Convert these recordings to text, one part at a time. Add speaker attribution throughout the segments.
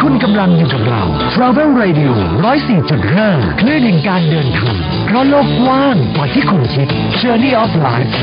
Speaker 1: คุณกำลังอยู่กับเรา Travel Radio 104.5คลื่นแห่งการเดินทางเพราะโลกกว้างกว่าที่คุณคิด Journey of Life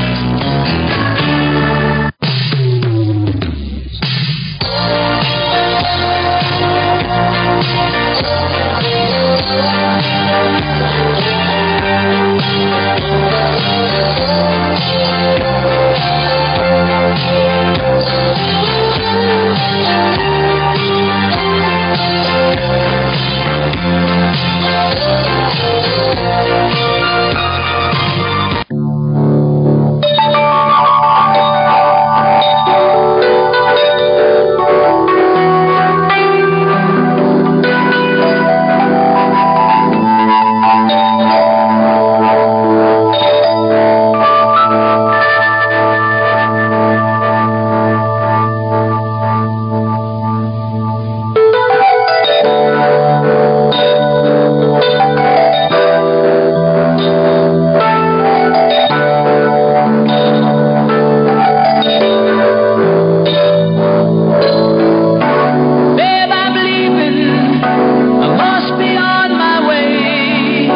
Speaker 2: Babe, I'm leaving. I must be on my way.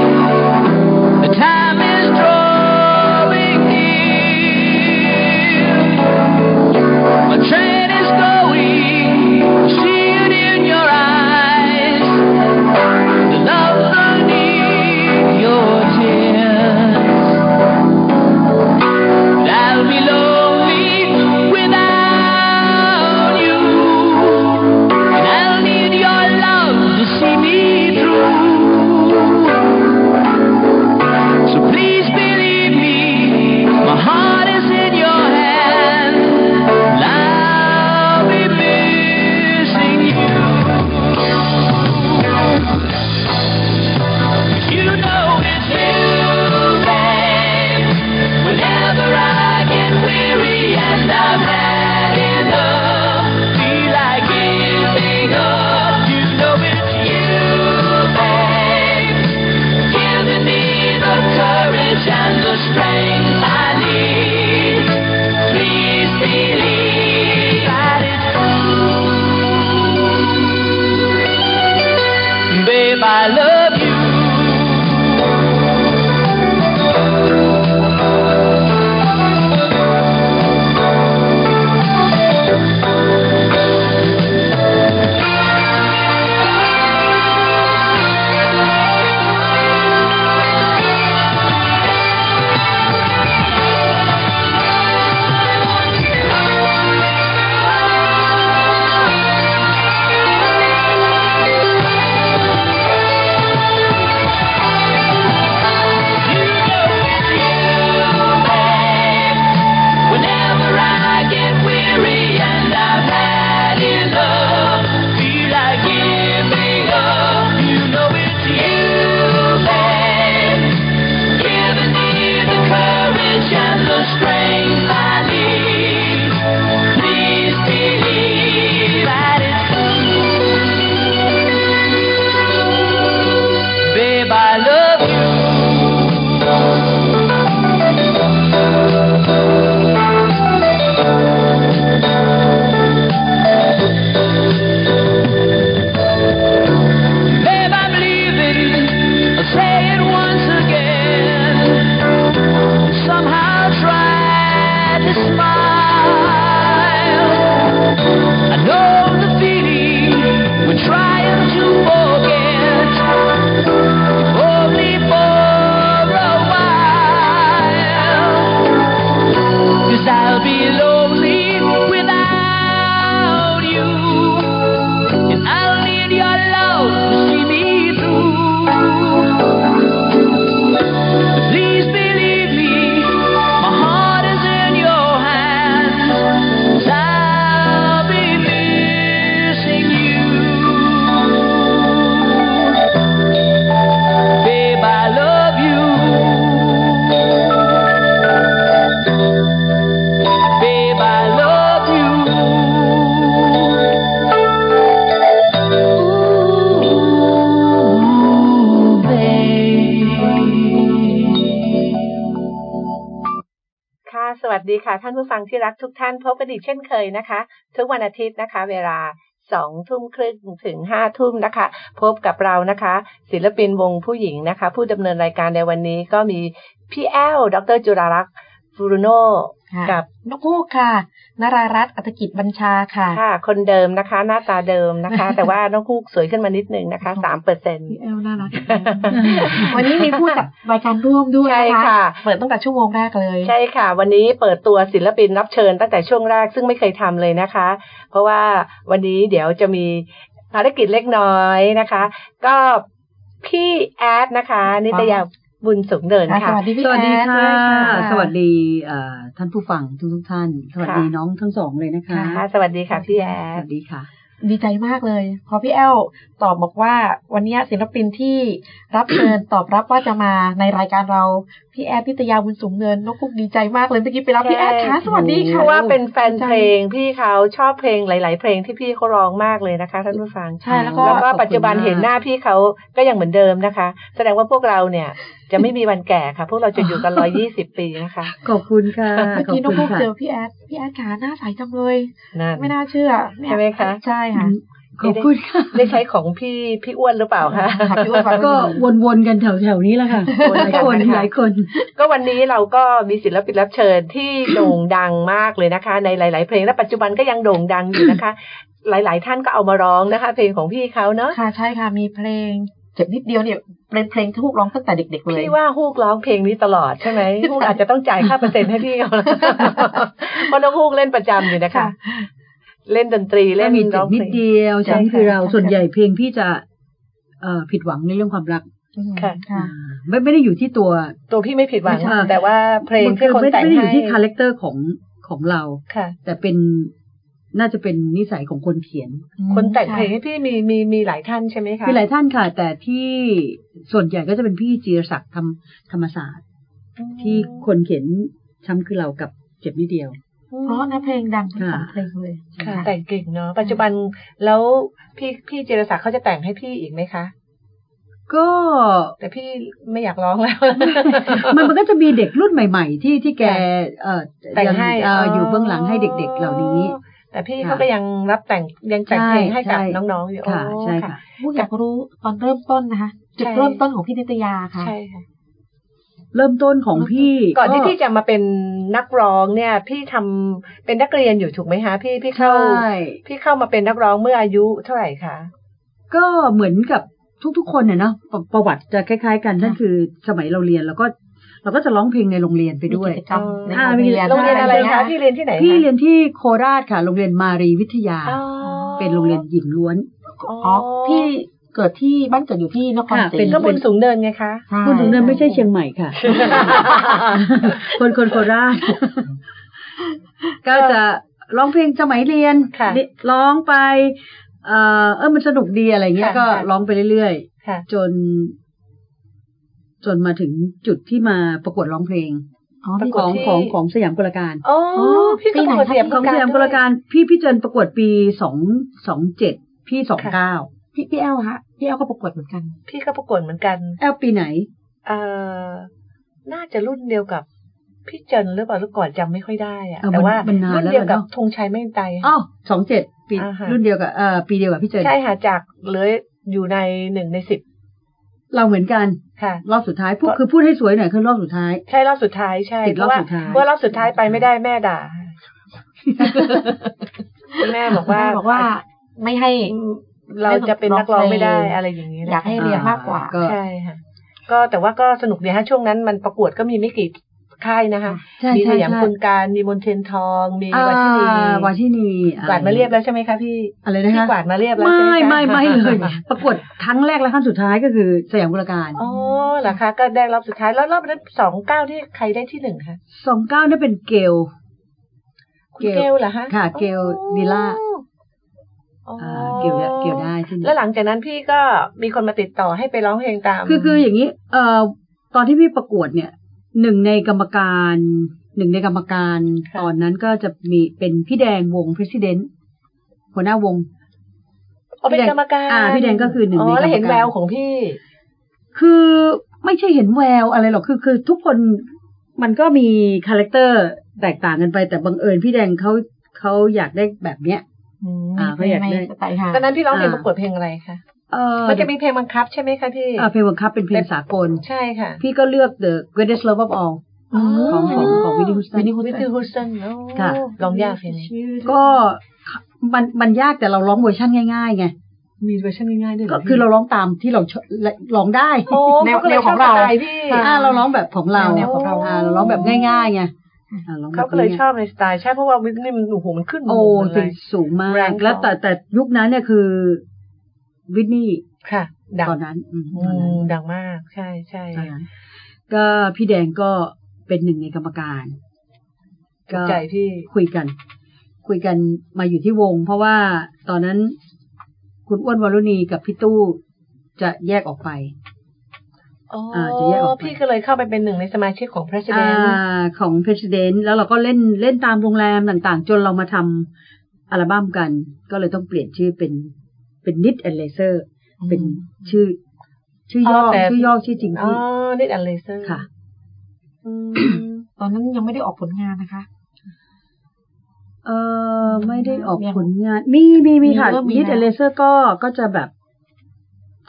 Speaker 2: The time is drawing near. My train is going. See it in your eyes. The love beneath your tears. But I'll be lonely without you. And I'll need your love to see me through. So please believe me, my heart is in your hand. I'll be missing you. You know it's you, babe. Whenever I get weary and I've had enough, feel like giving up. You know it's you, babe, giving me the courage and the strength I need. Please believe that it's true, babe. I love you. Whenever I get weary and I've had enough, feel like giving up. You know it's you, babe, giving me the courage and the strength I need. Please believe that it's true, babe. I love you. Babe, I'm leaving. I'll say it once again. Somehow try to smile. I know the feeling we're trying to forget. If Only for a while. Cause I'll be lonely without you. And I'll need your love to see me through. Please believe me, my heart is in your hands. I'll be missing you, babe. I love you, babe. I love you. Ooh, babe.
Speaker 3: ค่ะ สวัสดีค่ะ ท่านผู้ฟังที่รักทุกท่านพบกันอีกเช่นเคยนะคะ ทุกวันอาทิตย์นะคะ เวลา
Speaker 4: สองทุ่มครึ่งถึงห้าทุ่มนะคะ พบกับเรานะคะ ศิลปินวงผู้หญิงนะคะ ผู้ดำเนินรายการในวันนี้ก็มีพี่แอลดรจุฬารักษ์ฟูรุโน
Speaker 5: ค่ะ
Speaker 4: กับ
Speaker 5: นกฮูกค่ะนารารัตน์อัตกิจบัญชาค่ะ
Speaker 4: ค่ะคนเดิมนะคะ หน้าตาเดิมนะคะ แต่ว่าน้องคูกสวยขึ้นมานิดนึงนะคะสามเปอร์เซ็น
Speaker 5: พี่แอลน่ารักจัง เลยวันนี้มีผู้จัดรายการร่วมด้วย
Speaker 4: ใช่
Speaker 5: นะคะ
Speaker 4: ค่ะ
Speaker 5: เปิดตั้งแต่ชั่วโมงแรกเลย
Speaker 4: ใช่ค่ะ วันนี้เปิดตัวศิลปินรับเชิญตั้งแต่ช่วงแรกซึ่งไม่เคยทำเลยนะคะ เพราะว่าวันนี้เดี๋ยวจะมีภารกิจเล็กน้อยนะคะ ก็พี่แอดนะคะ นิตยาบุญสูงเนิน
Speaker 5: ส
Speaker 4: ค่ะ
Speaker 5: วัสดีพี่
Speaker 6: สวัสดี
Speaker 5: แอด
Speaker 6: ค่ะ
Speaker 5: ด้วยค่ะ
Speaker 6: สวัสดีเอ่อท่านผู้ฟังทุกทท่าน สวัสดี
Speaker 4: ค่ะ
Speaker 6: น้องทั้งสองเลยนะคะ
Speaker 4: ค่ะสวัสดีค่ะพี่แอ
Speaker 6: ส
Speaker 4: ด
Speaker 6: วัสดีค่ะ
Speaker 5: ดีใจมากเลย พอพี่แอลตอบบอกว่า วันนี้ศิลปินที่รับเชิญ ตอบรับว่าจะมาในรายการเรา พี่แอดนิตยาบุญสูงเนินนกคุกดีใจมากเลยเมื่อกี้ไปรับพี่แอดค่ะ
Speaker 4: ใช่
Speaker 5: สวัสดี
Speaker 4: เพ
Speaker 5: ค่ะ
Speaker 4: ราะว่าเป็นแฟนเพลงพี่เขาชอบเพลงหลาย ๆ เพลงที่พี่เขาร้องมากเลยนะคะท่านผู้ฟัง
Speaker 5: ใช่แล้วก็
Speaker 4: แล้วก็
Speaker 6: ขอบคุณ
Speaker 4: ปัจจุบัน
Speaker 6: มาก
Speaker 4: เห็นหน้าพี่เขาก็ยังเหมือนเดิมนะคะ แสดงว่าพวกเราเนี่ยจะไม่มีวันแก่ค่ะ พวกเราจะอยู่กัน ร้อยี่สิบปีนะคะ
Speaker 6: ขอบคุณค่ะ
Speaker 5: เมื่อ
Speaker 6: ขอบ
Speaker 5: กี้น
Speaker 6: คุ
Speaker 5: ก
Speaker 6: ณ
Speaker 5: คุก
Speaker 6: ค่ะ
Speaker 5: เจอพี่แอดพี่แอดขาหน้าใสจังเลย
Speaker 4: นั่น
Speaker 5: ไม่น่าเชื่อ
Speaker 4: ใช่ไหมคะ
Speaker 5: ใช่ค่ะ
Speaker 6: ขอบคุณค่ะ
Speaker 4: ได้ใช้ของพี่พี่อ้วนหรือเปล่าคะ
Speaker 5: ค่ะพี่อ้วนฟัง
Speaker 6: ก็วนๆกันแถวๆนี้แหละค่ะ
Speaker 4: วน
Speaker 6: หลาย
Speaker 4: กัน
Speaker 6: คน
Speaker 4: นะคะ
Speaker 6: หลายคน
Speaker 4: ก็วันนี้เราก็มีศิลปินรับเชิญที่ โด่งดังมากเลยนะคะ ในหลาย ๆ เพลงและปัจจุบันก็ยังโด่งดังอยู่นะคะ หลาย ๆ ท่านก็เอามาร้องนะคะ เพลงของพี่เขาเนาะ
Speaker 5: ค่ะใช่ค่ะมีเพลงเจ็บนิดเดียวเนี่ยเป็นเพลงที่พวกร้องตั้งแต่เด็ก ๆ เลย
Speaker 4: พี่ว่าฮูกร้องเพลงนี้ตลอดใช่ไหมฮูกอาจจะต้องจ่ายค่าเปอร์เซ็นต์ให้พี่เขาแล้วเพราะน้องฮูกเล่นประจำอยู่นะคะ
Speaker 5: ค่ะ
Speaker 4: เล่นดนตรีเล่
Speaker 6: ก็
Speaker 4: น
Speaker 6: มี
Speaker 4: ร้
Speaker 6: เจ็
Speaker 4: อบ ง
Speaker 6: นิด
Speaker 4: เพลง
Speaker 6: เดียว
Speaker 5: ใช่
Speaker 6: ฉัน
Speaker 5: ค่ะ
Speaker 6: คือเรา
Speaker 5: ใช่ค่ะ
Speaker 6: ส่วนใหญ่เพลงพี่จะเอ่อผิดหวังในเรื่องความรัก
Speaker 5: อืม
Speaker 4: ค่ะ
Speaker 5: ค่ะ
Speaker 6: อ่าไม่ไม่ได้อยู่ที่ตัว
Speaker 4: ตัวพี่ไม่ผิดหวัง
Speaker 6: ไม่ใช่
Speaker 4: แต่ว่าเพลงที่คน
Speaker 6: ไม่
Speaker 4: แต่ง
Speaker 6: ไม่ได้อยู่
Speaker 4: ให้
Speaker 6: ที่คาแรคเตอร์ของของเรา
Speaker 4: ค่ะ
Speaker 6: แต่เป็นน่าจะเป็นนิสัยของคนเขียน
Speaker 4: คนแต่งเพลงให้พี่มีมีมีหลายท่านใช่ไหมคะ
Speaker 6: มีหลายท่านค่ะ แต่ที่ส่วนใหญ่ก็จะเป็นพี่จีรศักดิ์ทำธรรมศาสตร์ ที่คนเขียนช้ำคือเรากับเจ็บนิดเดียว
Speaker 4: อืม
Speaker 5: เพราะนะเพลงดังทั้งสองเพลงเลย
Speaker 4: ค่ะแต่งเก่งเนาะปัจจุบันแล้วพี่พี่เจรศักดิ์เขาจะแต่งให้พี่อีกไหมคะ
Speaker 6: ก็
Speaker 4: แต่พี่ไม่อยากร้องแล้ว
Speaker 6: มันมันก็จะมีเด็กรุ่นใหม่ ๆ ที่ที่แกเอ่อ
Speaker 4: แต่ง
Speaker 6: ยัง
Speaker 4: ให้
Speaker 6: เอ่ออยู่เบื้องหลังให้เด็ก ๆ เหล่านี้
Speaker 4: แต่พี่
Speaker 6: ค่ะ
Speaker 4: เขาก็ยังรับแต่งยังแต่งเพลงให้กับ
Speaker 6: ใช่
Speaker 4: น้องๆอยู่
Speaker 6: ค่ะ
Speaker 4: โอ้
Speaker 6: ใช่ค่ะ
Speaker 5: อยากรู้ตอนเริ่มต้นนะคะจุด
Speaker 4: ใช่
Speaker 5: เริ่มต้นของพี่นิตยาค่ะ
Speaker 4: ใช่ค่ะ
Speaker 6: เริ่มต้นของพี่
Speaker 4: ก่อนที่พี่จะมาเป็นนักร้องเนี่ย พี่ทำเป็นนักเรียนอยู่ถูกไหมคะพี่พี่เข้า
Speaker 6: ใช่
Speaker 4: พี่เข้ามาเป็นนักร้องเมื่ออายุเท่าไหร่คะ
Speaker 6: ก็เหมือนกับทุกๆ คนเนี่ยเนาะประประวัติจะคล้าย ๆ กันนั่นคือสมัยเราเรียนเราก็เราก็จะร้องเพลงในโรงเรียนไปด้วย
Speaker 5: มีกิจกรรมใน
Speaker 6: อ่า
Speaker 5: โรงเรียน
Speaker 4: โรงเรียนอะไร
Speaker 5: ด้ว
Speaker 4: คะพี่เรียนที่ไหนคะ
Speaker 6: พี่เรียนที่โคราชค่ะ โรงเรียนมารีวิทยา
Speaker 4: อ๋อ
Speaker 6: เป็นโรงเรียนหญิงล้วน
Speaker 5: อ๋อพี่เกิดที่บ้านเกิดอยู่ที่นครศรี
Speaker 6: ค่ะเป็น
Speaker 4: ก็บุญ
Speaker 6: น
Speaker 4: สูงเนินไงคะ
Speaker 5: ใช่
Speaker 6: คุณถุงเนินไม่ใช่เชียงใหม่ค่ะ คนคนโค ราช ก็จะร้องเพลงสมัยเรียน
Speaker 4: ค่ะ
Speaker 6: ร้องไป เออเออมันสนุกดีอะไรเงี้ย
Speaker 4: ค่ะ
Speaker 6: ก็
Speaker 4: ค่ะ
Speaker 6: ร้องไปเรื่อย
Speaker 4: ค่ะ
Speaker 6: ๆ จน จนมาถึงจุดที่มาประกวดร้องเพลง
Speaker 5: อ๋อ
Speaker 4: ป
Speaker 5: มี
Speaker 4: ระ
Speaker 6: ข
Speaker 4: กวด
Speaker 6: อง
Speaker 4: ที่
Speaker 6: ของของสยามกลการ
Speaker 4: โอ้พี่ก็บอกว่าเสียบ
Speaker 6: ของสยามกลการ พี่พี่เจนประกวดปีสองสองเจ็ดพี่สองเก้า
Speaker 5: พี่พี่แอลฮะพี่แอลก็ประกวดเหมือนกัน
Speaker 4: พี่ก็ประกวดเหมือนกัน
Speaker 6: แอลปีไหน
Speaker 4: เอ่อ น่าจะรุ่นเดียวกับ พี่เจนหรือเปล่าหรือก่อนจำไม่ค่อยได้อะ
Speaker 6: เอามัน
Speaker 4: แต่ว่าน
Speaker 6: นาน
Speaker 4: รุ่น
Speaker 6: แล้ว
Speaker 4: เดียวกับ
Speaker 6: เนอะ
Speaker 4: ธงชัยไม่ตาย
Speaker 6: อ้าวสองเจ็ดปี
Speaker 4: อ่าฮะ
Speaker 6: รุ่นเดียวกับเอ่อปีเดียวกับพี่เจน
Speaker 4: ใช่ค่ะจากเหลยอยู่ในหนึ่งในสิบ
Speaker 6: เราเหมือนกัน
Speaker 4: ค่ะ
Speaker 6: รอบสุดท้ายพูด
Speaker 4: ก็
Speaker 6: คือพูดให้สวยหน่อยคือรอบสุดท้าย
Speaker 4: ใช่รอบสุดท้ายใช่
Speaker 6: ติด
Speaker 4: เพ
Speaker 6: รอบ
Speaker 4: ราะ
Speaker 6: สุ
Speaker 4: ว่า
Speaker 6: ดท้าย
Speaker 4: เพราะรอบสุดท้ายไปไม่ได้แม่ ด่าแม่บอกว่า
Speaker 5: แม่บอกว่าไม่ให้
Speaker 4: เราจะเป็นนักร้องไม่ได้อะไรอย่างนี้
Speaker 5: อยา
Speaker 4: นะ
Speaker 5: กให้เรียนมากกว่า
Speaker 6: ก็
Speaker 4: ใช่ค่ะ ก็แต่ว่าก็สนุกดีฮะช่วงนั้นมันประกวดก็มีไม่กี่ค่ายนะคะ
Speaker 6: ใช่
Speaker 4: มีส
Speaker 6: ใช่
Speaker 4: ยาม
Speaker 6: ใช่
Speaker 4: คุณการมีมนเทนทอง มี
Speaker 6: อ่า
Speaker 4: วัชินี
Speaker 6: วาชินี
Speaker 4: กวาดมาเรียบแล้วใช่ไหมคะพี่
Speaker 6: อะไรนะ
Speaker 4: พี่
Speaker 6: คะ
Speaker 4: กวาดมาเรียบแล้วใช่
Speaker 6: ไม่
Speaker 4: หคะ
Speaker 6: ไม่ไม่เลย ประกวดครั้งแรกและครั้งสุดท้ายก็คือสยามกุลการ
Speaker 4: อ๋อเหรอคะก็ได้รอบสุดท้ายแล้วรอบนั้นสองเก้าที่ใครได้ที่หนึ่งคะ
Speaker 6: สองเก้านี่นเป็นเกล
Speaker 4: คุณ
Speaker 6: เกล
Speaker 4: เกลเหรอคะ
Speaker 6: ค่ะเกลวิลล่า
Speaker 4: อ๋อ
Speaker 6: อ่าเกลได้เกลได้ที่นี่
Speaker 4: แล้วหลังจากนั้นพี่ก็มีคนมาติดต่อให้ไปร้องเพลงตาม
Speaker 6: คือคืออย่างนี้เอ่อตอนที่พี่ประกวดเนี่ยหนึ่งในกรรมการหนึ่งในกรรมการตอนนั้นก็จะมีเป็นพี่แดงวง president หัวหน้าวง
Speaker 4: เอาเป็นกรรมการ
Speaker 6: อ่าพี่แดงก็คือหนึ่งใน
Speaker 4: อ๋อแล้วเห็น
Speaker 6: กรรมการ
Speaker 4: แววของพี่
Speaker 6: คือไม่ใช่เห็นแววอะไรหรอกคือคือทุกคนมันก็มีคาแรคเตอร์แตกต่างกันไป แต่บังเอิญพี่แดงเขาเขาอยากได้แบบเนี้ย
Speaker 5: อืม
Speaker 6: อ่าก็อยากได้
Speaker 5: ในสไตล์ฮา
Speaker 4: ตอนนั้นพี่ร้องเพลง
Speaker 6: อ่า
Speaker 4: ประกวดเพลงอะไรคะ
Speaker 6: เออ
Speaker 4: มันจะมีเพลงบังคับใช่ไหมคะพี่
Speaker 6: อ่าเพลงบังคับเป็นเพลงสากล
Speaker 4: ใช่ค่ะ
Speaker 6: พี่ก็เลือก The Greatest Love of All ของของของวินนี่ฮุสตั
Speaker 4: วิ
Speaker 6: น
Speaker 4: นนี่ฮุสตันฮุสตัน
Speaker 6: ค่ะ
Speaker 4: ร้องยากเพลงนี้
Speaker 6: ก็มันมันยากแต่เราร้องเวอร์ชันง่ายๆไง
Speaker 4: มีเวอร์ชันง่ายๆด้วยห
Speaker 6: ก็คือเราร้องตามที่เราชอบและร้องได้
Speaker 4: โอ้
Speaker 5: แนว
Speaker 4: ก็ล
Speaker 5: แน
Speaker 4: ยว
Speaker 5: ของ
Speaker 4: ชบ
Speaker 5: เรา
Speaker 4: สไตล์พี่
Speaker 6: อ่าเราร้องแบบของเรา
Speaker 4: แนวของเรา
Speaker 6: อ่าเราร้องแบบง่ายๆไงอ่ร้องแบบ
Speaker 4: เขาก็เลย
Speaker 6: ง่ๆ
Speaker 4: ชอบในสไตล์ใช่เพราะว่าวินนี่มันโอ้โหมันขึ้น
Speaker 6: โอ้
Speaker 4: หมดเล
Speaker 6: สิ
Speaker 4: ย
Speaker 6: สูงมา
Speaker 4: แร
Speaker 6: ก
Speaker 4: งเขา
Speaker 6: แล้วแต่แต่ยุคนั้นเนี่ยคือวิทนี่
Speaker 4: ค่ะดัง
Speaker 6: ตอนนั้นอืมต
Speaker 4: อื
Speaker 6: อนนั้น
Speaker 4: มดังมากใช่ใช่
Speaker 6: ตอนนั้นก็พี่แดงก็เป็นหนึ่งในกรรมการ
Speaker 4: ถูกใจพี่
Speaker 6: คุยกัน คุยกันมาอยู่ที่วง เพราะว่าตอนนั้นคุณอ้วนวรุณีกับพี่ตู้จะแยกออกไป
Speaker 4: อ๋ออา
Speaker 6: จะแยกออกไป
Speaker 4: พี่ก็เลยเข้าไปเป็นหนึ่งในสมาชิกของ
Speaker 6: อ่า
Speaker 4: President
Speaker 6: ของ President แล้วเราก็เล่นเล่นตามโรงแรมต่างๆ จนเรามาทำอัลบั้มกัน ก็เลยต้องเปลี่ยนชื่อเป็นเป็นนิดแอนเลเซอร์ เป็นชื่อ ชื่อย่อ
Speaker 4: อ๋อแต่
Speaker 6: ชื่อย่อชื่อจริง
Speaker 4: อ๋
Speaker 6: ท
Speaker 4: อ
Speaker 6: ี่
Speaker 4: นิดอันเลเซอร์
Speaker 6: ค่ะ
Speaker 5: ตอนนั้นยังไม่ได้ออกผลงานนะคะ
Speaker 6: เออไม่ได้ออก
Speaker 5: ยัง
Speaker 6: ผลงาน มีมีมีค่ะ
Speaker 5: เริ่มมี
Speaker 6: นิด
Speaker 5: แล้ว
Speaker 6: เลเซอร์ก็ก็จะแบบ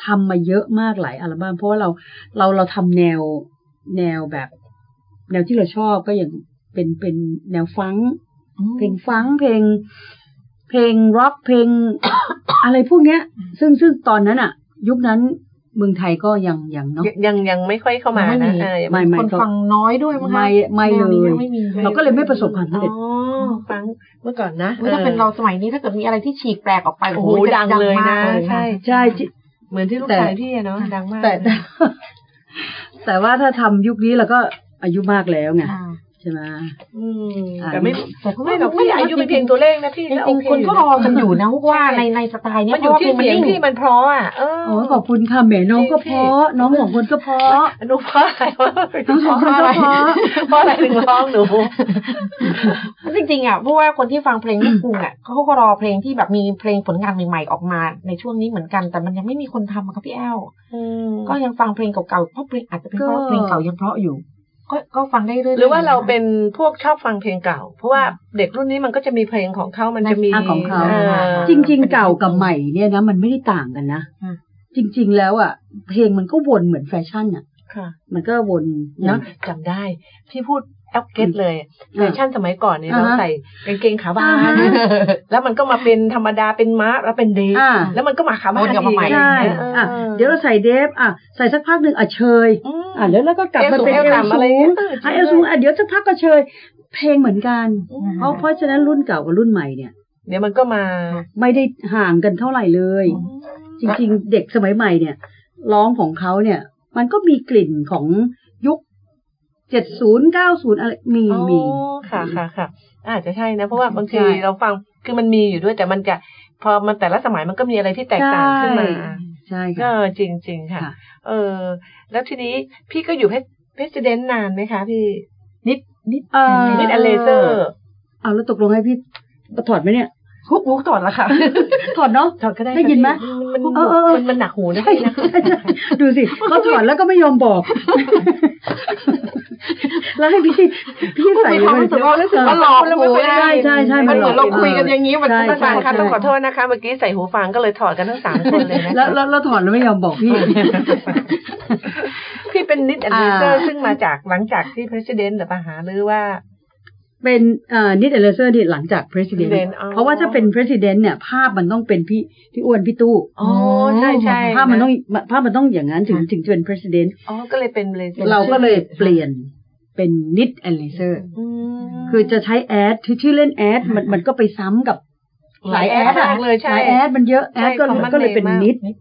Speaker 6: ทำมาเยอะมากหลายอัลบั้มเพราะว่าเราเราเราทำแนวแนวแบบ แนวที่เราชอบก็อย่างเป็นเป็นแนวฟังก์
Speaker 5: อืม
Speaker 6: เพลงฟังก์เพลง เพลงร็อกเพลง อะไรพวกเนี้ย ซึ่งซึ่งตอนนั้นอะยุคนั้นเมืองไทยก็ยังยังเนาะ
Speaker 4: ยังยังยังไม่ค่อยเข้ามา
Speaker 5: ยังไม่
Speaker 4: นะ
Speaker 5: มี
Speaker 4: เออยัง
Speaker 6: ไม่
Speaker 5: คนฟังน้อยด้วยมั้งคะ
Speaker 6: ไม่ไม่
Speaker 5: แน
Speaker 6: เล
Speaker 5: วนี้
Speaker 6: ย
Speaker 5: ไม่มี
Speaker 6: เราก็เลยไม่ประสบความ
Speaker 4: อ๋
Speaker 6: สำ
Speaker 4: อ
Speaker 6: เร็จ
Speaker 4: ฟังเมื่อก่อนนะ
Speaker 5: อุ๊ยถ้าเป็นเราสมัยนี้ถ้าเกิดมีอะไรที่ฉีกแปลกออกไป
Speaker 4: โอ้โห
Speaker 5: จะ
Speaker 4: ดังเลยนะ
Speaker 5: มาก
Speaker 4: ใช่
Speaker 6: ใช่ที่
Speaker 4: เหมือนที่ลูก
Speaker 6: แต่
Speaker 4: ชายพี่อะเนาะดังมาก
Speaker 6: แต่แต่ แต่ว่าถ้าทำยุคนี้เราก็อายุมากแล้วไง
Speaker 5: ค่ะ
Speaker 6: ใช่ไหม
Speaker 4: อืม
Speaker 6: อ่า
Speaker 4: แต่ไม่
Speaker 5: แต่ก็
Speaker 4: ไม่
Speaker 5: ไม่
Speaker 4: หรอกไม่อยากอายุเป็นเพียงตัวเลขนะพี่
Speaker 5: จริง
Speaker 4: แล้ว
Speaker 5: จริง
Speaker 4: โอเ
Speaker 5: ๆคนก็รอกันอยู่นะว่าในในสไตล์เนี้ย
Speaker 4: มันอยู่ที่
Speaker 5: เพราะว่า
Speaker 4: เสียง
Speaker 5: เพล
Speaker 4: ที่
Speaker 5: งมัน
Speaker 4: มันเพราะอ่ะเออ
Speaker 6: โอ้ยขอบคุณค่ะแหมน้องก็เพราะน้องสองคนก็เพราะ
Speaker 4: หนูเพราะอะไรวะ
Speaker 6: น้องสองคนก็เพราะ
Speaker 4: เพราะอะไรถึงร้องหนู
Speaker 5: นิ่งจริงๆอ่ะเพราะว่าคนที่ฟังเพลงลูกกรุงอ่ะ เขาก็รอเพลงที่แบบมีเพลงผลงานใหม่ๆออกมา ในช่วงนี้เหมือนกัน แต่มันยังไม่มีคนทำอะค่ะพี่แอล ก็ยังฟังเพลงเก่าๆ เพราะเพลงอาจจะเป็นเพราะเพลงเก่ายังเพราะอยู่ ก็ก็ฟังได้เรื่อยๆ
Speaker 4: หรือว่าเรา
Speaker 5: น
Speaker 4: เป็นพวกชอบฟังเพลงเก่า เพราะว่าเด็กรุ่นนี้มันก็จะมีเพลงของเขามันจะมี
Speaker 6: อ่ะของเขา
Speaker 4: ออ
Speaker 6: จริง ๆ เก่ากับใหม่เนี่ยนะมันไม่ได้ต่างกันนะ
Speaker 5: อ่ะ
Speaker 6: จริง ๆ แล้วอ่ะ เพลงมันก็วนเหมือนแฟชั่นอ่ะ
Speaker 4: ค่ะ
Speaker 6: มันก็วน
Speaker 4: เนอะ
Speaker 6: นะ
Speaker 4: จำได้พี่พูดแอปเก็ตเลย
Speaker 6: อืม
Speaker 4: แฟชั่นสมัยก่อนเนี่ย
Speaker 6: อ่า
Speaker 4: เรา
Speaker 6: ฮะ
Speaker 4: ใส่กางเกงขาบา
Speaker 6: อ่านฮะ
Speaker 4: แล้วมันก็มาเป็นธรรมดาเป็นม้าแล้วเป็นเดย์
Speaker 6: อ่า
Speaker 4: แล้วมันก็มาขาบา
Speaker 5: วนนกลับมาใหม่
Speaker 6: ใช่
Speaker 4: อีก
Speaker 6: อ่ะเดี๋ยวเราใส่เดฟ อ่ะ ใส่สักพักหนึ่งอ่ะเชย
Speaker 4: อืม
Speaker 6: อ่ะแล้วแล้วก็กลับมาเป็น
Speaker 4: เอ
Speaker 6: เอว
Speaker 4: วสูงเอวต่ำอะ
Speaker 6: สู
Speaker 4: ไรอย่างเงี้
Speaker 6: ง
Speaker 4: ยเออใช่
Speaker 6: อ่ะเอวสูงอ่ะเดี๋ยวสักพักก็เชย เพลงเหมือนกัน
Speaker 4: อืม
Speaker 6: เพราะเพราะฉะนั้นรุ่นเก่ากับรุ่นใหม่เนี่ย
Speaker 4: เดี๋ยวมันก็มา
Speaker 6: ไม่ได้ห่างกันเท่าไหร่เลย จริง ๆ เด็กสมัยใหม่เนี่ย ร้องของเขาเนี่ย มันก็มีกลิ่นของยุคเจ็ดศูนย์เก้าศูนย์อะไรมี
Speaker 4: อ๋อ
Speaker 6: มี
Speaker 4: ค่ะค่ะค่ะอาจจะใช่นะ เพราะว่าบางที
Speaker 6: ใช่
Speaker 4: เราฟังคือมันมีอยู่ด้วยแต่มันจะพอมันแต่ละสมัยมันก็มีอะไรที่แตกต่างขึ้นมา
Speaker 6: ใช่ ใช่
Speaker 4: ก็
Speaker 6: ค่ะ
Speaker 4: จริงจริง ๆ ค่ะ
Speaker 6: ค่ะ
Speaker 4: เออ แล้วทีนี้พี่ก็อยู่เพชรเพชรเดนนานไหมคะพี่
Speaker 5: นิดนิด
Speaker 6: เอ่อ
Speaker 4: นิดอเลเซอร์
Speaker 6: เอาแล้วตกลงให้พี่ถอดไหมเนี่ย
Speaker 4: ทุกมุกถอดแล้วค่ะ
Speaker 6: ถอดเนาะ
Speaker 4: ถอดก็ได้
Speaker 6: ได้ยินไหม
Speaker 4: มัน
Speaker 6: เออเออเออ
Speaker 4: มันมันหนักหูนะ
Speaker 6: ใช่
Speaker 4: พี่นะ
Speaker 6: ใช่ใช่ดูสิเขาถอดแล้วก็ไม่ยอม บอก แล้วให้พี่พี่
Speaker 5: พูด
Speaker 6: ใส่
Speaker 5: มีความรู้สึกว่ารู้สึกว่าหลอก
Speaker 6: แล้วไม่ค่อยได้ใช่ใช่
Speaker 5: มันเหมือนเราคุยกันอย่าง
Speaker 6: นี้
Speaker 5: นี้มัน
Speaker 6: ใช่
Speaker 4: ต้อ
Speaker 5: ก็
Speaker 4: งฟัง
Speaker 5: ต่าง
Speaker 4: ค่ะ
Speaker 5: ค่ะ
Speaker 4: ต้
Speaker 5: ต้
Speaker 4: อ
Speaker 5: อง
Speaker 4: ข
Speaker 5: งข
Speaker 4: อ
Speaker 5: อ
Speaker 4: โท
Speaker 5: โทษ
Speaker 4: ษนะคะ เมื่อกี้ใส่หูฟังก็เลยถอดกันทั้งสามคนเลยนะ
Speaker 6: แล้วแล้วแล้วถอดแล้วไม่ยอม บอกพี่
Speaker 4: พี่เป็นนิดอเลเซอร์
Speaker 6: อ่า
Speaker 4: ซึ่งมาจากหลังจากที่เพชรเดนหรือปะหาหรือว่า
Speaker 6: เป็นเอ่อนิดเอเลเซอร์ที่หลังจาก president
Speaker 4: President อ๋อ
Speaker 6: เพราะว่าถ้าเป็น president เนี่ย ภาพมันต้องเป็นพี่พี่อ้วนพี่ตู้
Speaker 4: อ๋อใช่ใช่
Speaker 6: ภาพมันต้องภาพมันต้องอย่างนั้นถึง
Speaker 5: ค่ะ
Speaker 6: ถึงจะเป็น president
Speaker 4: อ๋อก็เลยเป็นเลเซอร์
Speaker 6: เราก็เลยเปลี่ยนเป็นนิดเอเลเซอร์
Speaker 4: อืม
Speaker 6: คือจะใช้แอดชื่อเล่นแอดมันมันก็ไปซ้ำกับ
Speaker 4: หลายแอดมากเลย
Speaker 6: ห
Speaker 4: ใช่
Speaker 6: ลายแอดมันเยอะแอ
Speaker 4: ใช่
Speaker 6: ดก็
Speaker 4: ของมัน
Speaker 6: ก็เลยเป็น
Speaker 4: เยอะมาก
Speaker 6: นิดนิ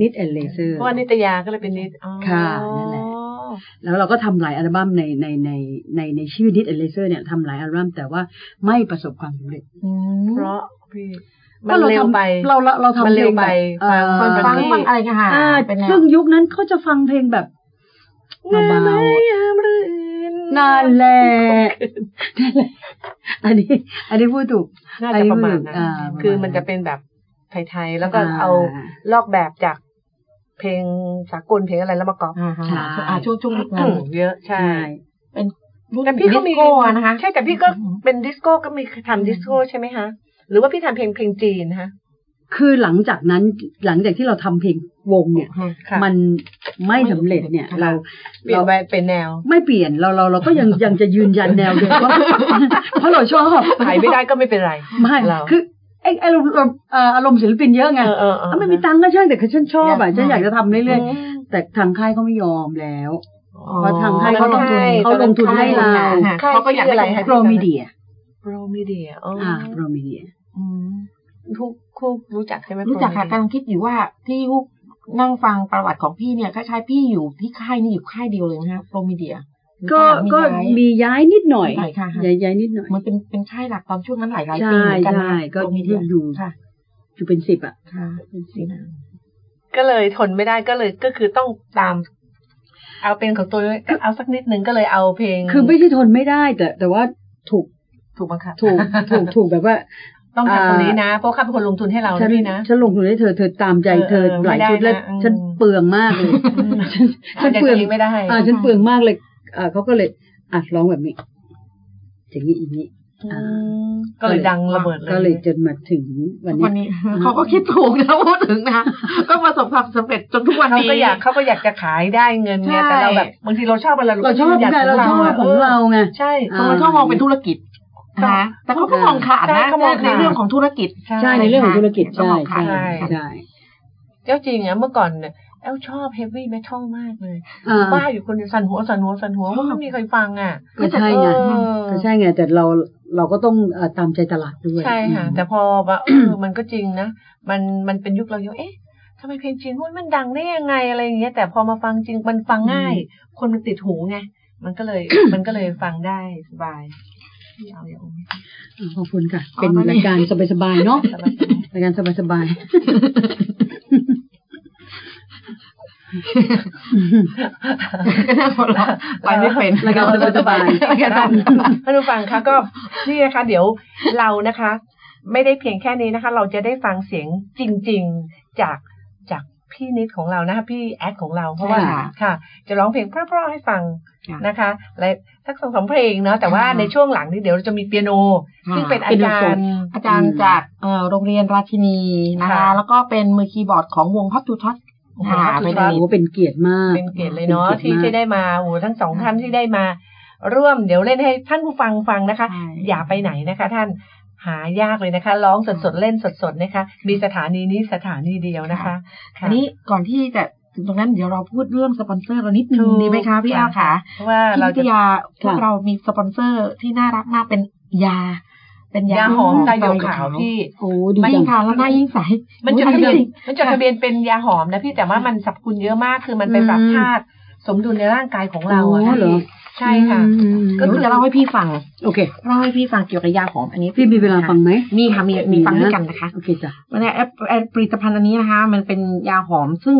Speaker 5: นิ
Speaker 6: ด
Speaker 5: ด
Speaker 6: แอนเลเซอร์
Speaker 4: เพราะว่านิตยาก็เลยเป็นนิดอ๋อ
Speaker 6: ค่ะนั่นแหละ แล้วเราก็ทำหลายอัลบั้มในในในในในชื่อนิดแอนเลเซอร์เนี่ยทำหลายอัลบั้มแต่ว่าไม่ประสบความสำเร็จ
Speaker 4: เพราะพี่มันเร็ว
Speaker 6: ทำ
Speaker 4: ไป
Speaker 6: เราเราเราทำ
Speaker 4: มัน
Speaker 6: เพ
Speaker 4: เร็
Speaker 6: ล
Speaker 4: ว
Speaker 6: ง
Speaker 4: ไป
Speaker 6: แบบเอ่อ
Speaker 4: ฟัง
Speaker 5: ฟังบางอะไรกันค่ะ
Speaker 6: อ่า
Speaker 5: เป็นแนว
Speaker 6: ซึ่งยุคนั้นเขาจะฟังเพลงแบบเบา
Speaker 4: เริ่มรื่น
Speaker 6: ๆนั่นแหละนั่นแหละอันนี้ อันนี้พูดถูก
Speaker 4: น่าจะประมาณนั้น
Speaker 6: อ่า
Speaker 4: คือมันจะเป็นแบบไทยๆแล้วก็เอา
Speaker 6: อ่า
Speaker 4: ลอกแบบจากเพลงสากลเพลงอะไรแล้วมาก๊อป
Speaker 5: อ่าฮะ
Speaker 6: ใช่
Speaker 5: อ่าช่วงช่วงยุคนั้น
Speaker 4: เยอะใช่
Speaker 6: ใช่
Speaker 5: เป็นรุ่น
Speaker 4: แต่พี่ก็
Speaker 5: ดิส
Speaker 4: มี
Speaker 5: โก้อะนะคะ
Speaker 4: ใช่แต่พี่ก็เป็นดิสโก้ก็มีทำดิสโก้ใช่ไหมคะ หรือว่าพี่ทำเพลงเพลงจีนฮะ
Speaker 6: คือหลังจากนั้นหลังจากที่เราทำเพลงวงเนี่ย
Speaker 4: ค่ะ
Speaker 6: มันไม่สำเร็จเนี่ย
Speaker 5: ค่ะ
Speaker 6: เรา
Speaker 4: เปลี่ย
Speaker 6: เรา
Speaker 4: นไปเป็นแนว
Speaker 6: ไม่เปลี่ยนเราเราเราก็ยังยังจะยืนยันแนวเดิมเพราะเพราะเราชอบ
Speaker 4: ขายไม่ได้ก็ไม่เป็นไร
Speaker 6: ไม่
Speaker 4: เรา
Speaker 6: คือไอ้ไอ้อารมณ์เอ่ออารมณ์ศิลปินเยอะไง
Speaker 4: เออเออเออ
Speaker 6: ถ้าไม่มีตังค์ก็ช่างแต่คือฉันชอบอ่ะ
Speaker 5: อยาก
Speaker 6: ฉันอยากจะทำเรื่อยๆแต่ทางค่ายเขาไม่ยอมแล้ว เพราะทางค่าย
Speaker 4: ตอ
Speaker 6: เขาล
Speaker 4: นนั้
Speaker 6: ง
Speaker 4: น
Speaker 6: ทุน
Speaker 4: ค่าย
Speaker 6: เขาลงทุนให้
Speaker 4: ตอนนั้
Speaker 6: เรา
Speaker 4: นค่ายค่ะ
Speaker 5: เขาก็อยากได้ของ
Speaker 6: โปรมีเดีย
Speaker 4: โปรมีเดียอ๋ออ
Speaker 6: อ่าโปรมีเดีย
Speaker 5: อืม
Speaker 4: ทุกคู่รู้จักใช่ไหม
Speaker 5: รู้จักค่ะ
Speaker 4: โปมีเดีย
Speaker 5: กำลังคิดอยู่ว่าที่ลูกนั่งฟังประวัติของพี่เนี่ยคล้ายๆพี่อยู่ที่ค่ายนี่อยู่ค่ายเดียวเลยนะคะโปรมีเดีย
Speaker 6: ก็
Speaker 5: มี
Speaker 6: ก็
Speaker 5: ย้าย
Speaker 6: มีย้ายนิดหน่อย
Speaker 5: หน่อยค่ะ
Speaker 6: ย้ายย้ายนิดหน่อย
Speaker 5: มันเป็นเป็นค่ายหลักตอนช่วงนั้นหลายหลาย
Speaker 6: ใช่
Speaker 5: ปีเหมือนกัน
Speaker 6: ใช่
Speaker 5: นะ
Speaker 6: ก็
Speaker 5: โปรมีเดีย
Speaker 6: อยู่
Speaker 5: ค่ะ
Speaker 6: อยู่เป็นสิบอ่ะ
Speaker 5: ค่ะเป็นสีนาง
Speaker 4: ก็เลยทนไม่ได้ก็เลยก็คือต้องตาม เอาเป็นของตัวเองเอาสักนิดนึงก็เลยเอาเพลง
Speaker 6: คือไม่ใช่ทนไม่ได้แต่ แต่ว่าถูก
Speaker 4: ถูกบังคับ
Speaker 6: ถูกถูกถูกแบบว่า
Speaker 4: ต้อง
Speaker 6: อ่า
Speaker 4: ทำตรงนี้นะ เพราะเขาเป็นคนลงทุนให้เรา
Speaker 6: ฉัน
Speaker 4: ด้วยนะ
Speaker 6: ฉันลงทุนให้เธอเธอตามใจ
Speaker 4: เออ
Speaker 6: เธอ
Speaker 4: เออ
Speaker 6: หลาย
Speaker 4: ไม่ได้
Speaker 6: ชุดแล้ว
Speaker 4: นะอืม
Speaker 6: ฉันเปลืองมากเลยฉัน
Speaker 4: อา
Speaker 6: ฉั
Speaker 4: จ
Speaker 6: น
Speaker 4: จะ
Speaker 6: เปลือง
Speaker 4: เองไม่ได้
Speaker 6: อ่าฉันเปลืองมากเลยอ่าเขาก็เลยอ่ะร้องแบบนี้อย่างนี้อย่างนี้
Speaker 4: อืมก็เลยดังระเบิดเลย
Speaker 6: ก็เลยจนมาถึงวัน
Speaker 5: วัน
Speaker 6: นี้
Speaker 5: นี้เขาก็คิดถูกนะพูดถึงนะ ก็ประสบความสำเร็จจนทุกวัน
Speaker 4: เขา
Speaker 5: นี้
Speaker 4: ก็อยากเขาก็อยากจะขายได้เงินเนี่ย
Speaker 5: ใช่
Speaker 4: แต่เราแบบบางทีเราชอบอะไร
Speaker 6: เราชอบ
Speaker 4: อยาก
Speaker 6: ไงเราชอบของเราไง
Speaker 4: ใช่
Speaker 6: อ่า
Speaker 5: มันก็มองเป็นธุรกิจนะแต่เขาก็มองขาด
Speaker 4: ใช่
Speaker 5: นะ
Speaker 4: เขามองขาด
Speaker 5: ในเรื่องของธุรกิจ
Speaker 6: ใช่ในเรื่องของธุรกิจใช่ใช่
Speaker 5: ใช่
Speaker 6: ใช่
Speaker 4: เจ้าจริงอะเมื่อก่อนเนี่ยแอลชอบเฮฟวี่เมทัลมากเลย
Speaker 6: อ่า
Speaker 4: บ้าอยู่คนเดียวสั่นหัวสั่นหัวสั่นหัวว่าไม่มีใครฟังอ่ะ
Speaker 6: ก็ใช่ไง
Speaker 4: เออ
Speaker 6: ก็ใช่ไงแต่เราเราก็ต้องเอ่อตามใจตลาดด้วย
Speaker 4: ใช่ค่ะ
Speaker 6: อืม
Speaker 4: แต่พอ ว่าเออมันก็จริงนะ มันมันเป็นยุคเราเยอะเอ๊ะทำไมเพลงจีนมันดังได้ยังไงอะไรอย่างเงี้ยแต่พอมาฟังจริงมันฟังง่าย คนมันติดหูไงมันก็เลย มันก็เลยฟังได้สบายไม่เอาอย่างนี้
Speaker 6: ขอบคุณค่ะ เป็นรายการสบายๆเนาะ
Speaker 4: สบาย
Speaker 6: รายการสบาย
Speaker 5: ก็น่าหัวเราะไปไม่เป็น
Speaker 6: ๆรายการสบาย
Speaker 4: ๆท่านผู้ฟังคะก็นี่นะคะ เดี๋ยวเรานะคะ ไม่ได้เพียงแค่นี้นะคะ เราจะได้ฟังเสียงจริง ๆจากจากพี่นิดของเรานะคะพี่แอดของเราเพราะว่า
Speaker 5: ใช่ค่ะ
Speaker 4: ค่ะ จะร้องเพลงเพราะๆให้ฟัง
Speaker 5: ค่ะ
Speaker 4: นะคะและสักสองสามเพลงเนาะแต่ว่า
Speaker 5: ค่ะ
Speaker 4: ในช่วงหลังนี้เดี๋ยวเราจะมีเปียโน ซึ่งเป็นอาจารย์
Speaker 5: อาจารย์จากเอ่อโรงเรียนราชินีนะคะ
Speaker 4: ค่ะ
Speaker 5: แล้วก็เป็นมือคีย์บอร์ดของวงฮอตทูท็อต
Speaker 4: โอ้โห
Speaker 5: อ่า
Speaker 4: ขอบคุ
Speaker 6: ๆ
Speaker 4: ณ
Speaker 5: ไได้
Speaker 4: ค
Speaker 6: โอ้
Speaker 4: รับ
Speaker 6: โหเป็นเกียรติมาก
Speaker 4: เป็นเกียรติเลยเนาะ
Speaker 6: ป็กียรติมาก
Speaker 4: ที่ที่ได้มาโอ้โหทั้งสองท่านที่ได้มา ร่วมเดี๋ยวเล่นให้ท่านผู้ฟังฟังนะคะ
Speaker 5: ใช่
Speaker 4: อย่าไปไหนนะคะ ท่านหายากเลยนะคะร้องสดๆเล่นสดๆนะคะ มีสถานีนี้สถานีเดียวนะคะค่ะ
Speaker 5: อันนี้ก่อนที่จะถึงตรงนั้นเดี๋ยวเราพูดเรื่องสปอนเซอร์เรานิดนึ
Speaker 4: ถู
Speaker 5: ง
Speaker 4: ก
Speaker 5: ดีไหมคะพี่อาค่ะ
Speaker 4: เพราะว่า
Speaker 5: ที่
Speaker 4: เราจะ
Speaker 5: วิทยาพ
Speaker 6: ค่ะ
Speaker 5: วกเรามีสปอนเซอร์ที่น่ารักมากเป็นยา เป็นยาย
Speaker 4: าหอมตาหยก
Speaker 5: ต
Speaker 4: ขาวที่
Speaker 6: โอ้ดี
Speaker 5: ไม่
Speaker 6: จัง
Speaker 5: ค่ะแล้วหน้ายิ่งใส
Speaker 4: มันจด
Speaker 5: โอ้ย
Speaker 4: ทะเบียน
Speaker 5: จริง
Speaker 4: มันจดทะเบียนเป็นยาหอมนะพี่แต่ว่ามันสรรพคุณเยอะมากคือมันไปปรับ
Speaker 6: อืม
Speaker 4: ธาตุสมดุลในร่างกายของเราอะ
Speaker 6: โเหรอ
Speaker 4: ใช่ค่ะ
Speaker 6: อืม
Speaker 4: ก็
Speaker 5: ก็
Speaker 4: คื
Speaker 5: คือ อจะเล่าให้พี่ฟัง
Speaker 6: โอเค
Speaker 5: เล่าให้พี่ฟังเกี่ยวกับยาหอมอันนี้
Speaker 6: พี่มีเวลาฟังไหม
Speaker 5: มีค่ะมีมีฟังด้วยกันนะคะ
Speaker 6: โอเคจ้ะ
Speaker 5: วันนี้แอปแอปผลิตภัณฑ์อันนี้นะคะ มันเป็นยาหอมซึ่ง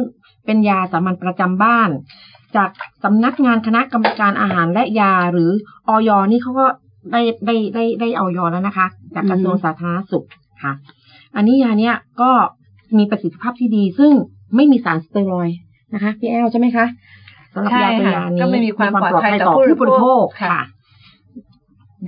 Speaker 5: เป็นยาสามัญประจำบ้าน จากสำนักงานคณะกรรมการอาหารและยาหรือออยนี่เขาก็ได้ได้ได้ได้ออยแล้วนะคะ จากกระทรวงสาธารณสุขค่ะ อันนี้ยาเนี้ยก็มีประสิทธิภาพที่ดี ซึ่งไม่มีสารสเตียรอยด์นะคะพี่แอลใช่ไหมคะสำหรับ
Speaker 4: ใช่
Speaker 5: ยาตัว
Speaker 4: ค่ะ
Speaker 5: ยานี้
Speaker 4: ก็ไม่มีความปลอดภัยต่
Speaker 5: ต่
Speaker 4: อ
Speaker 5: อ
Speaker 4: ผู้บบ
Speaker 5: ผู้
Speaker 4: ริ
Speaker 5: ริ
Speaker 4: โภ
Speaker 5: โภ
Speaker 4: ค
Speaker 5: ค
Speaker 4: ค่ะ
Speaker 5: ค่ะ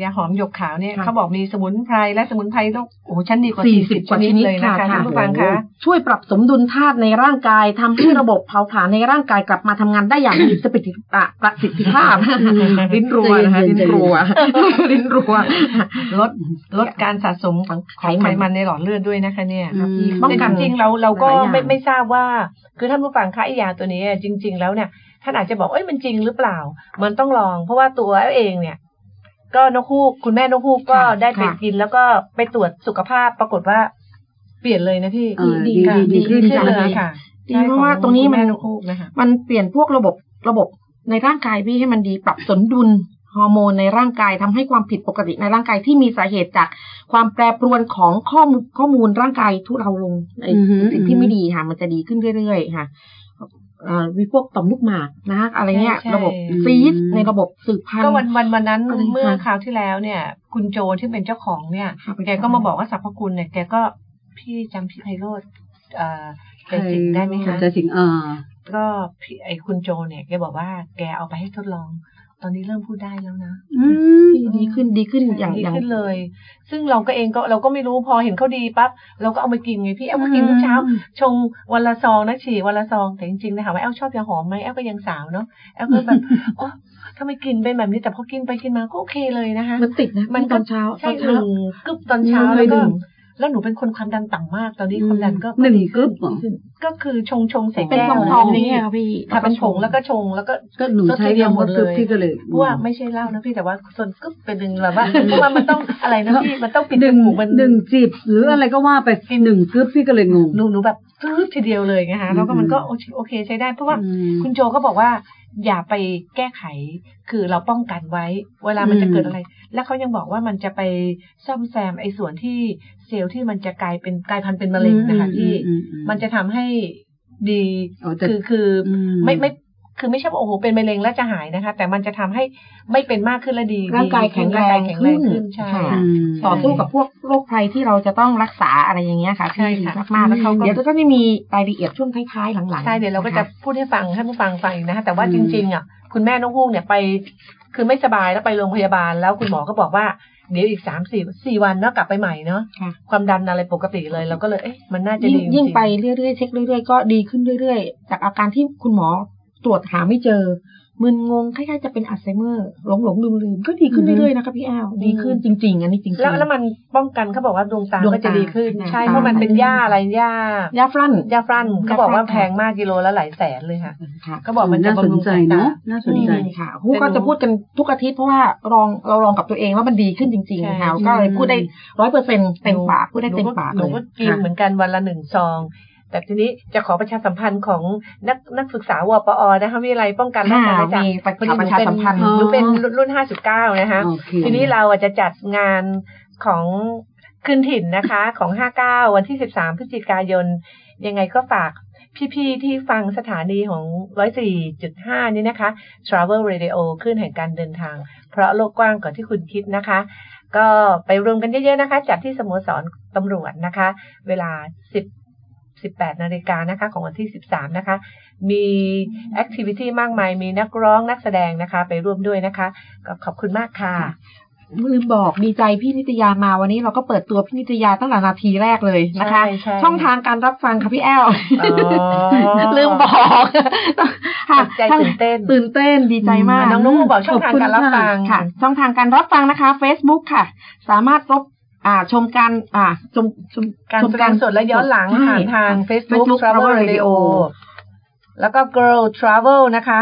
Speaker 4: ยาหอมหยกขาวเนี่ย
Speaker 5: ค่ะ
Speaker 4: เขาบอกมีสมุนไพรและสมุนไพรต้องโอ้โหชั้นดีกว่า
Speaker 5: สี่
Speaker 4: สี่
Speaker 5: สิ
Speaker 4: สิ
Speaker 5: บบ
Speaker 4: ช
Speaker 5: กว่าช
Speaker 4: นิด
Speaker 5: นิด
Speaker 4: เลย
Speaker 5: ค่ะ
Speaker 4: นะคะท่านผู้ฟังคะ
Speaker 5: ช่วยปรับสมดุลธาตุในร่างกายทำให้ ระบบเผาผลาญในร่างกายกลับมาทำงานได้ อย่างมีประสิทธิอ่ะประสิทธิภาพ ลิ้นรัวนะคะลิ้นรัว ลิ้นรัว
Speaker 4: ลดลดการสะสมของ
Speaker 5: ไขมัน
Speaker 4: ไขมันในหลอดเลือดด้วยนะคะเนี่ย
Speaker 6: อืม
Speaker 5: ป้อง
Speaker 4: แต่
Speaker 5: กัน
Speaker 4: จริงๆเราเราก็
Speaker 5: หลายอย่าง
Speaker 4: ไม่ไม่ทราบว่า คือท่านผู้ฟังคะไอยาตัวนี้จริง ๆ แล้วเนี่ยท่านอาจจะบอกเอ้ยมันจริงหรือเปล่า มันต้องลอง เพราะว่าตัวแอลเองเนี่ย ก็นกฮูกคุณแม่นกฮูกก็
Speaker 5: ค่ะ
Speaker 4: ได้ไป
Speaker 5: ค่ะ
Speaker 4: กินแล้วก็ไปตรวจสุขภาพปรากฏว่า เปลี่ยนเลยนะพี่
Speaker 6: เออดี
Speaker 4: ค่ะ
Speaker 6: ดีดีขึ้น
Speaker 4: ขึ้น
Speaker 6: จ้ะ
Speaker 4: เลยค่ะ
Speaker 5: ดีเพราะว่าตรงนี้มัน
Speaker 4: ได้ของคุณแม่นกฮูกนะคะ
Speaker 5: มันเปลี่ยนพวกระบบระบบในร่างกายพี่ให้มันดีปรับสมดุลฮอร์โมนในร่างกายทำให้ความผิดปกติในร่างกายที่มีสาเหตุจากความแปรปรวนของข้อมูลข้อมูลร่างกายทุเราลงใน
Speaker 6: อือฮึ
Speaker 5: สิ่งที่ไม่ดีค่ะ มันจะดีขึ้นเรื่อยๆค่ะเอ่อมีพวกต่อมลูกหมากนะคะอะไรเงี้ย
Speaker 4: ใช่
Speaker 5: ระบบซีสต์ในระบบสืบพันธุ์
Speaker 4: ก็วันวันวันนั้น
Speaker 5: ก็เลยค่ะ
Speaker 4: เมื่อคราวที่แล้วเนี่ย คุณโจที่เป็นเจ้าของเนี่ย
Speaker 5: ค่ะ
Speaker 4: แกก็มาบอกว่าสรรพคุณเนี่ยแกก็พี่จำพี่ไพโรธเอ่อใจจริงได้ไหมคะ
Speaker 6: ใจสิงอ่า
Speaker 4: ก็พี่ไอคุณโจเนี่ยแกบอกว่าแกเอาไปให้ทดลอง
Speaker 5: ตอนนี้เริ่มพูดได้แล้วนะ
Speaker 6: อืม
Speaker 5: พี่ดีขึ้นดีขึ้นอย่าง
Speaker 4: ดี
Speaker 5: อย่าง
Speaker 4: ขึ้นเลย ซึ่งเราก็เองก็เราก็ไม่รู้พอเห็นเขาดีปั๊บเราก็เอามากินไงพี่แอลก็กินทุกเช้า ชงวันละซองนะฉี่วันละซองแต่จริงๆนะคะว่าแอลชอบยาหอมไหมแอลก็ยังสาวเนาะแอลก็แบบ โอ้ทำไมกลินเป็นแบบนี้แต่พอกินไปกินมาก็โอเคเลยนะคะ
Speaker 5: มันติดนะ
Speaker 4: มันก็
Speaker 5: ตอนเช้าต
Speaker 4: ใช่
Speaker 5: อน
Speaker 4: ห
Speaker 5: เช้า
Speaker 4: นึ่งกึบตอนเช้า
Speaker 5: ห
Speaker 4: แล้
Speaker 5: นึ่ง
Speaker 4: วก็
Speaker 5: หนึ่ง
Speaker 4: แล้วหนูเป็นคนความดันต่ำมาก ตอนนี้ความดันก็
Speaker 6: หนึ่ง
Speaker 4: ดี
Speaker 6: กึ๊บเหรอ
Speaker 4: ก็คือชงชงๆใส่
Speaker 5: เป็น
Speaker 4: แก้
Speaker 5: พ
Speaker 4: ว
Speaker 6: ะ
Speaker 5: อง
Speaker 4: ะไร
Speaker 5: ๆ
Speaker 4: ย่าง
Speaker 5: นี่
Speaker 4: เงี้ย
Speaker 5: ค่ะพี่
Speaker 4: ค่ะเป็นผงแล้วก็ชงแล้วก็
Speaker 6: ก็หนูใช้คำว่ากึ๊บพี่ก็เลย
Speaker 4: เพราะว่าไม่ใช่เหล้านะพี่แต่ว่าส่วนกึ๊บเป็นหนึ่งแบบว่าเพราะว่ามันต้องอะไรนะพี่มันต้องปิด
Speaker 6: ห
Speaker 4: จ
Speaker 6: นึ่ง
Speaker 4: มูกมัน
Speaker 6: หนึ่งจีบหรืออะไรก็ว่าไปหนึ่งกึ๊บพี่ก็เลยงง
Speaker 4: หนูหนูแบบทืบทีเดียวเลยไงฮะแล้วก็มันก็โอเคโอเคใช้ได้เพราะว่า
Speaker 6: อืม
Speaker 4: คุณโจก็บอกว่า อย่าไปแก้ไข คือเราป้องกันไว้ เวลามันจะเกิดอะไร แล้วเขายังบอกว่ามันจะไปซ่อมแซมไอ้ส่วนที่เซลล์ที่มันจะกลายเป็นกลายพันธุ์เป็นมะเร็งนะคะพี่
Speaker 6: อือือื
Speaker 4: มันจะทำให้ดี
Speaker 6: อ๋อแต่
Speaker 4: คือคืออ
Speaker 6: ม
Speaker 4: ไม่ไม่คือไม่ใช่ว่าโอ้โหเป็นมะเร็งแล้วจะหายนะคะ แต่มันจะทำให้ไม่เป็นมากขึ้นและดี
Speaker 5: ร่างกายแข็งแร
Speaker 4: ดี
Speaker 5: ง
Speaker 4: ขึ้นแข็งแรง
Speaker 5: ขึ้น
Speaker 4: ขึ้นใช่
Speaker 5: ค่ะ
Speaker 6: อืม
Speaker 5: ต่อสู้กับพวกโรคภัยที่เราจะต้องรักษาอะไรอย่างเงี้ยค่ะ
Speaker 4: ใช่
Speaker 5: ที่ดี
Speaker 4: ค่ะ
Speaker 5: มากๆแล้วเขาก็
Speaker 6: อืม
Speaker 5: เดี๋ยวก็จะมีรายละเอียดช่วงท้ายๆหลังๆ
Speaker 4: ใช่เดี๋ยวเราก็จะ
Speaker 5: นค
Speaker 4: พูดให้ฟังให้ผู้ฟังฟังอีกนะคะแต่ว่าจริงๆอ่ะคุณแม่น้องฮูกเนี่ยไป คือไม่สบายแล้วไปโรงพยาบาล แล้วคุณหมอก็บอกว่าเดี๋ยวอีกสามสี่สี่วันเนาะกลับไปใหม่เนาะ
Speaker 5: ค่ะ
Speaker 4: ความดันอะไรปกติเลยเราก็เลยเอ๊ะมันน่าจะ
Speaker 5: ยิ่ง
Speaker 4: ดีจริๆ
Speaker 5: ยิ่งไปเรื่อยๆเช็คเรื่อยๆก็ดีขึ้นเรื่อยๆ จากอาการที่คุณหมอตรวจหาไม่เจอมึนงงคล้ายๆจะเป็นอัลไซเมอร์หลงหลงลืมลืมๆก็ดีขึ้น
Speaker 4: อือฮึ
Speaker 5: เรื่อยๆนะคะพี่แอลดีขึ้นจริง ๆ อันนี้จริงๆ
Speaker 4: แล้วแล้วมันป้องกันเขาบอกว่าดวงตา
Speaker 5: ดวง
Speaker 4: ก็จะ
Speaker 5: ตา
Speaker 4: ดีขึ้น
Speaker 5: ค่ะ
Speaker 4: ใช่
Speaker 5: ตา
Speaker 4: เพราะมันเป็นหญ้าอะไรหญ้าย
Speaker 5: าฟรัน
Speaker 4: หญ้าฟรั่นเขา
Speaker 5: ยา
Speaker 4: บอก
Speaker 5: ฝรั่น
Speaker 4: ว่า
Speaker 5: ค่ะ
Speaker 4: แพงมากกิโลละหลายแสนเลยค่ะ
Speaker 5: ค่ะ
Speaker 4: เขาบอกมันจะ
Speaker 6: น่าส
Speaker 4: บำ
Speaker 6: น
Speaker 4: รุง
Speaker 6: ใจ
Speaker 4: สายตา
Speaker 6: เนาะน่าสนใจ
Speaker 5: ค่ะฮูก็จะพูดกันทุกอาทิตย์เพราะว่าลองเราลองกับตัวเองแล้วมันดีขึ้นจริง
Speaker 4: ใช่
Speaker 5: ๆ ค่ะ ก็เลยพูดได้ร้อยเปอร์เซ็นเต็มปากพูดได้เต็มปาก
Speaker 4: ห
Speaker 5: เล
Speaker 4: นู
Speaker 5: ย
Speaker 4: ก็กิน
Speaker 5: ค่ะ
Speaker 4: เหมือนกันวันละหนึ่งซอง แต่ทีนี้จะขอประชาสัมพันธ์ของนักนักศึกษาวปอนะคะวิทยาลัยป้องกันและ
Speaker 5: ค่ะ
Speaker 4: การจัด
Speaker 5: มีประ
Speaker 4: พอดีหนู
Speaker 5: ประชาสัมพันธ์
Speaker 4: เป็หนูเป็นรุ่น 59 นะคะ
Speaker 6: โอเค
Speaker 4: ทีนี้เราอ่ะจะจัดงานของขึ้นถิ่นนะคะ ของ 59 วันที่ 13 พฤศจิกายน ยังไงก็ฝากพี่ๆที่ฟังสถานีของ 104.5 นี่นะคะ Travel Radio ขึ้นแห่งการเดินทาง เพราะโลกกว้างกว่าที่คุณคิดนะคะ ก็ไปรวมกันเยอะๆนะคะ จัดที่สโมสรตำรวจนะคะ เวลา 10 18 นาฬิกานะคะ ของวันที่ 13 นะคะ มีแอคทิวิตี้มากมาย มีนักร้องนักแสดงนะคะ ไปร่วมด้วยนะคะ ก็ขอบคุณมากค่ะ
Speaker 5: ลืมบอกดีใจพี่นิตยามาวันนี้เราก็เปิดตัวพี่นิตยาตั้งแต่นาทีแรกเลยนะคะ
Speaker 4: ใช่ใช่
Speaker 5: ช่องทางการรับฟังค่ะพี่แอล
Speaker 4: อ๋อ
Speaker 5: ลืมบอก
Speaker 4: ตกใจตื่นเต้น
Speaker 5: ตื่นเต้นดีใจมาก
Speaker 4: น้องลูกบอกช่องทางการรับฟัง
Speaker 5: ค่ะ ช่องทางการรับฟังนะคะ Facebook ค่ะ สามารถรับอ่าชมการอ่าชมชม
Speaker 4: การ
Speaker 5: ชม
Speaker 4: แสดงสดและย้อนหลัง
Speaker 5: ใช่
Speaker 4: ผ่านทาง Facebook
Speaker 5: Facebook
Speaker 4: Travel
Speaker 5: Travel
Speaker 4: Radio แล้วก็ Girl Travel นะคะ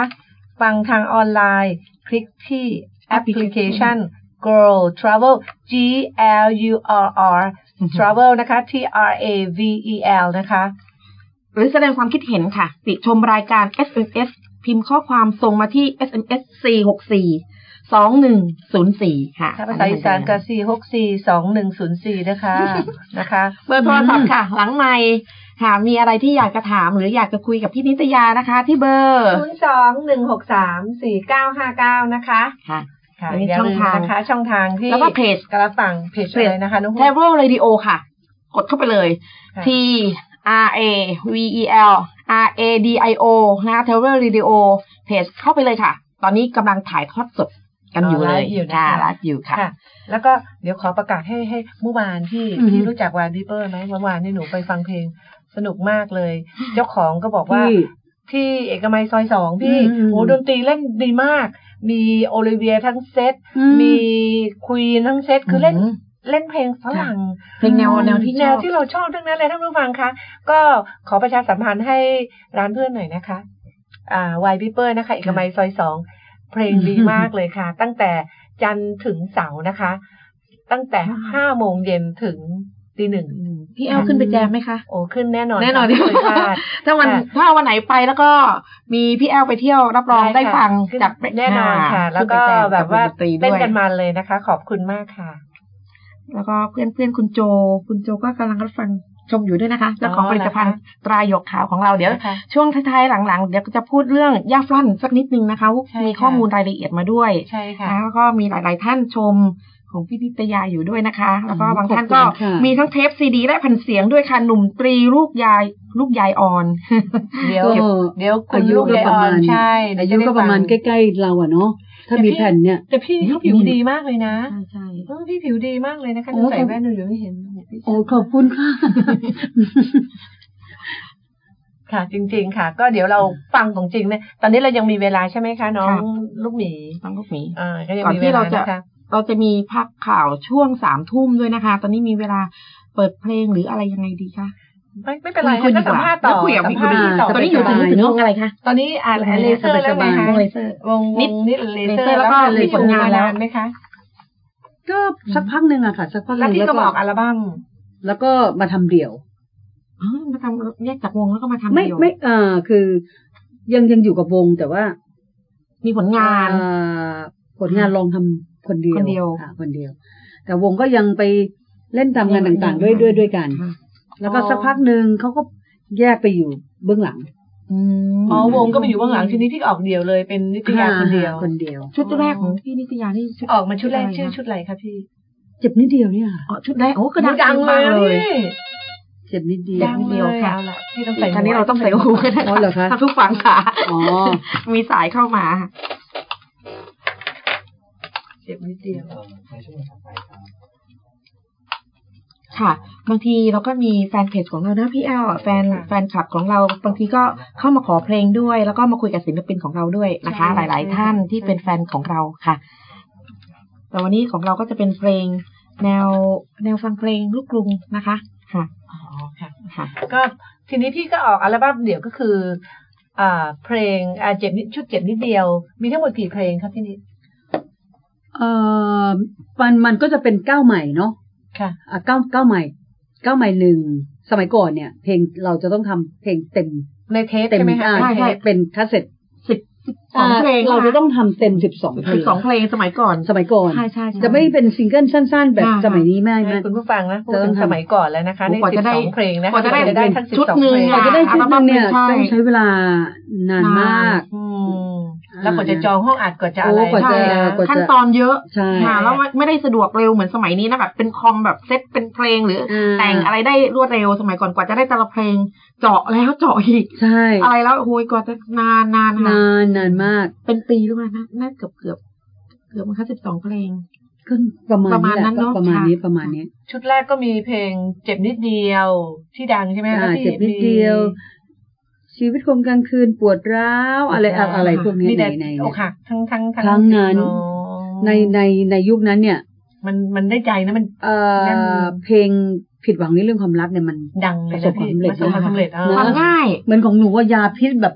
Speaker 4: ฟังทางออนไลน์ คลิกที่แอปพลิเคชัน Girl Travel G L U R R Travel นะคะ T R A V E L นะคะ
Speaker 5: หรือแสดงความคิดเห็นค่ะ ติชมรายการ SMS พิมพ์ข้อความส่งมาที่ SMS 464 2104 ค่ะ
Speaker 4: ถ้าภาษาอีสานก็สี่หกสี่สองหนึ่งศูนย์สี่นะคะ นะคะ
Speaker 5: เบอร์โทรศัพท์ค่ะ หลังไมค์หากมีอะไรที่อยากจะถามหรืออยากจะคุยกับพี่นิตยานะคะ ที่เบอร์
Speaker 4: ศูนย์สองหนึ่งหกสามสี่เก้าห้าเก้านะคะ
Speaker 5: ค่ะ
Speaker 4: ค่ะ
Speaker 5: อันนี้
Speaker 4: อย่าลืม
Speaker 5: ช่องทาง
Speaker 4: นะคะ ช่องทางที่
Speaker 5: แล้วก็เพจ
Speaker 4: กระฟังเพจ
Speaker 5: เพจ
Speaker 4: อะไรนะคะน้อง
Speaker 5: แท
Speaker 4: หุ้น
Speaker 5: เวลเรดิโอค่ะ กดเข้าไปเลย
Speaker 4: ค่ะ
Speaker 5: T R A V E L R A D I O นะคะแทเวลเรดิโอเพจเข้าไปเลยค่ะ ตอนนี้กำลังถ่ายทอดสดกันอยู่เล
Speaker 4: อ๋อไล
Speaker 5: ย
Speaker 4: ฟ์อยู่นะคะ
Speaker 5: ค่ะไลฟ์อยู่ค่ะ
Speaker 4: ค่ะ แล้วก็เดี๋ยวขอประกาศให้ให้เมื่อวานที่
Speaker 6: อือฮึ
Speaker 4: ที่รู้จักวานดิเปอร์ไหมเมื่อวานนี่หนูไปฟังเพลงสนุกมากเลย เจ้าของก็บอกว่า
Speaker 6: พี่
Speaker 4: ที่เอกมัยซอยสองพี่
Speaker 6: อืม
Speaker 4: โอ้ดนตรีเล่นดีมาก มีโอลิเวียทั้งเซตมีควีนทั้งเซตคือเล่นเล่นเพลงฝรั่ง
Speaker 5: เพลงแนวแนวที่ช
Speaker 4: แน
Speaker 5: อ
Speaker 4: ว
Speaker 5: บ
Speaker 4: ที่เราชอบทั้งนั้นเลยท่านผู้ฟังคะก็ขอประชาสัมพันธ์ให้ร้านเพื่อนหน่อยนะคะ อ่าวายพิเปอร์นะคะเอกมัยซอยสองเพลงดีมากเลยค่ะ ตั้งแต่จันทร์ถึงเสาร์นะคะ ตั้งแต่
Speaker 5: ว้าว
Speaker 4: ห้าโมงเย็นถึงตีหนึ่ง
Speaker 5: อืมพี่แอลขึ้นไปแจมไหมคะ
Speaker 4: โอ้ขึ้นแน่นอน
Speaker 5: แน่นอน
Speaker 4: ค่ะไม่เคยพลาด
Speaker 5: ถ้าวัน
Speaker 4: ค่ะ
Speaker 5: ถ้าวันไหนไปแล้วก็มีพี่แอลไปเที่ยวรับรองได้
Speaker 4: ค่ะ
Speaker 5: ฟัง
Speaker 4: ขึ้น
Speaker 5: จาก
Speaker 4: แน่นอนค่ะ
Speaker 5: า
Speaker 4: แล้วก็
Speaker 5: ขึ้นไปม
Speaker 4: แบบว่า
Speaker 5: บดตรี
Speaker 4: เต้น
Speaker 5: ด้วย
Speaker 4: กันมาเลยนะคะ ขอบคุณมากค่ะ
Speaker 5: แล้วก็เพื่อนเพื่อนคุณโจ คุณโจก็กำลังรับฟังชมอยู่ด้วยนะคะเจ้าของ
Speaker 4: อ๋อ
Speaker 5: ผลิตภัณฑ์
Speaker 4: เหรอ
Speaker 5: ตราหยกขาวของเราเดี๋ยว
Speaker 4: นะคะ
Speaker 5: ช่วงท้ายๆหลังๆ เดี๋ยวจะพูดเรื่องยาฟรอนสักนิดนึงนะคะ
Speaker 4: ใช่
Speaker 5: มี
Speaker 4: ค่ะ
Speaker 5: ข้อมูลรายละเอียดมาด้วย
Speaker 4: ใช่ค่ะ
Speaker 5: แล้วก็มีหลายๆท่านชม ของพี่นิตยาอยู่ด้วยนะคะ แล้วก็
Speaker 6: อืม
Speaker 5: บางท่านก็
Speaker 6: ขอบคุณค่ะ
Speaker 5: มีทั้งเทปซีดี และแผ่นเสียงด้วยค่ะหนุ่มตรีลูกยายลูกยายออน
Speaker 4: เดี๋ยว
Speaker 6: ก็
Speaker 4: เดี๋ยวคุณ
Speaker 6: อายุ
Speaker 4: ลูก
Speaker 6: ก็
Speaker 4: ได้
Speaker 6: ป
Speaker 4: อ
Speaker 6: ระ
Speaker 4: อ
Speaker 6: มานณ
Speaker 4: ใช่
Speaker 6: อายุก็ประมาณใก
Speaker 4: เดี๋ยวจได้
Speaker 6: ล้ๆ
Speaker 4: ฟัง
Speaker 6: เราอะเนาะถ้า
Speaker 4: แต่
Speaker 6: มี
Speaker 4: พี่
Speaker 6: แผ่นเนี่ย
Speaker 4: แต่พี่เขาผิวดีมากเลยนะ
Speaker 5: ใช่ใช่
Speaker 4: เออพี่ผิวดีมากเลยนะคะ
Speaker 6: โอ้
Speaker 4: ใส่แว่นหนูอยู่ไม่เห็นเนี่ยพี่
Speaker 6: โอ้ขอบคุณค่ะ
Speaker 4: ค่ะ จริง ๆ ค่ะ ก็เดี๋ยวเราฟังของจริงเนี่ยตอนนี้เรายังมีเวลาใช่ไหมคะน้องลูกหมี
Speaker 5: น้องลูกหมี
Speaker 4: อ่าก็ยัง
Speaker 5: ก่อน
Speaker 4: มี
Speaker 5: ที่
Speaker 4: เวลา
Speaker 5: เราจะ
Speaker 4: นะคะ
Speaker 5: เราจะมีพักข่าวช่วงสามทุ่มด้วยนะคะ ตอนนี้มีเวลาเปิดเพลงหรืออะไรยังไงดีคะ
Speaker 4: ไม่ไม่เป็นไร
Speaker 5: คุย
Speaker 4: ก็สัมภาษณ์ต่อ
Speaker 5: คุยกับ
Speaker 4: สั
Speaker 5: พี่
Speaker 4: ม
Speaker 5: คุ
Speaker 4: ภาษ
Speaker 5: ย
Speaker 4: ณ์
Speaker 5: ดี
Speaker 4: ต่อ
Speaker 5: ตอนนี้
Speaker 6: สบาย
Speaker 5: อยู่ถึงเรื่องอะไรคะ
Speaker 4: ตอนนี้อ่านเลเซอร์แล้วไงคะ
Speaker 5: วงเลเซอร์
Speaker 4: วงว
Speaker 5: นิ
Speaker 4: ง
Speaker 5: ด
Speaker 4: นิดเลเซอ
Speaker 5: เลเซอร์
Speaker 4: ร์
Speaker 5: แล้วก็
Speaker 4: มีผลงาน
Speaker 5: แล้ว
Speaker 4: ไหมคะ
Speaker 6: ก็สักพักหนึ่งอะค่ะ สักพักห
Speaker 4: แล้ว
Speaker 6: นึ่ง
Speaker 4: ที่
Speaker 6: แล้ว
Speaker 4: ก็
Speaker 6: ก็
Speaker 4: บอกอัลบั้ม
Speaker 6: แล้วก็มาทำเดี่ยว
Speaker 5: อ๋อมาทำแยกจากวงแล้วก็มาทำ
Speaker 6: ไม่
Speaker 5: เดี่ยว
Speaker 6: ไม่เอ่อคือ ยังยังอยู่กับวงแต่ว่า
Speaker 5: มีผลงาน
Speaker 6: เอ่อผลงานลองทำคนเดียว
Speaker 5: คนเดียว
Speaker 6: อ่ะคนเดียว แต่วงก็ยังไปเล่นตามงานต่างๆ ด้วยด้วยด้วยกัน
Speaker 5: ค่ะ
Speaker 6: แล้วก็
Speaker 5: อ๋อ
Speaker 6: สักพักหนึ่งเขาก็แยกไปอยู่เบื้องหลัง
Speaker 5: อืม
Speaker 4: อ๋อวงก็ไปอยู่เบื้องหลังทีนี้พี่ออกเดี่ยวเลยเป็นนิตยาคนเดียว
Speaker 6: คนเดียว
Speaker 5: ชุดแรกของพี่นิตยานี่
Speaker 4: ออกมาชุดแรก
Speaker 5: ะไนะ
Speaker 4: ชื่อชุดอะไรคะพี่
Speaker 6: เจ็บนิดเดียวเนี่ยค่ะ
Speaker 5: อ๋อชุดแรกโอ้ก็ดัง
Speaker 4: ดังเลยนะพี่
Speaker 6: เจ็บนิดเดีย
Speaker 4: ดั
Speaker 6: ว
Speaker 4: งเลยค่ะเอาล่ะพี่ต้องใส่หมวก
Speaker 5: อันนี้เราต้องใส่หูกัน
Speaker 6: อ๋อเหรอคะ
Speaker 5: ทุกฝั่งค่ะ
Speaker 6: อ๋อ
Speaker 5: มีสายเข้ามา
Speaker 4: เจ็บนิดเดียว
Speaker 5: ค่ะ บางทีเราก็มีแฟนเพจของเรานะพี่แอลอะแฟนแฟนคลับของเราบางทีก็เข้ามาขอเพลงด้วย แล้วก็มาคุยกับศิลปินของเราด้วยนะคะ หลาย ๆ ท่านที่เป็นแฟนของเราค่ะ แต่วันนี้ของเราก็จะเป็นเพลง แนวแนวฟังเพลงลูกกรุงนะคะ ค่ะ
Speaker 4: อ๋อค่ะ
Speaker 5: ค่ะ
Speaker 4: ก็ทีนี้พี่ก็ออกอัลบั้มเดี่ยวก็คือ อ่า เพลงอ่าเจ็บนิดชุดเจ็บนิดเดียว มีทั้งหมดกี่เพลงครับพี่นิด
Speaker 6: เอ่อมันมันก็จะเป็นก้าวใหม่เนาะ
Speaker 4: ค่ะ
Speaker 6: อ่ะก้าวก้าวใหม่ก้าวใหม่หนึ่งสมัยก่อนเนี่ย เพลงเราจะต้องทำเพลงเต็ม
Speaker 4: ในเทป
Speaker 6: เต็ม
Speaker 4: ใช่ไหมคะ
Speaker 6: อ่า
Speaker 5: ใช่ใช่
Speaker 6: เป็นคาสเซ็ต
Speaker 5: สิบสองเพลง
Speaker 6: เราจะต้องทำเต็มสิบสองเพล
Speaker 5: สิ
Speaker 6: ง
Speaker 5: บสองเพลงสมัยก่อน
Speaker 6: สมัยก่อน
Speaker 5: ใช่ใช่ใช่
Speaker 6: จะไม่เป็นซิงเกิลสั้น ๆ แบบ
Speaker 5: ค่ะ
Speaker 6: สมัยนี้ไม่ไม่
Speaker 4: ให้คุณผู้ฟังนะพูดถึง
Speaker 6: เติมค่ะ
Speaker 4: สมัยก่อนแล้วนะคะ
Speaker 5: โอ้
Speaker 4: ใน
Speaker 5: กว่า
Speaker 4: สิ
Speaker 5: จะ
Speaker 4: บ
Speaker 5: ได้
Speaker 4: สองเพลงนะ
Speaker 5: กว่าจะได้
Speaker 4: ทั้งสิบ
Speaker 5: ชุด
Speaker 4: สอง
Speaker 5: หนึ่ง
Speaker 4: เพลง
Speaker 6: กว่า
Speaker 5: อ่ะ
Speaker 6: จะได้ชุดนึงเนี่ย
Speaker 5: อัลบั้มหนึ่งใช่
Speaker 6: ต้องใช้เวลานานมาก
Speaker 4: อืมแล้วกว่าจะจองห้องอัดกว่าจะอะไร
Speaker 6: โอ้กว่าจะ
Speaker 4: ใช่นะ
Speaker 6: กว่จะ
Speaker 5: ขั้นตอนเยอะ
Speaker 6: ใช่
Speaker 5: ค่ะแล้วไม่ไม่ได้สะดวกเร็วเหมือนสมัยนี้นะแบบเป็นคอมแบบเซตเป็นเพลงหรือ
Speaker 6: อ่า
Speaker 5: แต่งอะไรได้รวดเร็วสมัยก่อนกว่าจะได้แต่ละเพลง เจาะแล้วเจาะอีก
Speaker 6: ใช่
Speaker 5: อะไรแล้วโอ้ยกว่าจะนานนานค่ะ
Speaker 6: นานนานมาก
Speaker 5: เป็นปีหรือเปล่านะน่าเกือบเกือบเกือบมั้งคะสิบสองเพลง
Speaker 6: ก็ประมาณนี้แห
Speaker 5: ประมาณ
Speaker 6: ละ
Speaker 5: นั้นเนอะ
Speaker 6: ประมาณนี้
Speaker 5: ค่ะ
Speaker 6: ประมาณนี้
Speaker 4: ชุดแรกก็มีเพลงเจ็บนิดเดียวที่ดังใช่ไหม
Speaker 6: อ่า
Speaker 4: แล้วที่
Speaker 6: เจ็บนิดเดียว ชีวิตคนกลางคืนปวดร้าวอะไรอะอะไรพวก
Speaker 4: มี
Speaker 6: นี้
Speaker 4: มี
Speaker 6: ใน
Speaker 4: แต่
Speaker 6: ใน
Speaker 4: อกหักทั้งทั้ง
Speaker 6: ทั้งนั้น
Speaker 4: อ๋อ
Speaker 6: ในในในยุคนั้นเนี่ย
Speaker 4: มันมันได้ใจนะมัน
Speaker 6: เอ่อ
Speaker 4: นั่น
Speaker 6: เพลงผิดหวังในเรื่องความรักเนี่ยมัน
Speaker 4: ดังเลยนะพี่
Speaker 6: ป
Speaker 4: ประ ระ
Speaker 6: ส
Speaker 4: ส
Speaker 6: บบ
Speaker 4: ค
Speaker 6: คาว
Speaker 4: วาม ม
Speaker 6: สำ
Speaker 4: สำ
Speaker 6: เร็
Speaker 4: เร็
Speaker 6: จ
Speaker 4: จ
Speaker 6: นะ
Speaker 4: เอ
Speaker 6: อ
Speaker 4: อ
Speaker 5: มันง่าย
Speaker 6: เหมือนของหนูว่ายาพิษแบบ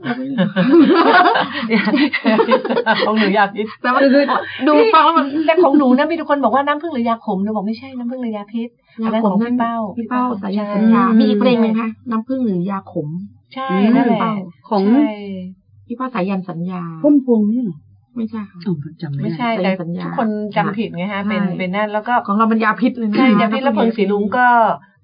Speaker 4: ของหนูอยากพิษ
Speaker 5: แต่ว่า
Speaker 6: คือ
Speaker 5: ดูฟังแล้วมัน
Speaker 4: แต่ของหนูนะมีทุกคนบอกว่าน้ำผึ้งหรือยาขมหนูบอกไม่ใช่น้ำผึ้งหรือยาพิษ อันนั้นของพี่เป้า
Speaker 5: พี่เป้าสายยา
Speaker 4: ใช่
Speaker 5: สัญญามีอีกเพลงหนึ่งคะน้ำผึ้งหรือยาขม
Speaker 4: ใช่
Speaker 6: อืม
Speaker 4: นั่นแหละ
Speaker 5: เป้า
Speaker 6: ของ
Speaker 4: ใช่
Speaker 5: พี่เป้าสายยันสัญญา
Speaker 6: พุ่มพวงไม่ใช่เหรอ
Speaker 5: ไม่ใช่
Speaker 6: อ๋อจำไม่ได้
Speaker 4: ไม่ใช่
Speaker 5: ค่ะ
Speaker 4: แต่
Speaker 5: เป็นสัญญา
Speaker 4: ทุกคนจำผิดไงฮะเป็น
Speaker 5: ใช่
Speaker 4: เป็นนั่นแล้วก็
Speaker 5: ของเรามันยาพิษเลยนะ
Speaker 4: ใช่ยาพิษแล้วเพิงสีลุงก็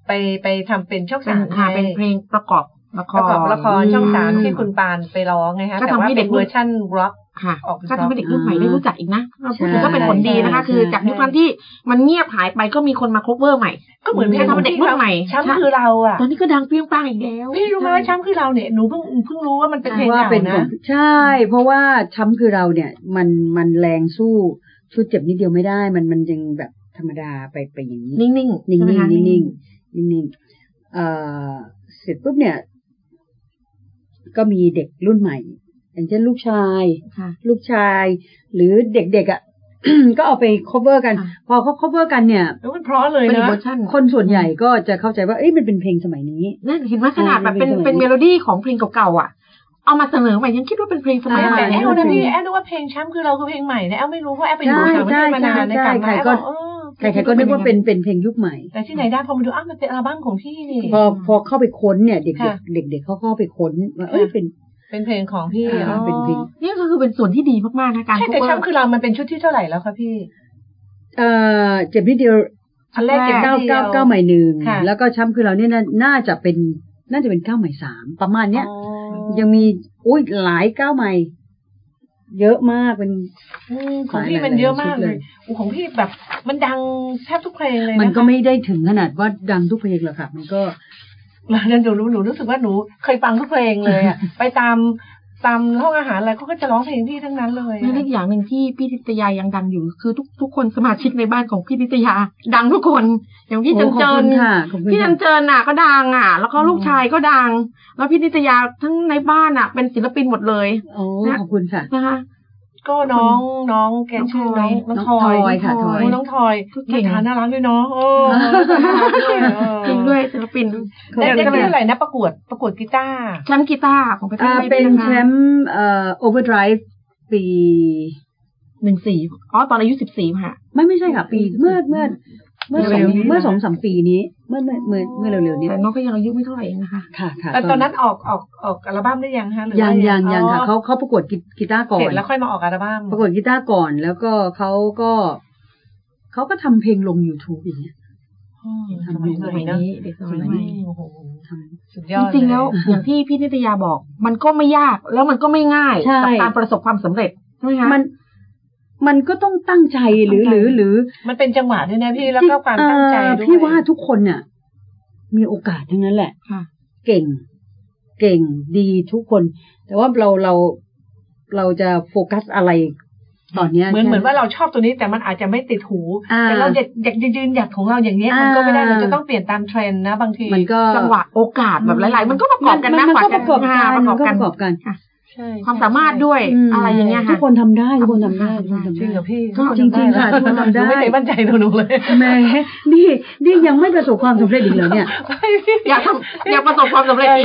Speaker 4: ไปไปทำเป็นช่อง
Speaker 5: เป็
Speaker 4: สาน ม
Speaker 5: อ่าเป็น
Speaker 4: ให้
Speaker 5: เพลงประกอบละค
Speaker 4: ประ
Speaker 5: ร
Speaker 4: กอบละครช่องสาม
Speaker 5: ม
Speaker 4: ที่คุณปานไปร้องไงฮะ
Speaker 5: ก็
Speaker 4: แต่
Speaker 5: ทำ
Speaker 4: ว่า
Speaker 5: ให้เด็
Speaker 4: เป็น
Speaker 5: ก
Speaker 4: เวอร์ชั่นร็อก
Speaker 5: ค่ะ
Speaker 4: ออกเป็น
Speaker 5: ก็ทำให้เด็กรุ่นใหม่ได้รู้จักอีกนะ
Speaker 6: ใช่
Speaker 5: พูดถึงก็เป็นผลดีนะคะ
Speaker 4: ใช่
Speaker 5: คือจากยุคนั้นที่มันเงียบหายไปก็มีคนมาคบเวอร์ใหม่
Speaker 4: ก็เหมือน
Speaker 6: อืม
Speaker 4: เพลง
Speaker 5: ทำให้เด็กรุ่นใหม่
Speaker 4: ช้ำคือเราอ่ะ
Speaker 5: ตอนนี้ก็ดังเปรี้ยงปร้างอีกแล้ว
Speaker 4: พี่รู้ไหมว่าช้ำคือเราเนี่ยหนูเพิ่งเพิ่งรู้ว่ามันเป็นเพลง
Speaker 6: ว่า
Speaker 4: เก่า
Speaker 6: เป็นขอ
Speaker 4: นะ
Speaker 6: งใช่ เพราะว่าช้ำคือเราเนี่ย มันมันแรงสู้ชุดเจ็บนิดเดียวไม่ได้ มันมันยังแบบธรรมดาไปไปอย่างนี้
Speaker 5: นิ่งๆ
Speaker 6: นิ่ง
Speaker 5: ใช่ไห
Speaker 6: นิ่ง
Speaker 5: มคะ
Speaker 6: นิ่งนิ่งนิ่งนิ่งๆเอ่อเสร็จปุ๊บเนี่ย ก็มีเด็กรุ่นใหม่ อย่างเช่นลูกชาย
Speaker 5: ค่ะ
Speaker 6: ลูกชาย หรือเด็กๆอ่ะ ก็เอาไป cover กัน
Speaker 5: ค่ะ
Speaker 6: พอเขา cover กันเนี่ย
Speaker 4: แล้วมันเพราะเลย
Speaker 5: เป็นอีก
Speaker 4: นะ
Speaker 5: เวอร์ชัน
Speaker 6: คนส่วนใหญ่ก็จะเข้าใจว่าเอ้ยมันเป็นเพลงสมัยนี้
Speaker 5: นั่นเห็นไหมขนาดแบบเป็น
Speaker 6: เออ
Speaker 5: เป็นเมโลดี้ของเพลงเก่าๆอ่ะ เอามาเสนอใหม่ยังคิดว่าเป็นเพลงสมัย
Speaker 6: อ่า
Speaker 5: ใหม่
Speaker 4: แต่แอ
Speaker 5: แล้ว
Speaker 4: ลนะ
Speaker 5: นะ
Speaker 4: พี่
Speaker 5: พี่
Speaker 4: แอลรู้ว่าเพลงช้ำคือเราคือเพลงใหม่นะแอลไม่รู้เพราะแอลไปอยู่
Speaker 6: ใช่
Speaker 4: ต่างประเทศมานาน
Speaker 6: ใช่ใช่
Speaker 4: ในกลับมาแอล
Speaker 6: ใครก็
Speaker 4: บอกเออ
Speaker 6: ใครๆก็นึกว่าเป็นเป็นเพลงยุคใหม่
Speaker 4: แต่ที่ไหนได้พอมาดูอ้าวมันเป็นอัลบั้มของพี่นี่
Speaker 6: พอพอเข้าไปค้นเนี่ยเด็ก
Speaker 4: ค่ะ
Speaker 6: ๆเด็กๆเขาเข้าไปค้นว่าเอ้ย
Speaker 4: ค่ะ
Speaker 6: เป็น
Speaker 4: เป็นเพลงของพี่
Speaker 6: อ่า
Speaker 4: อ๋อ
Speaker 6: เป็นเพลง
Speaker 5: นี่ก็คือเป็นส่วนที่ดีมากๆนะการ
Speaker 4: ใช่แต่
Speaker 5: cover
Speaker 4: ช้ำคือเรามันเป็นชุดที่เท่าไหร่แล้วคะพี่
Speaker 6: เอ่อเจ็บนิดเดียว
Speaker 4: อันแรกเจ็บ
Speaker 6: เก้า
Speaker 4: นิดดีย
Speaker 6: เก้าว เก้าใหม่หนึ่ง
Speaker 4: ค่ะ
Speaker 6: แล้วก็ช้ำคือเราเนี่ยน่าน่าจะเป็นน่าจะเป็นเก้าใหม่สามประมาณเนี้ย
Speaker 4: อ๋อ
Speaker 6: ยังมีอุ้ยหลายก้าวใหม่ เยอะมากเป็น
Speaker 4: อืมของพี่มันเยอะมากเลยอู้ของพี่แบบมันดังแทบทุกเพลงเลยนะคะ
Speaker 6: มันก็ไม่ได้ถึงขนาดว่าดังทุกเพลงหรอกค่ะ มันก็
Speaker 4: เราเรียนหนูรู้หนูรู้สึกว่าหนูเคยฟังทุกเพลงเลยอะ ไปตามตามห้องอาหารอะไรเขาก็จะร้องเพลงพี่ทั้งนั้นเลย
Speaker 5: นั่นอีกอย่างหนึ่งที่พี่นิตยายังดังอยู่ คือทุกทุกคนสมาชิกในบ้านของพี่นิตยา ดังทุกคน อย่างพี่จัน
Speaker 6: โอ้ข
Speaker 5: เจิ
Speaker 6: อบ
Speaker 5: น
Speaker 6: คุณค่ะขอบคุณ
Speaker 5: พี่จัน
Speaker 6: ค่ะ
Speaker 5: เจินน่ะก็ดังอ่ะ แล้วก็ลูกชายก็ดัง แล้วพี่นิตยาทั้งในบ้านอ่ะ เป็นศิลปินหมดเลย
Speaker 6: โอ้ขอบคุณค่ะ
Speaker 5: นะคะ
Speaker 4: ก็น้องน้องแกชื่อน้อง
Speaker 6: น้
Speaker 4: น้
Speaker 6: อ
Speaker 4: อง
Speaker 6: ท
Speaker 4: งท
Speaker 6: อ
Speaker 4: อยย
Speaker 6: ค่ะทอย
Speaker 4: โน้องทอย
Speaker 5: คือเก่
Speaker 4: เก่
Speaker 5: ง
Speaker 4: งน่ารักด้วยเนาะโอ้
Speaker 5: จริงด้วยศิลปิน
Speaker 4: แต่
Speaker 6: ขอบ
Speaker 4: ได้
Speaker 6: คุณ
Speaker 4: ที่
Speaker 6: ค่ะ
Speaker 4: อะไรนะประกวดประกวดกีตาร์
Speaker 5: แชมป์กีตาร์ของประเทศ
Speaker 6: อ่า
Speaker 5: ไทย
Speaker 6: เป็น
Speaker 5: ด้วยะ
Speaker 6: แช
Speaker 5: คะ
Speaker 6: มป์เอ่อโอเวอร์ไดรฟ์ปี
Speaker 5: หนึ่งสี่อ๋อตอนอายุสิบสี่ค่ะ
Speaker 6: ไม่ไม่ใช่ค่ะ ปีเมื่อเมื่อเมื่อสอง
Speaker 5: เร็วๆนี้
Speaker 6: เมื่อสองสามปีนี้เมื่อเมื่อเมื่อเมื่อเร็วๆเนี้ย
Speaker 5: แต่น้องก็ยังอายุไม่เท่าไหร่เองนะคะ
Speaker 6: ค่ะค่ะ
Speaker 4: แต่ตอนนั้นออกออกออกอัลบั้มได้ยังคะหรือว่า
Speaker 6: ยังยังยังค่ะ
Speaker 4: อ๋
Speaker 6: เขา
Speaker 4: อ
Speaker 6: เขาประกวดกีกีตาร์ก่อ
Speaker 4: เสร็จ
Speaker 6: น
Speaker 4: แล้วค่อยมาออกอัลบั้ม
Speaker 6: ประกวดกีตาร์ก่อนแล้วก็เขาก็เขาก็ทำเพลงลง YouTube อย่างเงี้ย
Speaker 4: อืม
Speaker 6: ทำ
Speaker 4: สมัย
Speaker 5: ส
Speaker 4: ใหม่
Speaker 5: มัย
Speaker 4: เนอะ
Speaker 5: นี้เด็กสมัยนี้
Speaker 4: โอ้โห
Speaker 6: ท
Speaker 4: สุดยอด
Speaker 5: จริงๆ
Speaker 4: เย
Speaker 5: แล้วอย่างที่พี่นิตยาบอก มันก็ไม่ยากแล้วมันก็ไม่ง่าย
Speaker 6: ใช่
Speaker 5: กับการประสบความสำเร็จใช่ไหมคะ
Speaker 6: ำมันมันก็ต้องตั้งใจหรือหรือหรือ
Speaker 4: มันเป็นจังหวะด้วยนะพี่แล้วก็ความตั้งใจ
Speaker 6: เอ่อ
Speaker 4: ด้วย
Speaker 6: พี่ว่าทุกคนเนี่ยมีโอกาสทั้งนั้นแหละ
Speaker 5: ค่ะ
Speaker 6: เก่ง เก่งดีทุกคน แต่ว่าเราเราเราจะโฟกัสอะไรตอนเนี้ย
Speaker 4: เหมือน
Speaker 6: ใช่
Speaker 4: เหมือนว่าเราชอบตัวนี้แต่มันอาจจะไม่ติดหู
Speaker 6: อ่า
Speaker 4: แต่เราอยากอยากยืนหยัดของเราอย่างเงี้ยมันก็ไม่ได้
Speaker 6: อ่า
Speaker 4: เราจะต้องเปลี่ยนตามเทรนด์นะบางที
Speaker 6: มันก็
Speaker 5: จังหวะโอกาสแบบหลาย ๆ มันก็ประกอบกันนะ
Speaker 6: มั
Speaker 5: กว่า
Speaker 6: ก็ประกอบกัน
Speaker 5: อ่าประกอบกั
Speaker 6: มั
Speaker 5: น
Speaker 6: ประกอบกัน
Speaker 4: ใช่
Speaker 5: ความสามารถด้วย
Speaker 6: ม
Speaker 5: อะไรอย่างเงี้ย
Speaker 6: ทุ
Speaker 5: ค่ะ
Speaker 6: กคนทำได้ทุกคนทำได้ทุกคนทำ
Speaker 4: จ
Speaker 6: ได้
Speaker 4: ริงเหรอพี่
Speaker 6: ก็จริงๆค่ะทุกคนทำได้
Speaker 4: หไม่เคยมั่นใจตัวหนูเลย
Speaker 6: แหม่นี่นี่ยังไม่ประสบความสำเร็จอีกเหรอเนี่ย
Speaker 5: อยากทำอยากประสบความสำเร็จอีก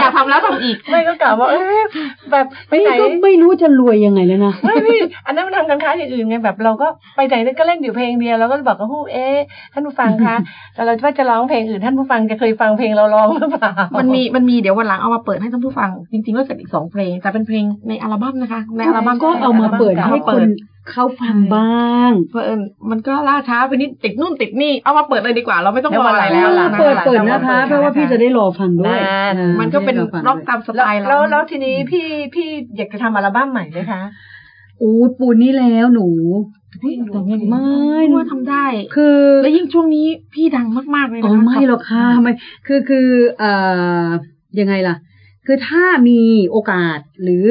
Speaker 5: อยากทำแล้วทำอีก
Speaker 4: ไม่ก็กล่าวว่าเอ๊ะแบบไป
Speaker 6: นี่
Speaker 4: ไหน
Speaker 6: ก็ไม่รู้จะรวยยังไงแล้วนะ
Speaker 4: ไม่พี่อันนั้นมันทำการค้าอย่างอื่นไงแบบเราก็ไปไหนก็เล่นอยู่เพลงเดียวเราก็บอกกับผู้เอ๊ะท่านผู้ฟังคะ แต่เราว่าจะร้องเพลงอื่นท่านผู้ฟังจะเคยฟังเพลงเราร้องหรือเปล่ามั
Speaker 5: มันมีมันมีเดี๋ยววันหลังเอามาเปิดให้ท่านผู้ฟัง จริงๆแล้วเสร็จอีกสองเพลง แต่เป็นเพลงในอัลบั้มนะคะ ในอัลบั้ม
Speaker 6: ก็เอามาเปิดให้
Speaker 5: เปิ
Speaker 6: ค
Speaker 5: ด
Speaker 6: นเขาฟังบ้าง
Speaker 5: เพอเอิญมันก็ล่าช้าไปนิดติดนู่นติดนี่เอามาเปิดเลยดีกว่า เราไม่ต้องรออะไร
Speaker 4: แล้
Speaker 5: แล้ว
Speaker 4: ว
Speaker 5: ล่ะ
Speaker 4: น
Speaker 5: นะ
Speaker 6: เปิด
Speaker 5: คะ
Speaker 6: เปิดนะคะ
Speaker 4: เปิดนะคะ
Speaker 6: เพราะว่าพี่จะได้รอฟังด้วย
Speaker 4: นั่น
Speaker 6: อ่า
Speaker 5: มันก็เป็น
Speaker 6: ได้ฟัง
Speaker 5: ร็อก
Speaker 6: ด้วย
Speaker 5: ตามส
Speaker 4: แล้
Speaker 5: ไต
Speaker 4: ว
Speaker 5: ล์
Speaker 4: แล้
Speaker 5: เรา
Speaker 4: วแล้วทีนี้พี่พี่อยากจะทำอัลบั้มใหม่ไหมคะ
Speaker 6: อูดปูนนี้แล้วหนูไม่
Speaker 5: ไม่ว่าทำได้
Speaker 6: คือ
Speaker 5: และยิ่งช่วงนี้พี่ดังมากๆเลย
Speaker 6: อ๋อ
Speaker 5: นะคะ
Speaker 6: ไม่หรอกค่ะไม่คือคือเอ่อยังไงล่ะ คือถ้ามีโอกาสหรือ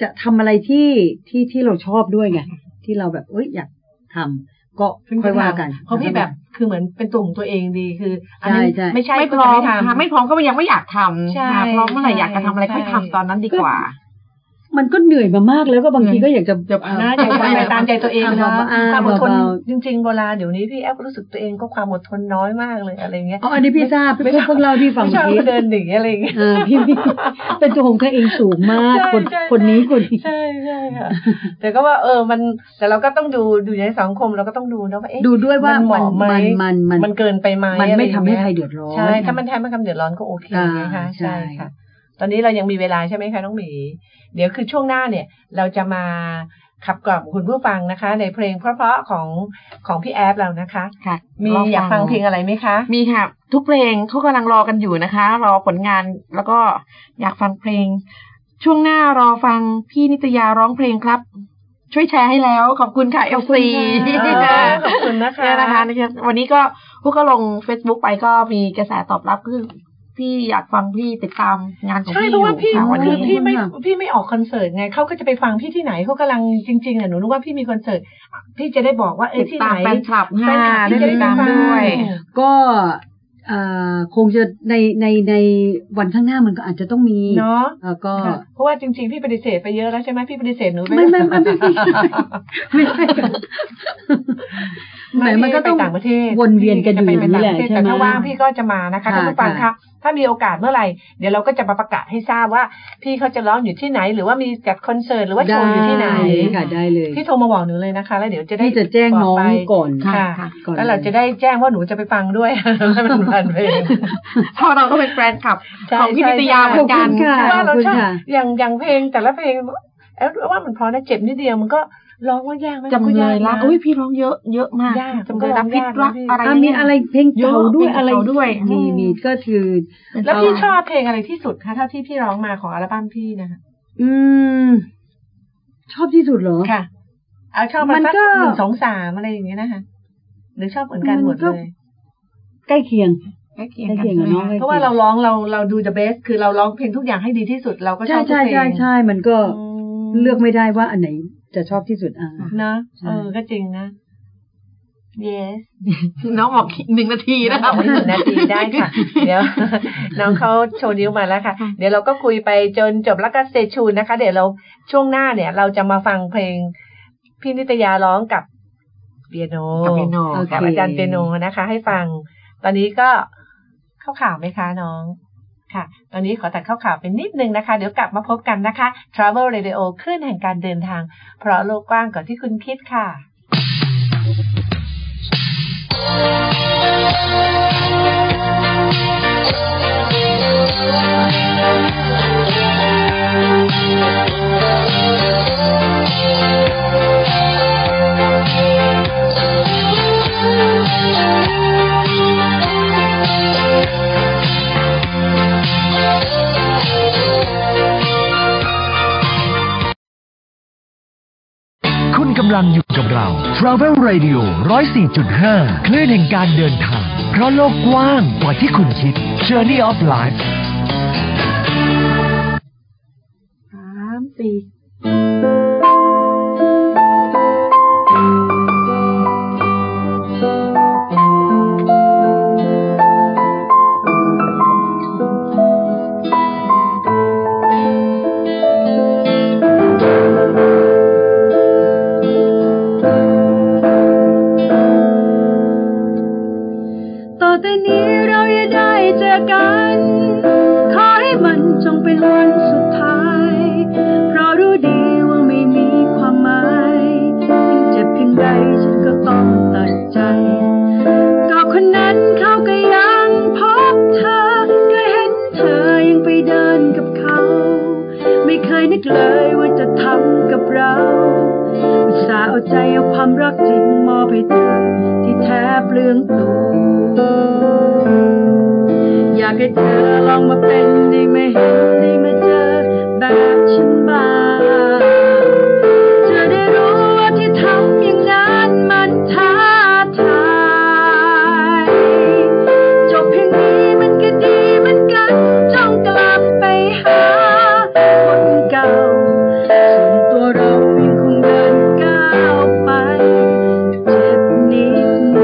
Speaker 6: จะทำอะไรที่ที่ที่เราชอบด้วยไงที่เราแบบเอ้ยอยากทำก็ค่อยว่ากัน
Speaker 4: เพราะพี่แบบคือเหมือนเป็นตัวของตัวเองดีคืออันนี้
Speaker 6: ใช่ใช่
Speaker 4: ไม่ใช่
Speaker 5: ไม่
Speaker 4: ก็
Speaker 5: พ
Speaker 4: จะ
Speaker 5: ร้อม
Speaker 4: ไม่
Speaker 5: ค่ะ
Speaker 4: ทำ
Speaker 5: ไม่พร้อมก็ยังไม่อยากท
Speaker 4: ใช่
Speaker 5: ำค่ะพร้อมเมื่อไหร่อยากจะทำอะไร
Speaker 4: ใช่
Speaker 5: ค่อยทำตอนนั้นดีกว่า
Speaker 6: มันก็เหนื่อยมามากแล้วก็บางทีก็อยากจะ
Speaker 4: นะอยากจะไปตามใจตัวเองเนาะ
Speaker 6: ทำเบาๆ
Speaker 4: ความอดทนจริงๆเวลาเดี๋ยวนี้พี่แอปรู้สึกตัวเองก็ความอดทนน้อยมากเลยอะไรเงี้ย
Speaker 6: อ๋ออันนี้พี่ทราบพี่พวกเราที่ฟัง
Speaker 4: ไม่ชอบ
Speaker 6: เมื่อกี้
Speaker 4: เดินหนีอะไรเงี้ย
Speaker 6: เออพี่พี่เป็นตัวของตัวเองสูงมาก
Speaker 4: ใช่
Speaker 6: คน
Speaker 4: ใช่
Speaker 6: คนนี้คนนี้
Speaker 4: ใช่ใช่ค่ะแต่ก็ว่าเออมันแต่เราก็ต้องดูดูในสังคมเราก็ต้องดูนะว่าเอ๊ะ
Speaker 6: ดูด้วยว่า
Speaker 4: มันเห
Speaker 6: มัน
Speaker 4: มาะไหม
Speaker 6: มันมัน
Speaker 4: มันเกินไปไหม
Speaker 6: มัน
Speaker 4: อะร
Speaker 6: ไม่
Speaker 4: อ
Speaker 6: ทำ
Speaker 4: ย่าง
Speaker 6: ให้
Speaker 4: เงี้ย
Speaker 6: ใครเดือดร้อน
Speaker 4: ใช่ ถ้ามันทำให้คำเดือดร้อนก็โอเค
Speaker 6: อ่า
Speaker 4: นะคะ
Speaker 6: ใช่
Speaker 4: ใช่ค่ะ ตอนนี้เรายังมีเวลาใช่ไหมคะน้องหมี เดี๋ยวคือช่วงหน้าเนี่ย เราจะมาขับกล่อมคุณผู้ฟังนะคะ ในเพลงเพราะๆของของพี่แอฟเรานะคะ
Speaker 5: ค่ะ
Speaker 4: มี
Speaker 5: ลองฟัง
Speaker 4: อยากฟังเพลงอะไรไหมคะ
Speaker 5: มีค่ะ ทุกเพลงเขากำลังรอกันอยู่นะคะ รอผลงานแล้วก็อยากฟังเพลง ช่วงหน้ารอฟังพี่นิตยาร้องเพลงครับ ช่วยแชร์ให้แล้ว ขอบคุณค่ะเอฟซี
Speaker 4: ค่ะ ขอบคุณนะคะ
Speaker 5: เนี่ยนะคะเนี่ยวันนี้ก็พวกก็ลง Facebook ไปก็มีกระแสตอบรับคือพี่อยากฟังพี่ติดตามงานของ
Speaker 4: ใช่
Speaker 5: พี่อ
Speaker 4: เพราะว่าพี่
Speaker 5: ยู่ค่ะวัน
Speaker 4: คื
Speaker 5: นี้
Speaker 4: อพี่ไม่
Speaker 6: ค่ะ
Speaker 4: พี่ไม่ออกคอนเสิร์ตไงเขาก็จะไปฟังพี่ที่ไหนเขากำลังจริงๆอ่ะหนูนึกว่าพี่มีคอนเสิร์ตพี่จะได้บอกว่าเอ้ย
Speaker 5: ติด
Speaker 4: ที่
Speaker 5: ตา
Speaker 4: ไห
Speaker 5: ม
Speaker 4: น
Speaker 5: แฟนคลับ
Speaker 4: แฟ
Speaker 5: ห้า
Speaker 4: ค
Speaker 5: น
Speaker 4: ลับ
Speaker 5: ได้
Speaker 4: ที่จะ
Speaker 5: ติดตาม
Speaker 4: ฟัง
Speaker 5: ด้วย
Speaker 6: ก็เอ่อคงจะในในในวันข้างหน้ามันก็อาจจะต้องมี
Speaker 4: เนาะ
Speaker 6: แล้วก็
Speaker 4: ค่ะเพราะว่าจริงๆ พี่ปฏิเสธไปเยอะแล้วใช่ไหมพี่ปฏิเสธหนูป
Speaker 6: ไม่ไม่ไม่ไม่ไม่ ไม่ใช่กันแหม
Speaker 4: ไม่
Speaker 6: มันก็ต้อง
Speaker 4: ไปต่างประเทศ
Speaker 6: วนเวียนกันอยู่
Speaker 4: พี่จะไป
Speaker 6: อย่างนี้แหละ
Speaker 4: ต่างประเทศ
Speaker 6: ใช่ไหม
Speaker 4: แต่ถ้าว่างพี่ก็จะมานะคะ
Speaker 6: ค่ะ
Speaker 4: ท่านผู้ฟัง
Speaker 6: ค่ะ
Speaker 4: คะถ้ามีโอกาสเมื่อไหร่เดี๋ยวเราก็จะมาประกาศให้ทราบว่า พี่เขาจะร้องอยู่ที่ไหน หรือว่ามีจัดคอนเสิร์ตหรือว่าโชว์อยู่ที่ไหน
Speaker 6: ได้เลยค่ะได้เลย
Speaker 4: พี่โทรมาบอกหนูเลยนะคะ แล้วเดี๋ยวจะได้
Speaker 6: ที่จะแจ้งน้อง
Speaker 4: บไป
Speaker 6: ก่อน
Speaker 4: ค่ะ
Speaker 5: ค่ะ
Speaker 6: ก่อน
Speaker 4: แล้วเราจะได้แจ้งว่าหนูจะไปฟังด้วยไม่เป็นพันเพลง
Speaker 5: เพราะเราก็เป็นแฟนคลับ ของพี่นิตยา
Speaker 6: ขอบคุณค่ะ
Speaker 4: เพราะ
Speaker 6: ข
Speaker 4: ว่า
Speaker 6: อ
Speaker 4: เรา
Speaker 6: บคุณ
Speaker 4: ชอบ
Speaker 6: ค่ะ
Speaker 4: อย่างอย่างเพลงแต่ละเพลงแอลว่ามันเพราะนะเจ็บนิดเดียวมันก็ร้องว่ายากไหมมัน
Speaker 5: จำเลย
Speaker 4: าก
Speaker 5: รัก
Speaker 4: นะ
Speaker 5: อุ้ยพี่ร้องเยอะเยอะมาก
Speaker 4: ยาก
Speaker 5: จำเลยรัก
Speaker 4: มันก็
Speaker 5: พิษ
Speaker 4: ยาก
Speaker 5: รัก
Speaker 4: นะพี่
Speaker 5: อะไร
Speaker 6: อ่ะมี
Speaker 5: เนี่ย
Speaker 6: อะไรเพลงเก่าด้วย
Speaker 5: เยอะ
Speaker 6: อะไร
Speaker 5: เพลงเก่าด้วย
Speaker 6: มีมีก็คือ
Speaker 4: แล้ว
Speaker 6: เรา
Speaker 4: พี่ชอบเพลงอะไรที่สุดคะเท่าที่พี่ร้องมาของอัลบั้มพี่นะคะ
Speaker 6: อืม ชอบที่สุดเหรอ
Speaker 4: ค่ะ เอาชอบ
Speaker 6: มั
Speaker 4: มัน
Speaker 6: น
Speaker 4: สัก
Speaker 6: ก็
Speaker 4: หนึ่งสองสามอะไรอย่างเงี้ยนะคะ หรือชอบเหมือนกันหมด
Speaker 6: มัน
Speaker 4: เล
Speaker 6: ก็
Speaker 4: ย
Speaker 6: ใกล้เคียง
Speaker 5: ใกล้เคียงกัน
Speaker 6: ใกล้เคียงอะเนาะ
Speaker 5: ใช่ไหม
Speaker 4: เพราะว่าเราร้องเราเราดู the best คือเราร้องเพลงทุกอย่างให้ดีที่สุดเราก็ช
Speaker 6: ใช่
Speaker 4: อบทุก
Speaker 6: ใช่
Speaker 4: เพล
Speaker 6: ใช่
Speaker 4: ง
Speaker 6: ใช่มันก็
Speaker 4: อืม
Speaker 6: เลือกไม่ได้ว่าอันไหนจะชอบที่สุดอ่ะ
Speaker 4: นะ
Speaker 6: ใช่
Speaker 4: เออก็จริงนะ yes
Speaker 5: น้องบอกหนึ่งนาทีนะ
Speaker 4: นะคะ คะหนึ่งนาทีได้ค่ะ เดี๋ยว น้องเขาโชว์นิ้วมาแล้วค่ะ เดี๋ยวเราก็คุยไปจนจบแล้วก็สเตชูนนะคะ เดี๋ยวเราช่วงหน้าเนี่ย เราจะมาฟังเพลงพี่นิตยาร้องกับเปียโน
Speaker 5: กับเปียโน
Speaker 6: โอเค
Speaker 4: กับอาจารย์เปียโนนะคะ ให้ฟัง ตอนนี้ก็เข้าข่าวไหมคะน้องค่ะ ตอนนี้ขอตัดเข้าข่าวเป็นนิดนึงนะคะ เดี๋ยวกลับมาพบกันนะคะ Travel Radio คลื่นแห่งการเดินทาง เพราะโลกกว้างกว่าที่คุณคิดค่ะ
Speaker 2: คุณกำลังอยู่กับเรา Travel Radio 104.5 คลื่นแห่งการเดินทาง เพราะโลกกว้างกว่าที่คุณคิด Journey of Life
Speaker 4: สามสี่
Speaker 6: ต่อแต่นี้เราอย่าได้เจอกัน ขอให้มันจงเป็นวันสุดท้าย เพราะรู้ดีว่าไม่มีความหมายถึงเจ็บเพียงใดฉันก็ต้องตัดใจกับคนนั้นเขาก็ยังพบเธอเคยเห็นเธอยังไปเดินกับเขา ไม่เคยนึกเลยว่าจะทำกับเรา อุตส่าห์เอาใจเอาความรักจริงมอบให้เธอที่แทบเปลืองตัว อยากให้เธอลองมาเป็นได้ไหมเห็นได้มาเจอแบบฉันบ้างเธอได้รู้ว่าที่ทำอย่างนั้นมันท้าทายจบเพียงนี้มันก็ดีเหมันกันจงกลับไปหาคนเก่า ส่วนตัวเรายังคงเดินก้าวไป เจ็บนิดเ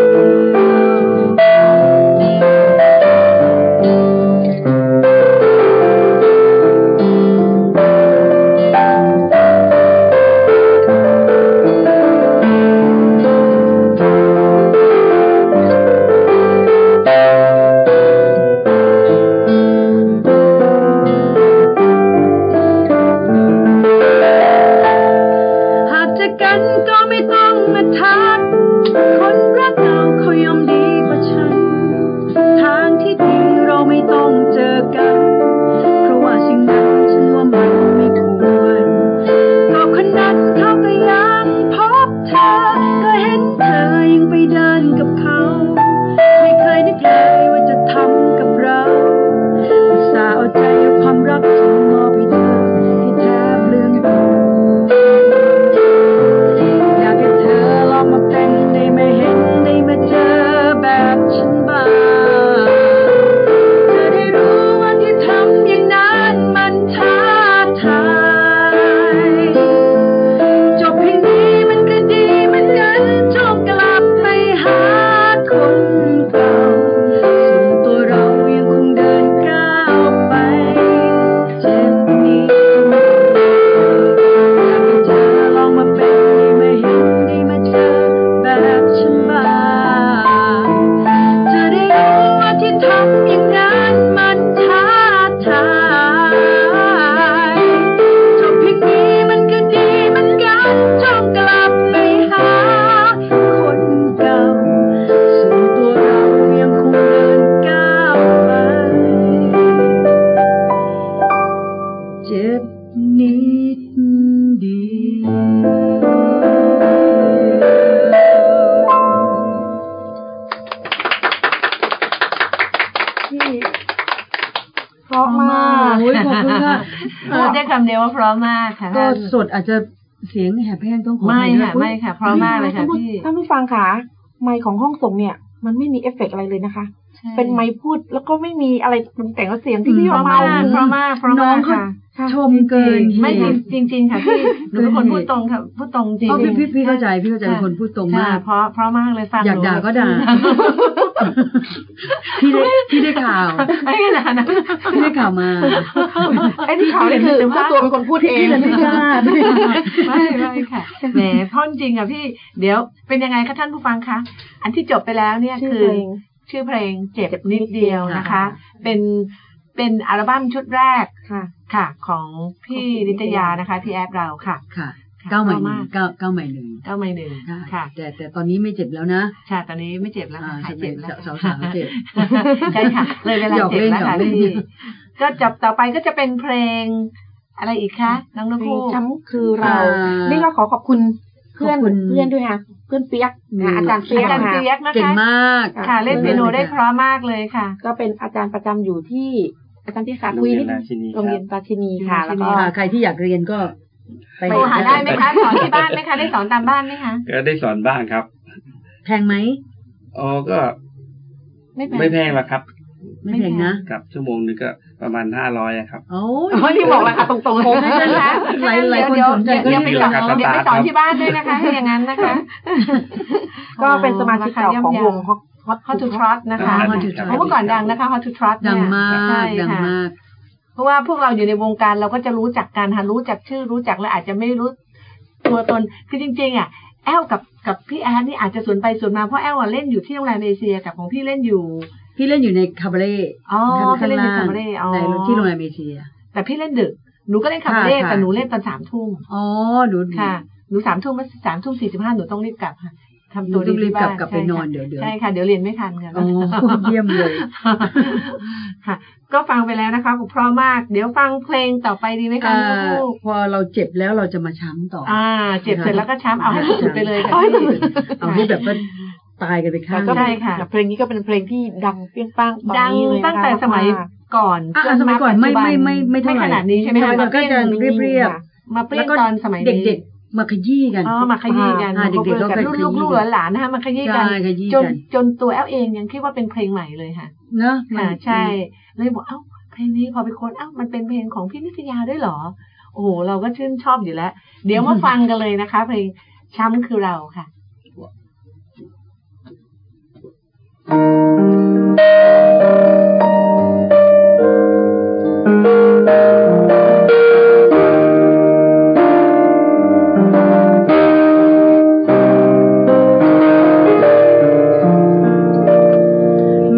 Speaker 6: ดียว โอ้ยขอบคุณค่ะ
Speaker 4: พูดได้คำเดียวว่าเพราะมากค่ะ
Speaker 6: ก็
Speaker 4: ท่าน
Speaker 6: สดอาจจะเสียงแหบแห้งต้องขอ
Speaker 4: ไม่
Speaker 6: อภัยด้วย
Speaker 4: ค่ะไม่ค่ะเพราะมากเลยค่ะพี่
Speaker 5: ท่านผู้ฟังค่ะไมค์ของห้องส่งเนี่ย มันไม่มีเอฟเฟกต์อะไรเลยนะคะ
Speaker 4: ใช่
Speaker 5: เป็นไมค์พูดแล้วก็ไม่มีอะไรปรุงแต่งแล้วเสียงที่พี่
Speaker 4: เพ
Speaker 5: ออ
Speaker 4: ราะ
Speaker 5: ก
Speaker 4: มากเพ
Speaker 5: มา
Speaker 4: ราะมากเพราะ
Speaker 6: น้อ
Speaker 4: มาง ก
Speaker 6: เขา
Speaker 4: ค่ะ
Speaker 6: ชมเกินเหตุ
Speaker 4: ไม่จริงจริง ๆ ค่ะพี่หนูเป็นคน
Speaker 6: เกินเหตุ
Speaker 4: พูดตรงค่ะพูดตรงจริง
Speaker 6: อ๋อพี่พี่พี่เข้าใจพี่เข้าใจเป็นคนพูดตรง
Speaker 4: ค่ะ
Speaker 6: มาก
Speaker 4: เพราะเพราะมากเลยฟัง
Speaker 6: อยาก
Speaker 4: หนู
Speaker 6: ด่าก็ด่า พี่ได้พี่ได้ข่าว
Speaker 4: ไม่ขนาดนั้น
Speaker 6: พี่ได้ข่าวมา
Speaker 5: ไอ้ที่ข่าวนี่คือว่าตัวเป็นคนพูดเอง
Speaker 6: พี่เลยไม่กล้าพี่
Speaker 4: ไม่ไม่ค่ะแหมเพ่อนจริงค่ะพี่เดี๋ยวเป็นยังไงคะท่านผู้ฟังคะอันที่จบไปแล้วเนี่ย
Speaker 5: ชื่อ
Speaker 4: คือ
Speaker 5: เพลง
Speaker 4: ชื่อเพลงเจ็บนิดเดียวนะคะ
Speaker 5: ค่ะ
Speaker 4: เป็นเป็นอัลบั้มชุดแรก
Speaker 5: ค่ะ
Speaker 4: ค่ะ ของพี่
Speaker 5: ของพี่
Speaker 4: นิตยานะคะพี่แอปเราค่ะ
Speaker 6: ค่ะ
Speaker 4: ค่ะ
Speaker 6: เก้าใหม่หนึ่
Speaker 4: มาง ก
Speaker 6: เก้าเก้าใหม่หนึ่ง
Speaker 4: เก้าไม่หนึ่ง
Speaker 6: ได้
Speaker 4: ค่ะ
Speaker 6: แต่แต่ตอนนี้ไม่เจ็บแล้วนะ
Speaker 4: ค่ะตอนนี้ไม่เจ็บแล้วค่ะ
Speaker 6: อ่า
Speaker 4: หายเจ็บแล้ว
Speaker 6: สาวๆเจ็บ
Speaker 4: ใช่ค่ะ เลยเวลา
Speaker 6: หยอก
Speaker 4: เจ็บ
Speaker 6: เล่น
Speaker 4: แล้วค่ะ
Speaker 6: หยอกเล่น
Speaker 4: พี่ก็จับต่อไปก็จะเป็นเพลง อะไรอีกคะน้องน
Speaker 5: เพล
Speaker 4: ภู
Speaker 5: งช้ำคือเรา
Speaker 6: อ่า
Speaker 5: นี่เราขอขอบคุณเพื่อน
Speaker 6: ขอบคุณ
Speaker 5: เพื่อนด้วยค่ะ เพื่อนเปียกนะอาจารย์เปีย
Speaker 4: อากจารย์
Speaker 5: ค่ะ
Speaker 4: เปียกนะ
Speaker 6: เก่ง
Speaker 4: คะ
Speaker 6: มาก
Speaker 4: ค่ะ เล่นเปียโนได้เพราะมากเลยค่ะ
Speaker 5: ก็เป็นอาจารย์ประจำอยู่ที่อาจารย์ที่คา
Speaker 7: โรง
Speaker 5: คุย
Speaker 7: เรีย
Speaker 5: นิด
Speaker 7: นราชินี
Speaker 5: โรง
Speaker 7: ค
Speaker 5: เรี
Speaker 7: รั
Speaker 5: ย
Speaker 7: บ
Speaker 5: นปาชินีค่ะ
Speaker 4: ปาชิ
Speaker 5: แล้ว
Speaker 4: นี
Speaker 5: ก็
Speaker 6: อ่าใครที่อยากเรียนก็ไป
Speaker 4: โทรหาได้ไหมคะสอนที่บ้านไหมคะได้สอนตามบ้านไหมคะ
Speaker 7: ก็ได้สอนบ้างครับ
Speaker 6: แพงไหม
Speaker 7: อ๋อก็
Speaker 4: ไม่แพ
Speaker 7: ไม่
Speaker 4: ง
Speaker 7: แพงหรอกครับ
Speaker 6: ไม่แพงนะ
Speaker 7: กับชั่วโมงนึงก็ประมาณห้าร้อยครับ
Speaker 6: โอ้ย
Speaker 5: โอ้ยนี่บอกราคาตรงๆเลย
Speaker 6: ผมไม่ใช่นะ หลายหลายคนสนใจก็
Speaker 4: เดี๋ยวไปสอน
Speaker 7: มีราคา
Speaker 4: เดี๋ยวไป
Speaker 7: ส
Speaker 4: ส
Speaker 7: ตาร์ท
Speaker 4: อน
Speaker 7: ครับ
Speaker 4: ที่บ้านด้วยนะคะถ้าอย่างนั้นนะคะ
Speaker 5: ก็เป็นสมาชิกเก่าของวง
Speaker 4: Hot to Trot นะคะ
Speaker 6: อ่า Hot to
Speaker 7: ครับ
Speaker 6: Trot
Speaker 4: เพราะเมื่อก่อนดังนะคะ Hot to Trot เนี่ย
Speaker 6: ดังมาก
Speaker 4: ใช่
Speaker 6: ดัง
Speaker 4: ค่ะ
Speaker 6: มาก
Speaker 4: เพราะว่าพวกเราอยู่ในวงการเราก็จะรู้จักกันฮะรู้จักชื่อรู้จักและอาจจะไม่รู้ตัวตนคือจริง ๆ อ่ะ แอลกับกับพี่แอนนี่อาจจะสวนไปสวนมาเพราะแอลอ่ะเล่นอยู่ที่โรงแรมเอเชียกับของพี่เล่นอยู่
Speaker 6: พี่เล่นอยู่ในคาบาเร่
Speaker 4: อ๋อ
Speaker 6: ข้า
Speaker 4: พี่
Speaker 6: ง
Speaker 4: เล่นใน
Speaker 6: ล่าง
Speaker 4: คาบาเร่อ๋อ
Speaker 6: ในที่โรงแรมเอเชีย
Speaker 4: แต่พี่เล่นดึกหนูก็เล่นคาบาเร่
Speaker 6: ค่ะค่ะ
Speaker 4: แต่หนูเล่นตอนสามทุ่ม
Speaker 6: อ๋อหนู
Speaker 4: ค่ะหนูสามทุ่มสามทุ่มสี่สิบห้าหนูต้องรีบกลับค่ะทำ
Speaker 6: หนู
Speaker 4: ตัว
Speaker 6: ต้องรีบ
Speaker 4: ที่าก
Speaker 6: ลับ
Speaker 4: น
Speaker 6: กลับไป
Speaker 4: ใช่
Speaker 6: นอนเดี๋
Speaker 4: ค่ะ
Speaker 6: ยวเดี๋ยว
Speaker 4: ใช่ค่ะเดี๋ยวเรียนไม่ทันค่ะ
Speaker 6: อ๋อเยี่ยมเลย
Speaker 4: ค่ะ ก็ฟังไปแล้วนะคะเพราะมาก เดี๋ยวฟังเพลงต่อไปดีไหมคะ
Speaker 6: อ่า
Speaker 4: ลูก
Speaker 6: พอเราเจ็บแล้วเราจะมาช้ำต่ออ
Speaker 4: อ่า เจ็บเสร็จแล้วก็ช้ำเอาให้สุดๆไปเลยค่ะ
Speaker 6: เอาให้สุ
Speaker 4: พี่
Speaker 6: ด เอาให้แบบว่าตายกันไปข้างห
Speaker 5: ก็
Speaker 6: นึ่ง
Speaker 4: ใช่
Speaker 5: เป็น
Speaker 4: ค่ะ
Speaker 5: เพลงนี้ก็เป็นเพลงที่ดังเปรี้ยงป้างตอน
Speaker 4: ดัง
Speaker 5: นี้เลยนะคะ
Speaker 4: ตั้งแต่สมัยก่อน
Speaker 6: อ่ะสมัยก่อนไม่ไม่ไม่ไม่เท่า
Speaker 4: ไม่
Speaker 6: ไหร่
Speaker 4: ขนาดนี้ใช่ไหม
Speaker 6: ส
Speaker 4: คะ
Speaker 6: ยก่อนก็จะเรียบเรียบ
Speaker 4: มาเปรี้ยงตอนสมัยนี้
Speaker 6: เด็กๆ มาขยี้กัน
Speaker 4: อ๋อมาขยี้กัน
Speaker 6: อ่าเด็กๆก็
Speaker 4: มา
Speaker 6: เคยข
Speaker 4: เพื่อน
Speaker 6: ยี้
Speaker 4: ลูกๆลูกๆหลานๆนะคะมาขยี้กั
Speaker 6: ใช่
Speaker 4: น
Speaker 6: ขยี้
Speaker 4: จน
Speaker 6: กัน
Speaker 4: จนตัวแอลเองยังคิดว่าเป็นเพลงใหม่เลยค่ะ
Speaker 6: เนอะ
Speaker 4: ค่ะใช่เลยบอกเอ้าเพลงนี้พอไปค้นเอ้ามันเป็นเพลงของพี่นิตยาด้วยเหรอ โอ้โหเราก็ชื่นชอบอยู่แล้ว เดี๋ยวมาฟังกันเลยนะคะ เพลงช้ำคือเราค่ะ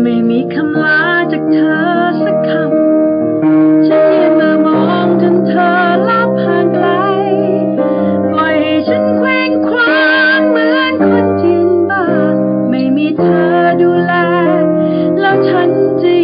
Speaker 6: ไม่มีคำลาจากเธอสักคำฉันยืนมามองจนเธอลับห่างไกล ปล่อยให้ฉันเคว้งคว้างเหมือนคนจินบ้าไม่มีเธอดูแล แล้วฉันจะ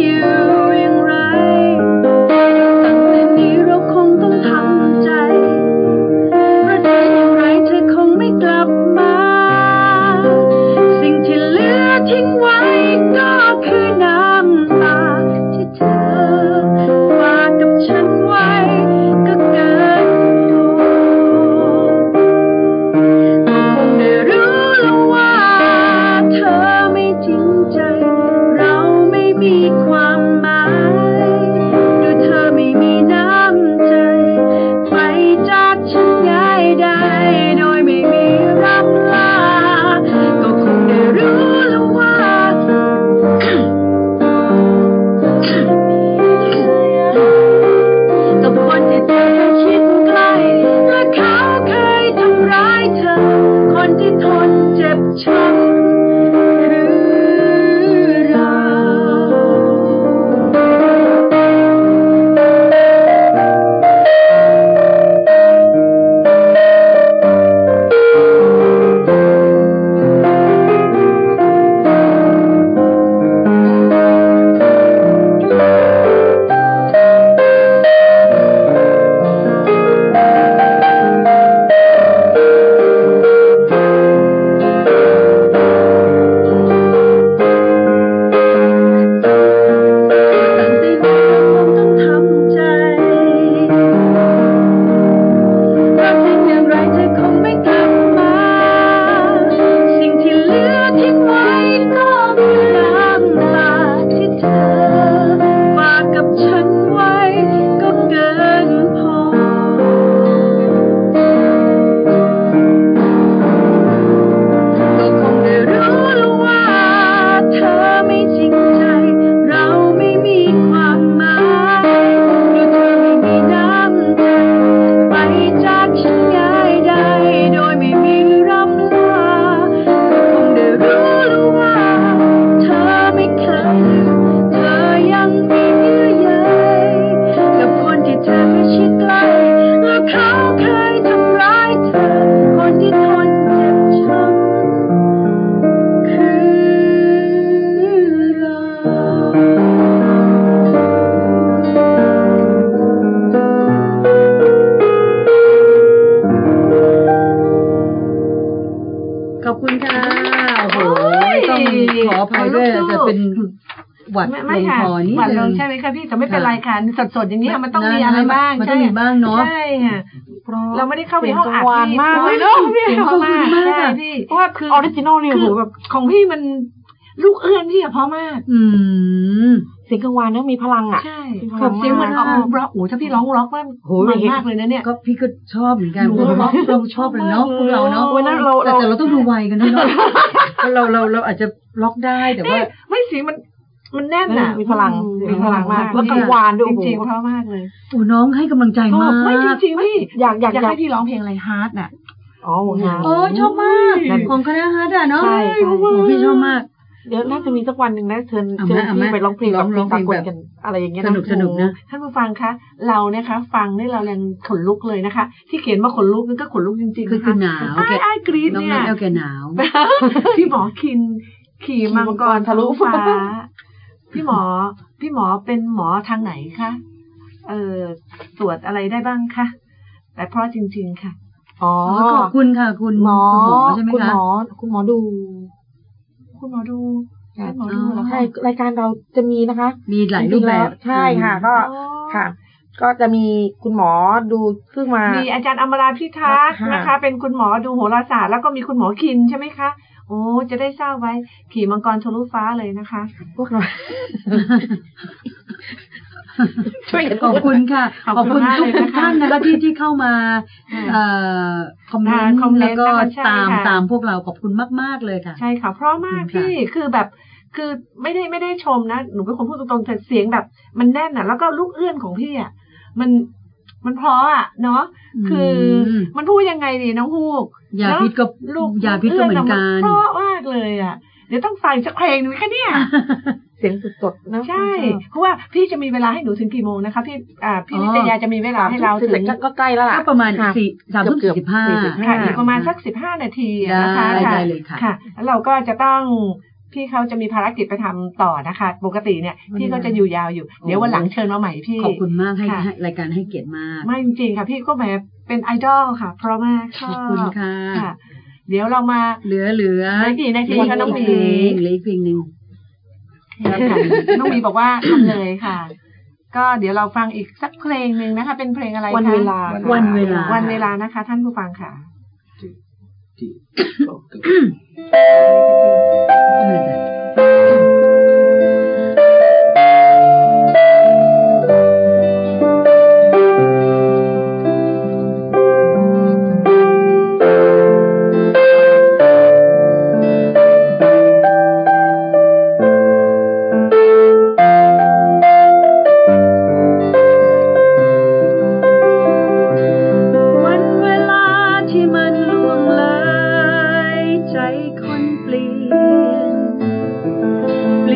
Speaker 6: หวัด
Speaker 4: ไม่ไม่
Speaker 6: ลง
Speaker 4: ค่ะ
Speaker 6: คอนิด
Speaker 4: หวาน
Speaker 6: นึ
Speaker 4: ลง
Speaker 6: ง
Speaker 4: ใช่ไหมคะพี่แต่ไม่เป็น
Speaker 6: ค่ะ
Speaker 4: ไรค่ะสดๆอย่างนี้ยมันต้อง
Speaker 6: นะ
Speaker 4: มีอะไร
Speaker 6: นะ
Speaker 4: บ้าง
Speaker 6: มัน
Speaker 4: ใช่
Speaker 6: ต้องมีบ้างเนอะ
Speaker 4: ใช่ค่ะเราไม่ได้เข้าไปห้องอัด
Speaker 5: หวานมาก
Speaker 4: เล
Speaker 5: เลย
Speaker 4: ย
Speaker 5: เนอะ
Speaker 4: พี่
Speaker 6: เสียง
Speaker 4: เพ
Speaker 6: ขอบ
Speaker 4: ราะ
Speaker 6: คุณ
Speaker 4: ว่า
Speaker 6: มาก
Speaker 4: ใช่
Speaker 6: ค่ะ
Speaker 4: พี่
Speaker 5: เพราะว่า
Speaker 4: คือ
Speaker 5: ออริจินอลเนี่ย
Speaker 4: คือ
Speaker 5: โห
Speaker 4: แบ
Speaker 5: แบบ บ
Speaker 4: ของพี่มันลูกเอื้อนพี่อะเพราะมาก
Speaker 6: อืม
Speaker 5: เสียงกลางวันเนอะมีพลังอ่ะ
Speaker 4: ใช่
Speaker 5: พ
Speaker 4: แบ
Speaker 5: ลั
Speaker 4: บ
Speaker 5: งมาก
Speaker 4: เสียงเหมือนออกร็อกโอ้ถ้าพี่ร้องร็อกว่า
Speaker 6: โห
Speaker 4: มันมากเลยนะเนี่ย
Speaker 6: ก็พี่ก็ชอบเหมือนกัน
Speaker 4: หนู
Speaker 6: เพราะเราเราชอบเลยเนาะพวกเราเนาะ
Speaker 4: เว้ยนะเรา
Speaker 6: แต่
Speaker 4: เรา
Speaker 6: แต่เราต้องดูวัยกันด้วยเนาะเพราะเราเราเราอาจจะล็อกได้แต่ว่า
Speaker 4: เอ๊ะไม่เสียงมันมันแน่นอะ
Speaker 5: มีพลัง
Speaker 4: มีพลังมาก
Speaker 5: แล้วกลางวานด้วย
Speaker 4: จ
Speaker 5: โอ้โห
Speaker 4: ริงๆเพราะมากเลย
Speaker 6: โอ้น้องให้กำลังใจ
Speaker 4: ชอ
Speaker 6: มา
Speaker 4: บไม่จ
Speaker 6: ก
Speaker 4: ริงๆพี่
Speaker 5: อยากอยาก
Speaker 4: อยาก
Speaker 5: อยาก
Speaker 4: ให้พี่ร้องเพลงอะไรฮาร์ดน่ะ
Speaker 5: อ๋อโหงาน
Speaker 6: โอ้ยชอบมาก
Speaker 5: นั่น
Speaker 6: ของคณะฮาร์ดอะเนาะ
Speaker 5: ใช่ใช่
Speaker 6: โอ้พี่ชอบมาก
Speaker 5: เดี๋ยวน่าจะมีสักวันหนึ่งนะเชิญ
Speaker 6: เอาไหม
Speaker 5: เชิญ
Speaker 6: เอาไหม
Speaker 5: พี่ไปร้องเพลง
Speaker 6: ร้อง
Speaker 5: แบบ
Speaker 6: ร้องเพลง
Speaker 5: สากล
Speaker 6: แบบ
Speaker 5: กันอะไรอย่างเงี้ย
Speaker 6: สนุกสนุกนะ
Speaker 4: ท่านผู้ฟังคะ เราเนี่ยคะฟังเนี่ยเรายังขนลุกเลยนะคะ ที่เขียนมาขนลุกนั่นก็ขนลุกจริงๆ
Speaker 6: คือ
Speaker 4: นะ
Speaker 6: คื
Speaker 4: คะ
Speaker 6: อหนาว
Speaker 4: ไอ้
Speaker 6: แก
Speaker 4: ไอ้ายกรีด
Speaker 6: น้อง
Speaker 4: เนี่
Speaker 6: น้อ
Speaker 4: ย
Speaker 6: งแอลแกหนาว
Speaker 4: พี่หมอคิน ขี่มังกรทะลุฟ้า พี่หมอ พี่หมอเป็นหมอทางไหนคะเออตรวจอะไรได้บ้างคะแต่เพราะจริง ๆ ค่ะ
Speaker 5: อ๋อ
Speaker 6: ขอบคุณค่ะ คุณ
Speaker 5: หมอ
Speaker 6: คุณหมอใช่ไหม
Speaker 5: คุณห
Speaker 6: คะ
Speaker 5: มอคุณหมอดู
Speaker 4: คุณหมอดูคุณหมอดูเหรอ
Speaker 6: ใช่
Speaker 4: คะ
Speaker 5: ใช่รายการเราจะมีนะคะ
Speaker 6: มีหลายรูปแบบ
Speaker 5: ใช่ค่ะก็
Speaker 4: อ๋อ
Speaker 5: ค่ะ ก็จะมีคุณหมอดูเพิ่งมา
Speaker 4: มีอาจารย์อมราพิทักษ์
Speaker 5: ค่ะ
Speaker 4: นะคะ เป็นคุณหมอดูโหราศาสตร์แล้วก็มีคุณหมอคินใช่ไหมคะโอ้จะได้ทราบไว้ ขี่มังกรทะลุฟ้าเลยนะคะ
Speaker 5: พวกเรา ช่วยกัน
Speaker 6: ขอบคุณค่ะ
Speaker 4: ขอบ
Speaker 6: ขอบ
Speaker 4: คุ
Speaker 6: คุณ ณ
Speaker 4: มาก
Speaker 6: ทุก
Speaker 4: เลยนะคะ
Speaker 6: ท่านนะคะที่ที่เข้ามาเอ่อคอมเมนต์
Speaker 4: คอมเมนต์
Speaker 6: แล้วก็
Speaker 4: นะคะใช่
Speaker 6: ตาม
Speaker 4: ค่ะ
Speaker 6: ตามพวกเราขอบคุณมาก ๆ เลยค่ะ
Speaker 4: ใช่ค่ะ เพราะมา
Speaker 6: ข
Speaker 4: ก
Speaker 6: อบคุณค่ะ
Speaker 4: พี่คือแบบ คือไม่ได้ไม่ได้ชมนะ หนูเป็นคนพูดตรงๆแต่เสียงแบบ มันแน่นอ่ะ แล้วก็ลูกเอื้อนของพี่อ่ะมันมันเพราะอ่ะเนาะคืออ
Speaker 6: ม
Speaker 4: มันพูดยังไงดีน้องฮูก
Speaker 6: ยาพิษก็
Speaker 4: ลูก
Speaker 6: ยาพิษก็เหมือนกัน
Speaker 4: เพราะมากเลยอ่ะ เดี๋ยวต้องฟังสักเพลงหนึ่งแค่เนี้ย
Speaker 5: เสียงสดๆนะ
Speaker 4: ใช่ เพราะว่าพี่จะมีเวลาให้หนูถึงกี่โมงนะคะพี่อ่าพี่
Speaker 6: อ๋อ
Speaker 4: นิตยาจะมีเวลาให้เรา
Speaker 5: ถึ
Speaker 4: ถึ
Speaker 5: ง
Speaker 4: ง
Speaker 5: ก็ใกล้แล้วล่ะ
Speaker 6: ก็ประมาณ
Speaker 5: ค่ะ
Speaker 6: สี่สามทุ่ม
Speaker 5: เกื
Speaker 6: สี่สิ
Speaker 5: อบๆ
Speaker 6: บห้า
Speaker 5: 45
Speaker 4: ค่ะอีกประมาณสักสิบห้านาทีอะนะคะ
Speaker 6: ได้
Speaker 4: ค่ะ
Speaker 6: ได้เลยค่ะ
Speaker 4: ค่ะแล้วเราก็จะต้องพี่เขาจะมีภารกิจไปทำต่อนะคะ ปกติเนี่ย
Speaker 6: วันนี้
Speaker 4: พี่ก็จะอยู่ยาวอยู่ เดี๋ยววันหลังเชิญมาใหม่พี่
Speaker 6: ขอบคุณมากให้
Speaker 4: ค่ะ
Speaker 6: ให้รายการให้เกียรติมาก
Speaker 4: ไม่จริงๆค่ะพี่ก็แบบเป็นไอดอลค่ะ เพราะมากช
Speaker 6: ข
Speaker 4: อ
Speaker 6: อ
Speaker 4: บบ
Speaker 6: คุณค่ะ
Speaker 4: ค่ะ เดี๋ยวเรามา
Speaker 6: เหลือเหลือ
Speaker 4: ในกี่นาทีคะน้องหมี
Speaker 6: เหลือีกเพลงเหลืออีกเพลงหนึ่ง
Speaker 4: ครับค่ะน้องหมีบอกว่าทำเลยค่ะ ก็เดี๋ยวเราฟังอีกสักเพลงหนึ่งนะคะ เป็นเพลงอะไรคะ
Speaker 5: วันเวลา
Speaker 6: วันเวลา
Speaker 4: วันเวลานะคะ ท่านผู้ฟังค่ะ
Speaker 7: ที่บอกกับ
Speaker 6: วันเวลาที่มันล่วงเลยใจคนเปลี่ยน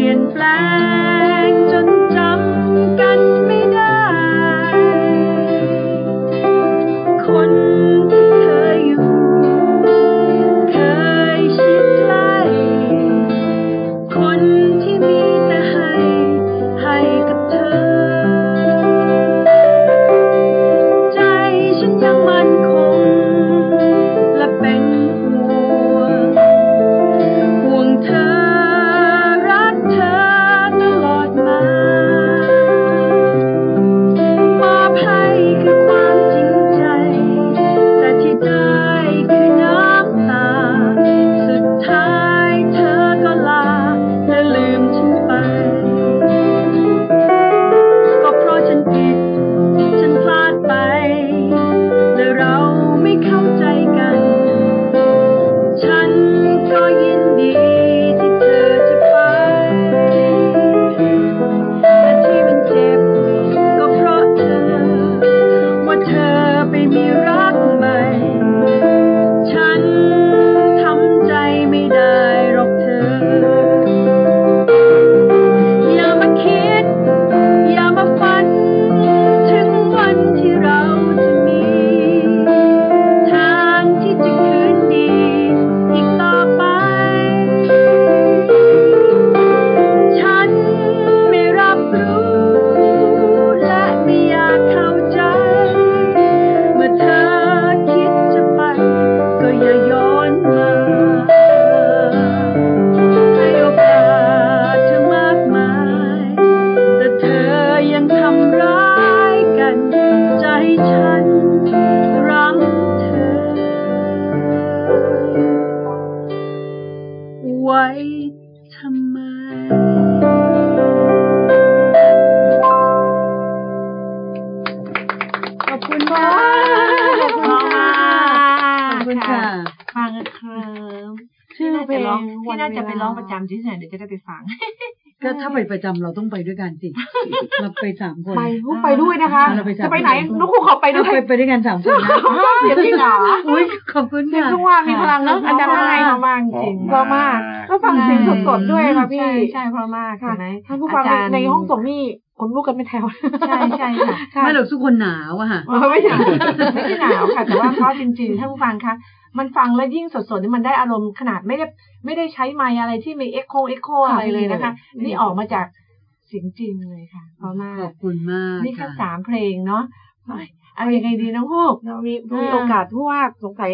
Speaker 6: ขอบคุณค่ะขอบคุณค่ะขอบคุณค่ะ
Speaker 4: ฟังเคลิ้ม
Speaker 5: ชื่อ
Speaker 4: ท
Speaker 5: เพล
Speaker 4: ี่น่าจะร้องที่น่า
Speaker 5: ง
Speaker 4: จะไปร้องประจำที่ไหนเดี๋ยวจะได้ไปฟัง
Speaker 6: ก็ถ้าไปประจำเราต้องไปด้วยกันสิเราไปสามคน
Speaker 5: ไปลูกไปด้วยนะคะ
Speaker 6: เราไปสาม
Speaker 5: จะไปไหน
Speaker 6: คน
Speaker 5: ลูกคุณขอไปด้วย
Speaker 6: ไปไปด้วยกันสามคนนะ
Speaker 5: เสียงจริงเหรอ
Speaker 6: อุ้ยขอบคุณค่ะ
Speaker 5: ทุกวันมีพลังเนอะอาจารย์ว่าไง
Speaker 4: เพราะมากจริง
Speaker 5: เพราะมากแล้วฟังเสียงสดๆด้วยค่ะพี่
Speaker 4: ใช่ใช่เพราะมาก
Speaker 5: ค่ะ
Speaker 4: เห็นไหม
Speaker 5: ท่านผู้ฟัง
Speaker 4: อจรย์
Speaker 5: ในห้องส่งนี่คนลูกกันไม่แถว
Speaker 4: ใช่ใช่ค่ะ
Speaker 6: ไม่หรอกทุกคนหนาวอะค่ะ
Speaker 5: เออไม่ถึง
Speaker 4: ไม่ใช่หนาวค่ะ แต่ว่าเพราะจริงๆท่านผู้ฟังคะมันฟังแล้วยิ่งสดๆนี่มันได้อารมณ์ขนาดไม่ได้ไม่ได้ใช้ไมค์อะไรที่มีเอ็กโคเอ็กโคอะไรเลยนะคะ
Speaker 5: ไม่มีเลย
Speaker 4: นี่ออกมาจากเสียงจริงเลยค่ะเพราะมา
Speaker 6: ข
Speaker 4: ก
Speaker 6: อบคุณมาก
Speaker 4: นี่แค่
Speaker 6: ค่ะ
Speaker 4: สามเพลงเนาะเอายังไงดีน้องฮูก
Speaker 5: เรามี
Speaker 4: อ่า
Speaker 5: มีโอกาสเพราะว่าสงสัย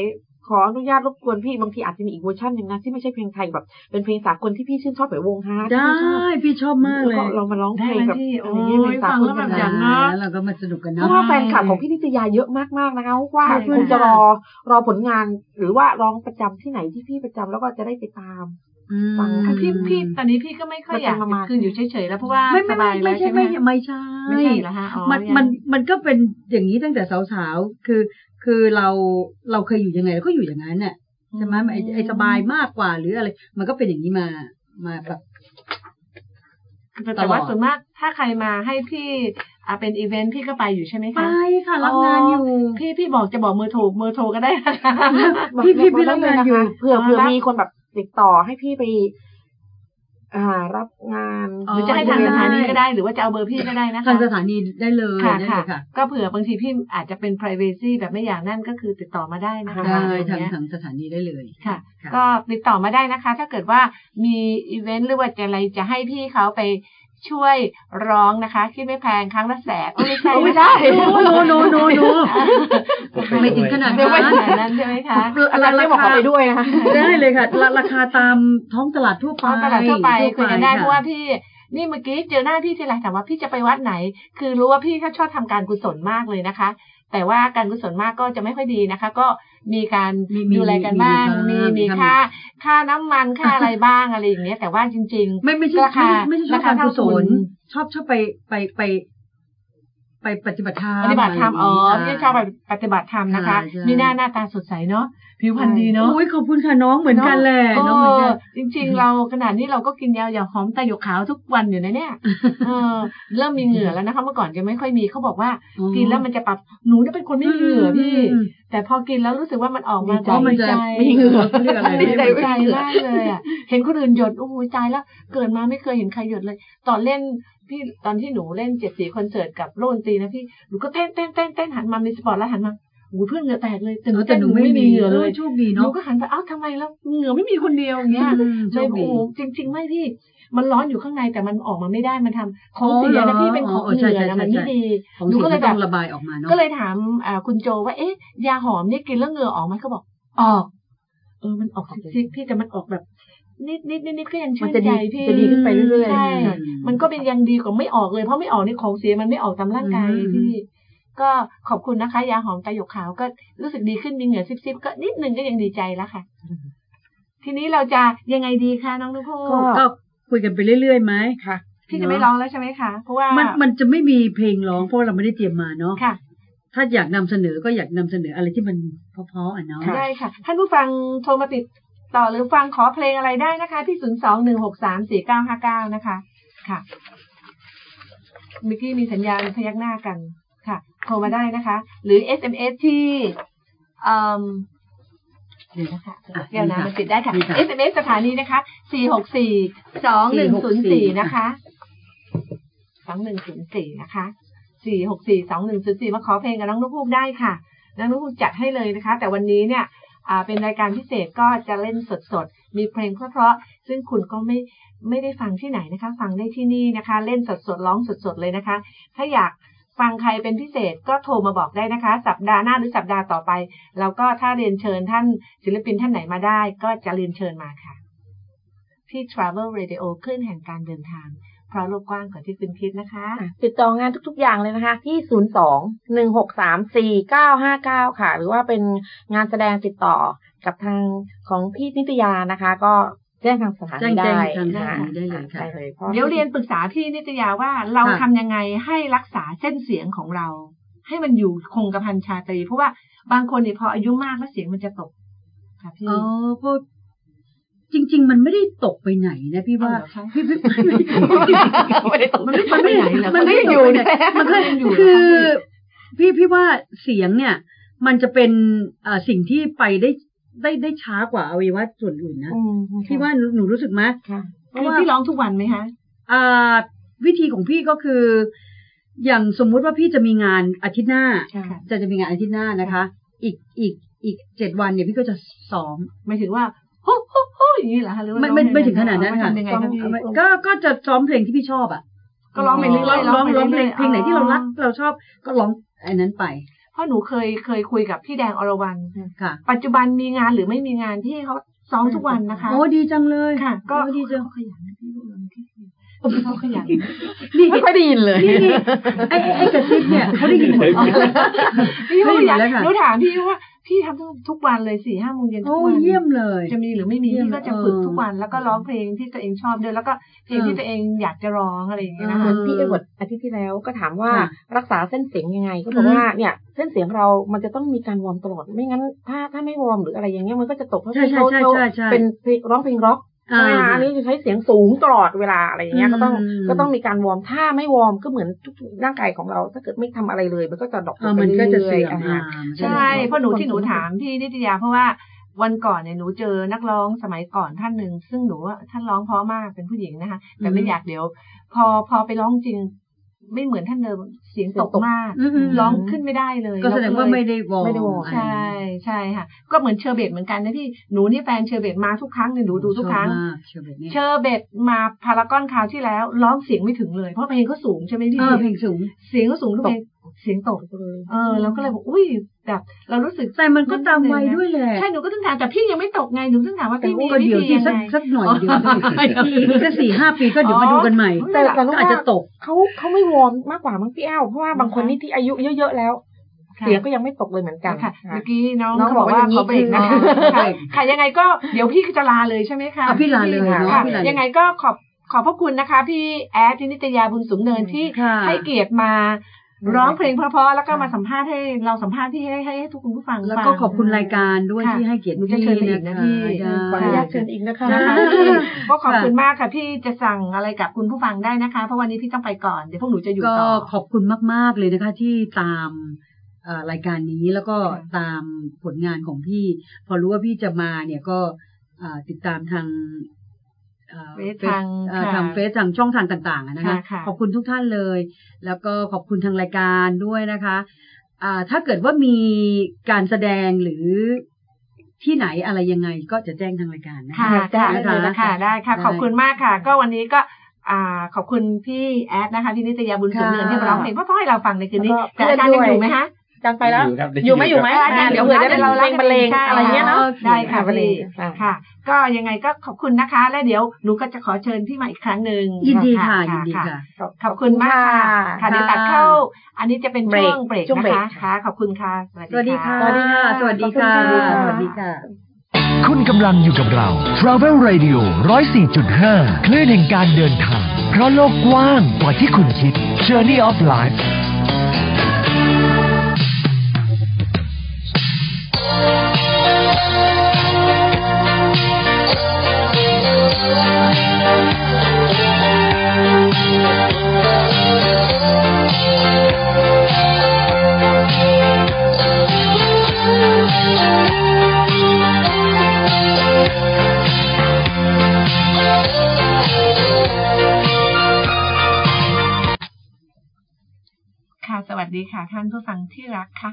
Speaker 5: ขออนุญาตรบกวนพี่บางทีอาจจะมีอีกเวอร์ชันหนึ่งนะที่ไม่ใช่เพลงไทยแบบ เป็นเพลงสากลที่พี่ชื่นชอบแบบวงฮาร์ด
Speaker 6: ได้ พี่ชอบมากเลย
Speaker 5: เรามาร้องเพลงแบบ
Speaker 4: ได้ไหมพี่โอ้ย
Speaker 5: ย่างเงี้ยเพลงสาก
Speaker 4: ฟัง
Speaker 5: ล
Speaker 4: แล้วแบ
Speaker 5: กับ
Speaker 4: อ
Speaker 5: นนะ
Speaker 4: ยาก
Speaker 6: นะเราก็มาสนุกกัน
Speaker 5: เพ
Speaker 6: นะ
Speaker 5: ราะว่าแฟนคลับของพี่นิตยาเยอะมากๆนะคะว่า
Speaker 4: ใช่ค่ะ
Speaker 5: คงจะรอรอผลงาน หรือว่าร้องประจำที่ไหนที่พี่ประจำแล้วก็จะได้ไปตาม ฟัง
Speaker 4: คือพี่พี่ตอนนี้พี่ก็ไม่ค่อยอยาก
Speaker 5: มันเป็นมาๆ
Speaker 4: คืนอยู่เฉยๆแล้วเพราะว่า
Speaker 6: ไม่
Speaker 4: ส
Speaker 6: ไม่
Speaker 4: บายแล้
Speaker 6: ไม่
Speaker 4: ว
Speaker 6: ใช่
Speaker 4: ใช่ไหม
Speaker 6: ไม่ไม่ใช่
Speaker 4: ไม่ใช่เหรอฮะอ๋อ
Speaker 6: มัน
Speaker 4: ยัง
Speaker 6: มันมันก็เป็นอย่างนี้ตั้งแต่สาวๆ คือ คือเราเราเคยอยู่ยังไงเราก็อยู่อย่างนั้นน่ะใช่ไหมไอ้ไอ้สบายมากกว่าหรืออะไร มันก็เป็นอย่างนี้มามาแบบ
Speaker 4: แต่ว่า
Speaker 6: ตลอด
Speaker 4: ส่วนมากถ้าใครมาให้พี่อ่าเป็นอีเวนต์พี่ก็ไปอยู่ใช่ไหม
Speaker 6: ไป
Speaker 4: คะ
Speaker 6: ค่ะรับงานอยู่
Speaker 4: พี่พี่บอกจะบอกเบอร์โทรเบอร์โทรก็ได้นะคะ
Speaker 6: พี่พี่พี่รับงานอยู่
Speaker 5: เผื่อเผื่อมีคนแบบติดต่อให้พี่ไป อ่า รับงาน
Speaker 6: อ๋
Speaker 4: ห
Speaker 6: อ
Speaker 4: รือจะให้ทางสถานีก็ได้หรือว่าจะเอาเบอร์พี่ก็ได้นะคะ
Speaker 6: ทางสถานีได้เลย
Speaker 4: ค่ะ
Speaker 6: ได้
Speaker 4: ค่ะ
Speaker 6: เลยค่ะ
Speaker 4: ก็เผื่อบางทีพี่อาจจะเป็น p r i เวซีแบบไม่อย่างนั่นก็คือติดต่อมาได้นะคะ
Speaker 6: ได้
Speaker 4: ตร
Speaker 6: ทาง ง
Speaker 4: เนี้ย
Speaker 6: ทางสถานีได้เลย
Speaker 4: ค่ะ
Speaker 6: ค่ะ
Speaker 4: ก็ติดต่อมาได้นะคะ ถ้าเกิดว่ามีอีเวนต์หรือว่าจะอะไรจะให้พี่เขาไปช่วยร้องนะคะ คิดไม่แพงครั้งละแสนโอ้ยไม่ใช่
Speaker 5: ไม่ได้
Speaker 6: โน้โน้โน้โน้โน้ไม่ถึงขนาด
Speaker 4: ไม่
Speaker 6: นั้
Speaker 4: ว่าขนาด
Speaker 6: น
Speaker 4: นั้นใช่ไหมคะ
Speaker 5: อาจารย์ไม่บอกขอไปด้วยนะคะ
Speaker 6: ได้เลยค่ะราราคาตามท้องตลาดทั่วไป
Speaker 4: เอาตลาดทั่วไปคุยกันได้
Speaker 6: ค่
Speaker 4: เพราะว่าพี่ นี่เมื่อกี้เจอหน้าพี่ทีไรถามว่าพี่จะไปวัดไหน คือรู้ว่าพี่เขาชอบทำการกุศลมากเลยนะคะ แต่ว่าการกุศลมากก็จะไม่ค่อยดีนะคะ ก็มีการ
Speaker 6: มีมี
Speaker 4: ดูแลกันบ้าง
Speaker 6: มี
Speaker 4: มี
Speaker 6: บ้าง
Speaker 4: มี
Speaker 6: ทำ
Speaker 4: ค่าค่าน้ำมันค่าอะไรบ้างอะไรอย่างเงี้ย แต่ว่าจริง
Speaker 6: ไม่ไม่ใช่
Speaker 4: ราคา
Speaker 6: ไม่ใช่ชอบการ
Speaker 4: ราคา
Speaker 6: กุศล
Speaker 4: เท่าทุน
Speaker 6: ชอบชอบไปไปไป ไปปฏิบัติธรรม
Speaker 4: ๆปฏิบัติธรรมอ๋อ
Speaker 6: อะไรย่าง
Speaker 4: พี่
Speaker 6: นี้
Speaker 4: ชอบไปปฏิบัติธรรมนะคะ
Speaker 6: ใช่
Speaker 4: มีหน้าหน้าตาสดใสเนาะผิวพรรณดีเนาะ
Speaker 6: อุ้ยขอบคุณค่ะน้องเหมือนกันแหละน้องเหมือนกัน
Speaker 4: เจริงๆ เราขนาดนี้เราก็กินยาอย่างหอมตะหยกขาวทุกวันอยู่ นะเนี่ย เออ เริ่มมีเหงื่อแล้วนะคะ เมื่อก่อนจะไม่ค่อยมีเขาบอกว่า
Speaker 6: อ๋อ
Speaker 4: กินแล้วมันจะปรับหนูเนี่ยเป็นคนไม่มีเหงื่อพี่ แต่พอกินแล้วรู้สึกว่ามันออกมา
Speaker 6: เพราะมันจะ
Speaker 4: ใจ
Speaker 6: มีเหงื่อเขาเรียกอะไร
Speaker 4: ดีใจ
Speaker 6: ไม่
Speaker 4: ใจ
Speaker 6: เหงื่อ
Speaker 4: มากเลยอ่ะ เห็นคนอื่นหยดโอ้โหใจแล้ว เกิดมาไม่เคยเห็นใครหยดเลย ตอนเล่นพี่ตอนที่หนูเล่นเจ็ดสีคอนเสิร์ตกับโรนตรีนะพี่หนูก็เต้นเต้นเต้นเต้นหันมาในสปอร์ตแล้วหันมาโอ้โหเพื่อนเหงื่อแตกเลยแต่หนู
Speaker 6: เออแต่ห
Speaker 4: เต้นห
Speaker 6: นู
Speaker 4: นู
Speaker 6: ไม่
Speaker 4: ไม่
Speaker 6: มี
Speaker 4: มี
Speaker 6: เห
Speaker 4: เห
Speaker 6: งื่อ
Speaker 4: งื่อ
Speaker 6: เล
Speaker 4: เลย ย
Speaker 6: โชคดี
Speaker 4: หนู
Speaker 6: เนาะ
Speaker 4: ก็หันไปอ้าวทำไมแล้วเหงื่อไม่มีคนเดียวอย่างเงี้ย
Speaker 6: อืมโช
Speaker 4: เลย
Speaker 6: ค
Speaker 4: โอ้
Speaker 6: ดี
Speaker 4: โหจริง ๆ ไม่พี่ มันร้อนอยู่ข้างในแต่มันออกมาไม่ได้มันทำของเสียนะพี่เป็นของเหงื่อนะมันไม่ดี
Speaker 6: ของ
Speaker 4: หนู
Speaker 6: เสีย
Speaker 4: ก็เลย
Speaker 6: ก็
Speaker 4: แบ
Speaker 6: ต้อ
Speaker 4: บ
Speaker 6: งระบายออกมาเนาะ
Speaker 4: ก็เลยถามอ่าคุณโจว่าเอ๊ะยาหอมเนี่ยกินแล้วเหงื่อออกไหมเขาบอก ออก เออมันออกซิกๆพี่แต่มันออกแบบ นิดนิดนิดนิดก็ยังชื่นใจพี่
Speaker 5: จะดีขึ้นไปเรื่อยๆ
Speaker 4: ใช่ มันก็เป็นยังดีกว่าไม่ออกเลยเพราะไม่ออกในของเสียมันไม่ออกตามร่างกายพี่ ก็ขอบคุณนะคะ ยาหอมตาหยกขาวก็รู้สึกดีขึ้นมีเหงื่อซิบๆก็นิดนึงก็ยังดีใจแล้วค่ะ ทีนี้เราจะยังไงดีคะน้องนุกพู
Speaker 6: ก็ก็คุยกันไปเรื่อยๆไหม
Speaker 4: พี่จะไม่ร้องแล้วใช่ไหมคะเพราะว่า
Speaker 6: มันมันจะไม่มีเพลงร้องเพราะเราไม่ได้เตรียมมาเนาะ
Speaker 4: ค่ะ
Speaker 6: ถ้าอยากนำเสนอก็อยากนำเสนออะไรที่มันเพราะๆอ่ะเนาะ
Speaker 4: ได้ค่ะ ท่านผู้ฟังโทรมาติดต่อหรือฟังขอเพลงอะไรได้นะคะ ที่ 0 2 1 6 3 4 9 5 9 นะคะ ค่ะเมื่อกี้มีสัญญาณพยักหน้ากันค่ะ โทรมาได้นะคะ หรือ SMS ที่เอ่มเดี๋ยวนะคะ
Speaker 6: อ่ะ
Speaker 4: เดี๋ยวนะ
Speaker 6: มีค่ะ
Speaker 4: มันติดได้ค่ะ
Speaker 6: มีค่ะ
Speaker 4: SMS สถานีนะคะ 464 2104 นะคะ 2104 นะคะ 464 2104 มาขอเพลงกับน้องนุกพูกได้ค่ะ นักนุกจัดให้เลยนะคะ แต่วันนี้เนี่ยอ่าเป็นรายการพิเศษก็จะเล่นสดๆ มีเพลงเพราะๆซึ่งคุณก็ไม่ไม่ได้ฟังที่ไหนนะคะ ฟังได้ที่นี่นะคะ เล่นสดๆร้องสดๆเลยนะคะ ถ้าอยากฟังใครเป็นพิเศษก็โทรมาบอกได้นะคะ สัปดาห์หน้าหรือสัปดาห์ต่อไป แล้วก็ถ้าเรียนเชิญท่านศิลปินท่านไหนมาได้ ก็จะเรียนเชิญมาค่ะ ที่ Travel Radio คลื่นแห่งการเดินทาง เพราะโลกกว้างกว่าที่คุณคิดนะคะ
Speaker 5: ติดต่องานทุกๆอย่างเลยนะคะ ที่ 0 2 1 6 3 4 9 5 9 ค่ะ หรือว่าเป็นงานแสดงติดต่อกับทางของพี่นิตยานะคะ ก็แจ้งทางสถานี
Speaker 6: แจ้
Speaker 5: ได้
Speaker 6: งทางส
Speaker 5: นะ
Speaker 6: ถา
Speaker 5: คะ
Speaker 6: นีได้เลยค่ะ
Speaker 5: ได้เลยพราะ
Speaker 4: เดี๋ยวเรียนปรึกษาพี่นิตยาว่าเรา
Speaker 6: ค่ะ
Speaker 4: ทำยังไงให้รักษาเส้นเสียงของเรา ให้มันอยู่คงกระพันชาตรี เพราะว่าบางคนเนี่ยพออายุมากแล้วเสียงมันจะตกค่ะพี่
Speaker 6: อ๋อเพราะจริง ๆ มันไม่ได้ตกไปไหนนะพี่ว่า
Speaker 4: เอาเหรอคะ
Speaker 6: พี่พี่
Speaker 4: ไม่ได้ตกมันไม่ไปไหนเหรอ
Speaker 6: มันไม่ได้
Speaker 4: คะ
Speaker 6: ตกไปไหนมันก็
Speaker 4: ยังอยู่เหร
Speaker 6: คือ
Speaker 4: ะ
Speaker 6: พี่พี่ว่าเสียงเนี่ย มันจะเป็นเอ่อสิ่งที่ไปได้ได้ได้ช้ากว่าอวัยวะส่วนอื่นนะ
Speaker 4: อืมค่ะ
Speaker 6: พี่ว่าหนูหนูรู้สึกไหม
Speaker 4: ค่ะ
Speaker 6: เพ
Speaker 4: คื
Speaker 6: ราะ
Speaker 4: อ
Speaker 6: ว่า
Speaker 4: พี่ร้องทุกวันไหมคะ
Speaker 6: อ่าวิธีของพี่ก็คือ อย่างสมมุติว่าพี่จะมีงานอาทิตย์หน้า
Speaker 4: ค่ะ
Speaker 6: จะจะมีงานอาทิตย์หน้านะคะ อีกอีกอีกเจ็ดวันเนี่ยพี่ก็จะซ้อม
Speaker 4: ไม่ถึงว่าโฮ้โฮ้โฮ้อย่างนี้เหรอคะหรือว่า
Speaker 6: ไม่ไม่
Speaker 4: ร้อยังง
Speaker 6: ไม่ถึงขนาดนั้นค่ะ
Speaker 4: ทำยังไงคะพี่
Speaker 6: ก็ก็จะซ้อมเพลงที่พี่ชอบอ่ะ
Speaker 4: ก็ร้องไปเรื่อยๆ
Speaker 6: ร้องร้องเพลง
Speaker 4: ๆ
Speaker 6: เพลงไหนที่เรารักเราชอบก็ร้องอันนั้นไป
Speaker 4: เพราะหนูเคยเคยคุยกับพี่แดงอรวรรณ
Speaker 6: ค่ะ
Speaker 4: ปัจจุบันมีงานหรือไม่มีงานที่เขาซ้อมทุกวันนะคะ
Speaker 6: โอ้ดีจังเลย
Speaker 4: ค่ะ ก็
Speaker 6: โอ้ดีจัง
Speaker 4: ขยันนะพี่ลูกเราที่ เขาขยันนะ
Speaker 6: นี่
Speaker 5: ไม่ค่อยได้ยินเลย
Speaker 6: นี่นี่ไอ้ไอ้ไอ้กระซิบเนี่ยเขาได้ยินหมด
Speaker 4: พี่เขาขยัน
Speaker 6: ไม่อยู่แล้วค่ะ
Speaker 4: หนูถามพี่ว่าพี่ทำทุกทุกวันเลยสี่ห้าโมงเย็นทุ
Speaker 6: โอ้
Speaker 4: กวัน
Speaker 6: เยี่ยมเลย
Speaker 4: จะมีหรือไม่มี
Speaker 6: เยี่ยม
Speaker 4: พี่ก็จะฝึก
Speaker 6: เออ
Speaker 4: ทุกวัน แล้วก็ร้องเพลงที่ตัวเองชอบด้วยแล้วก็เพลงที่ตัวเองอยากจะร้องอะไรอย่างเงี้ยนะ
Speaker 6: อื
Speaker 4: คะ
Speaker 6: ม
Speaker 5: พี่เอวดอาทิตย์ที่แล้วก็ถามว่า
Speaker 6: ค่ะ
Speaker 5: รักษาเส้นเสียงยังไง ก็บอก
Speaker 6: อืม
Speaker 5: ว่าเนี่ย เส้นเสียงเรามันจะต้องมีการวอร์มตลอดไม่งั้น ถ้าถ้าไม่วอร์มหรืออะไรอย่างเงี้ยมันก็จะตกเพราะ
Speaker 6: ใช่ใช่
Speaker 5: เขา
Speaker 6: ใช่
Speaker 5: เขา
Speaker 6: ใช่ใช่
Speaker 5: เป็นเพลงร้องเพลงร็อกใช่
Speaker 6: อ่า
Speaker 5: ไหมคะอันนี้คือใช้เสียงสูงตลอดเวลาอะไรอย่างเงี้ยก็ต้อง
Speaker 6: อืม
Speaker 5: ก็ต้องมีการวอร์มถ้าไม่วอร์มก็เหมือนทุกๆร่างกายของเรา ถ้าเกิดไม่ทำอะไรเลย มันก็จะดรอกล
Speaker 6: เออง
Speaker 5: ไป
Speaker 6: มันก็จะ
Speaker 5: เรื่
Speaker 6: เสื่
Speaker 5: อย
Speaker 6: อม
Speaker 5: ๆอ่า
Speaker 6: อ่า
Speaker 4: ใช่
Speaker 5: ได้
Speaker 4: เพราะหนูที่หนูถามพี่นิตยาเพราะว่าวันก่อนเนี่ยหนูเจอนักร้องสมัยก่อนท่านหนึ่งซึ่งหนูว่าท่านร้องเพราะมากเป็นผู้หญิงนะคะแต่ไม่อยากเดี๋ยว พอพอไปร้องจริง ไม่เหมือนท่านเดิมเสียงตกมาก
Speaker 6: อืมอืม
Speaker 4: ร้องขึ้นไม่ได้เลย
Speaker 6: ก็แสดงว่าไม่ได้วอร์ม
Speaker 5: ไม่ได้วอร์ม
Speaker 6: อะไร
Speaker 4: ใช่ใช่ค่ะ ก็เหมือนเชอร์เบตเหมือนกันนะพี่หนูนี่แฟนเชอร์เบตมาทุกครั้งเนี่ยหนูดูทุกครั้ง
Speaker 6: ชอบมากเชอร์เบตเนี่ย
Speaker 4: เชอร์เบตมาพารากอนคราวที่แล้ว ร้องเสียงไม่ถึงเลย เพราะเพลงก็สูงใช่ไหมพี่
Speaker 6: เออเพลงสูง
Speaker 4: เสียงก็สูงทุกเพลงเสียงตกเลยเออเราก็เลยบอกอุ้ยแบบเรารู้สึก
Speaker 6: แต่มันก็ตามวัยด้วยแหละ
Speaker 4: ใช่หนูก็ต้องถามแต่พี่ยังไม่ตกไงหนูต้องถามว่า
Speaker 6: แต่
Speaker 4: พี่มี
Speaker 6: ก็
Speaker 4: วิ
Speaker 6: เดี๋ยว
Speaker 4: ธี
Speaker 6: ที่
Speaker 4: ยัง
Speaker 6: สัก
Speaker 4: ไง
Speaker 6: สักหน่อยเดียว
Speaker 4: อ๋อ
Speaker 6: ก็สี่ห้าปีก็เดี๋ยวมาดูกันใหม่
Speaker 5: แต่แต่
Speaker 6: ก็
Speaker 5: รู้
Speaker 6: อาจ
Speaker 5: ว่า
Speaker 6: จะตก
Speaker 5: เขาเขาไม่วอร์มมากกว่ามั้งพี่แอลเพราะว่าบางคนนี่ที่อายุเยอะๆแล้ว
Speaker 4: ค่ะ
Speaker 5: เสียงก็ยังไม่ตกเลยเหมือนกัน
Speaker 4: ค่ะ
Speaker 5: ค่ะ
Speaker 4: เมื่อกี้น้อง
Speaker 5: น้อง
Speaker 4: ก็บอกว่า
Speaker 5: บอ
Speaker 4: ขอ
Speaker 5: กว่า
Speaker 4: เบรกนะคะ
Speaker 5: อย่างนี้คือ
Speaker 4: ค่ะค่ะยังไงก็เดี๋ยวพี่จะลาเลยใช่ไหมคะ
Speaker 6: อ่ะพี่ลาเลยเนอะ
Speaker 4: ค่ะ
Speaker 6: พี่ลาเลย
Speaker 4: ยังไงก็ขอบขอบพระคุณนะคะ พี่แอดพินิตยาบุญสูงเนินที่
Speaker 6: ค่ะ
Speaker 4: ให้เกียรติมาร้องเพลงเพราะๆแล้วก็มาสัมภาษณ์ให้เราสัมภาษณ์ที่ให้ให้ให้ทุกคุณผู้ฟัง
Speaker 6: แล้ว
Speaker 4: ฟัง
Speaker 6: ก็ขอบคุณรายการด้วย
Speaker 4: ค่ะ
Speaker 6: ที่ให้เกียรติ
Speaker 4: หนูจะเชิญไปอีกนะพี่
Speaker 5: ขออนุญาตเชิญอีกนะคะ
Speaker 6: ได้
Speaker 4: ค่ะ
Speaker 6: ได้
Speaker 4: ก็ขอบคุณมากค่ะพี่จะสั่งอะไรกับคุณผู้ฟังได้นะคะ เพราะวันนี้พี่ต้องไปก่อนเดี๋ยวพวกหนูจะอยู่
Speaker 6: ก็
Speaker 4: ต่อ
Speaker 6: ขอบคุณมาก ๆ เลยนะคะที่ตามเอ่อรายการนี้แล้วก็
Speaker 4: ค่ะ
Speaker 6: ตามผลงานของพี่ พอรู้ว่าพี่จะมาเนี่ยก็เอ่อติดตามทางเอ่อ
Speaker 4: Face
Speaker 6: Face-
Speaker 4: ทาง
Speaker 6: เอ่อ
Speaker 4: ค่ะ
Speaker 6: ทางเฟซทางช่องทางต่างๆอะนะคะ
Speaker 4: ค่ะค่ะ
Speaker 6: ขอบคุณทุกท่านเลย แล้วก็ขอบคุณทางรายการด้วยนะคะอ่าถ้าเกิดว่ามีการแสดงหรือที่ไหนอะไรยังไงก็จะแจ้งทางรายการนะ
Speaker 4: ค่ะ
Speaker 6: ได้
Speaker 4: ได้
Speaker 6: ค่ะ
Speaker 4: ค่ะได้ค่ะ ขอบคุณมากค่ะ ก็วันนี้ก็อ่าขอบคุณพี่แอดนะคะพี่นิตยาบุญสูงเนินที่มาร้องเพลงเพราะๆให้เราฟังในคืนนี้
Speaker 5: แล้ว
Speaker 4: แต่
Speaker 5: ก็
Speaker 4: อาจารย์ยัง
Speaker 5: เพื่อน
Speaker 4: อยู่
Speaker 5: ด้วย
Speaker 4: ไหมคะ
Speaker 5: จังไปแล้ว
Speaker 7: อยู่ครับได้
Speaker 5: อยู่ไหมอยู่
Speaker 7: ครับ
Speaker 5: ไหม
Speaker 4: อาจารย์เดี๋ยว
Speaker 5: เผื่อ
Speaker 4: นะ
Speaker 5: จะได้
Speaker 4: เรา
Speaker 5: เพลงบรรเลง
Speaker 4: ใช่
Speaker 5: อะไรเงี้ยเนาะ
Speaker 4: ได้ค่ะ
Speaker 5: บรรเลง
Speaker 4: พี่
Speaker 5: ค่ะ
Speaker 4: ค่ะ ก็ยังไงก็ขอบคุณนะคะ และเดี๋ยวหนูก็จะขอเชิญพี่มาอีกครั้งหนึ่ง
Speaker 6: ยินดีค่ะยินดีค่ะ
Speaker 4: ขอบคุณมากค่ะค่ะเดี๋ยวตัดเข้า อันนี้จะเป็นช่วงเบรก
Speaker 5: ช่วง
Speaker 4: นะ
Speaker 5: เบรก
Speaker 4: คะค่ะ ขอบคุณค่ะ
Speaker 6: สวัสดีค่ะ สวัสดีค่ะ
Speaker 5: ขอบคุณค่ะ
Speaker 6: สวัสดีค่ะ
Speaker 1: คุณกำลังอยู่กับเรา Travel Radio 104.5 คลื่นแห่งการเดินทาง เพราะโลกกว้างกว่าที่คุณคิด Journey of Life
Speaker 4: ค่ะ สวัสดีค่ะ ท่านผู้ฟังที่รักค่ะ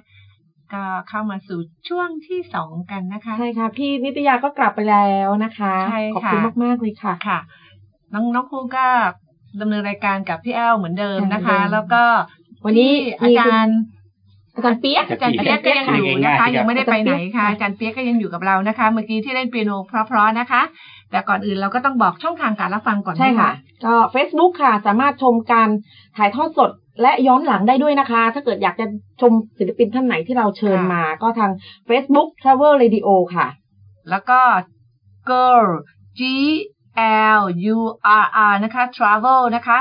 Speaker 4: ก็เข้ามาสู่ช่วงที่สองกันนะคะ
Speaker 5: ใช่ค่ะ พี่นิตยาก็กลับไปแล้วนะคะ
Speaker 4: ใช่ค่ะ
Speaker 5: ขอบคุณมากๆเลยค่ะ
Speaker 4: ค่ะ น้องน้องครูก็ดำเนินรายการกับพี่แอลเหมือนเดิมนะคะ
Speaker 5: เหมือนเดิม
Speaker 4: แล้วก็
Speaker 5: วันนี้
Speaker 4: อา
Speaker 5: มี
Speaker 4: จารย์
Speaker 5: อาจารย์เปียก
Speaker 4: อาจารย์เปียกก็ยังอยู่นะคะ ยังไม่ได้ไปไหนค่ะอาจารย์เปียกก็ยังอยู่กับเรานะคะ เมื่อกี้ที่เล่นเปียโนเพราะๆนะคะ แต่ก่อนอื่นเราก็ต้องบอกช่องทางการรับฟังก่อน
Speaker 5: ใช่ค่ะ ก็ Facebook ค่ะ สามารถชมการถ่ายทอดสดและย้อนหลังได้ด้วยนะคะ ถ้าเกิดอยากจะชมศิลปินท่านไหนที่เราเชิญมา ก็ทาง Facebook Travel Radio ค่ะ
Speaker 4: แล้วก็ girl G L U R R นะคะ travel นะคะ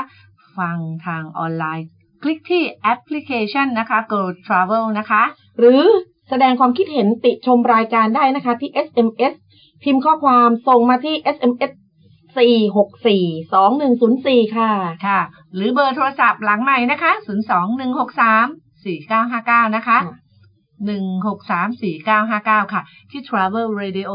Speaker 4: ฟังทางออนไลน์ คลิกที่แอปพลิเคชันนะคะ Go Travel นะคะ
Speaker 5: หรือแสดงความคิดเห็นติชมรายการได้นะคะ ที่ SMS พิมพ์ข้อความส่งมาที่ SMS 4642104 ค่ะ
Speaker 4: ค่ะ หรือเบอร์โทรศัพท์หลังใหม่นะคะ 021634959 นะคะ
Speaker 5: ค่ะ
Speaker 4: 1634959 ค่ะ ที่ Travel Radio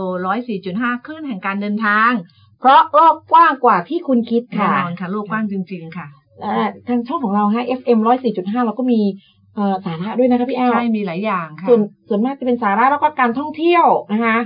Speaker 4: 104.5 คลื่นแห่งการเดินทาง
Speaker 5: เพราะโลกกว้างกว่าที่คุณคิด
Speaker 4: แน่
Speaker 5: ค่ะ
Speaker 4: นอนค่ะ โลกกว้างจริง ๆ ค่ะ
Speaker 5: และทางช่องของเราฮะ FM 104.5 เราก็มีเอ่อสาระด้วยนะคะพี่แอล
Speaker 4: ใช่ มีหลายอย่างค่ะ
Speaker 5: ส่วนส่วนมากจะเป็นสาระแล้วก็การท่องเที่ยวนะคะ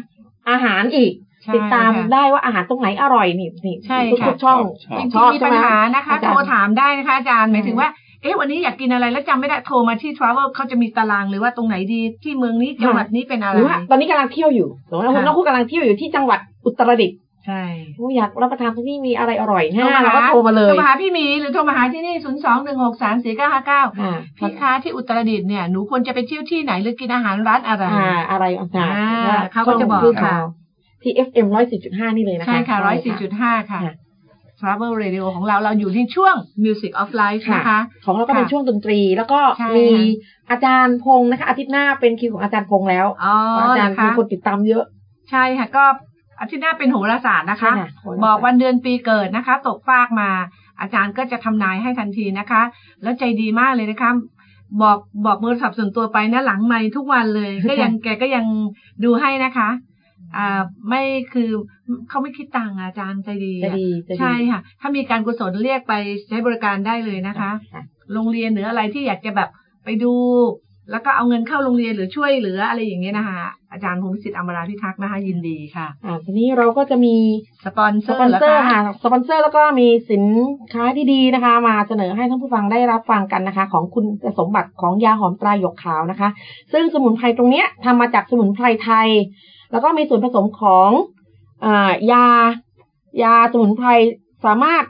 Speaker 5: อาหารอีก
Speaker 4: ใช่
Speaker 5: ติดตาม
Speaker 4: ค่ะ
Speaker 5: ได้ว่าอาหารตรงไหนอร่อยนี่นี่
Speaker 4: ใช่ค่ะ
Speaker 5: ทุกๆช่อง
Speaker 7: ใช่
Speaker 4: จริง
Speaker 5: ชอบ
Speaker 4: ๆมี
Speaker 5: ใช่
Speaker 4: ปัญ
Speaker 5: ไหม
Speaker 4: หานะคะ
Speaker 5: อาจารย์
Speaker 4: โทรถามได้นะคะอาจารย์หมายถึง
Speaker 5: อืม
Speaker 4: ว่า เอ๊ะวันนี้อยากกินอะไรแล้วจำไม่ได้โทรมาที่ Travel เขาจะมีตารางเลยว่าตรงไหนดีที่เมืองนี้จังหวัดนี้เป็นอะ
Speaker 5: ห
Speaker 4: ไร
Speaker 5: รือว่าตอนนี้กำลังเที่ยวอยู่สมมติว่าคุณ
Speaker 4: ค่ะ
Speaker 5: น้องคุณกำลังเที่ยวอยู่ที่จังหวัดอุตรดิตถ์
Speaker 4: ใช่
Speaker 5: โอ้อยากรับประทานที่นี่มีอะไรอร่อย
Speaker 4: โทร
Speaker 5: นะ
Speaker 4: มาหา
Speaker 5: เราก็โทรมาเล
Speaker 4: โท
Speaker 5: ย
Speaker 4: รมาหาพี่หมีหรือโทรมาหาที่นี่ 0 2 1 6 3 4 9 5 9
Speaker 5: อ่า
Speaker 4: พี่คะที่อุตรดิตถ์เนี่ยหนูควรจะไปเที่ยวที่ไหนหรือกินอาหารร้านอะไร
Speaker 5: อ่าอะไรต่างๆ
Speaker 4: อ่าเขาก็จะบอกค่ะ
Speaker 5: ที่ FM ร้อยสี่จุดห้านี่เลยนะคะ
Speaker 4: ใช่ค่ะ 104.5 ค่ะ
Speaker 5: ค่ะ
Speaker 4: Travel Radio ของเราเราอยู่ที่ช่วง Music of Life นะคะ
Speaker 5: ของเราก็เป็น
Speaker 4: ค่ะ
Speaker 5: ช่วงดนตรี แล้วก็
Speaker 4: ใช่
Speaker 5: มีอาจารย์พงศ์นะคะ อาทิตย์หน้าเป็นคิวของอาจารย์พงศ์แล้ว
Speaker 4: อ๋อ
Speaker 5: อาจารย์
Speaker 4: นะคะ
Speaker 5: มีคนติดตามเยอะ
Speaker 4: ใช่ค่ะก็อาทิตย์หน้าเป็นโหราศาสตร์นะคะ
Speaker 5: ใช่โหราศาสตร์
Speaker 4: บอกวันเดือนปีเกิดนะคะ ตกฟากมา อาจารย์ก็จะทำนายให้ทันทีนะคะ แล้วใจดีมากเลยนะคะ บอกบอกเบอร์สับส่วนตัวไปนะหลังไม่ทุกวันเลย ก็ยังแกก็ยังดูให้นะคะอ่าไม่คือเขาไม่คิดตังค์อะอาจารย์ใจดีอะ
Speaker 5: จะดีจะดี
Speaker 4: ใช่ค่ะ ถ้ามีการกุศลเรียกไปใช้บริการได้เลยนะคะ
Speaker 5: ค่ะ
Speaker 4: โรงเรียนหรืออะไรที่อยากจะแบบไปดู แล้วก็เอาเงินเข้าโรงเรียนหรือช่วยเหลืออะไรอย่างเงี้ยนะคะ อาจารย์พงศิษฐ์อมราพิทักษ์นะคะยินดีค่ะ
Speaker 5: อ่าทีนี้เราก็จะมี
Speaker 4: สปอนเซ
Speaker 5: ส
Speaker 4: อร์
Speaker 5: ปอน
Speaker 4: ห
Speaker 5: เซอร์
Speaker 4: คะ
Speaker 5: ค่ะสปอนเซอร์แล้วก็มีสินค้าที่ดีนะคะ มาเสนอให้ท่านผู้ฟังได้รับฟังกันนะคะ ของคุณสมบัติของยาหอมตราหยกขาวนะคะ ซึ่งสมุนไพรตรงเนี้ยทำมาจากสมุนไพรไทย แล้วก็มีส่วนผสมของอายายาสมุนไพรสามารถ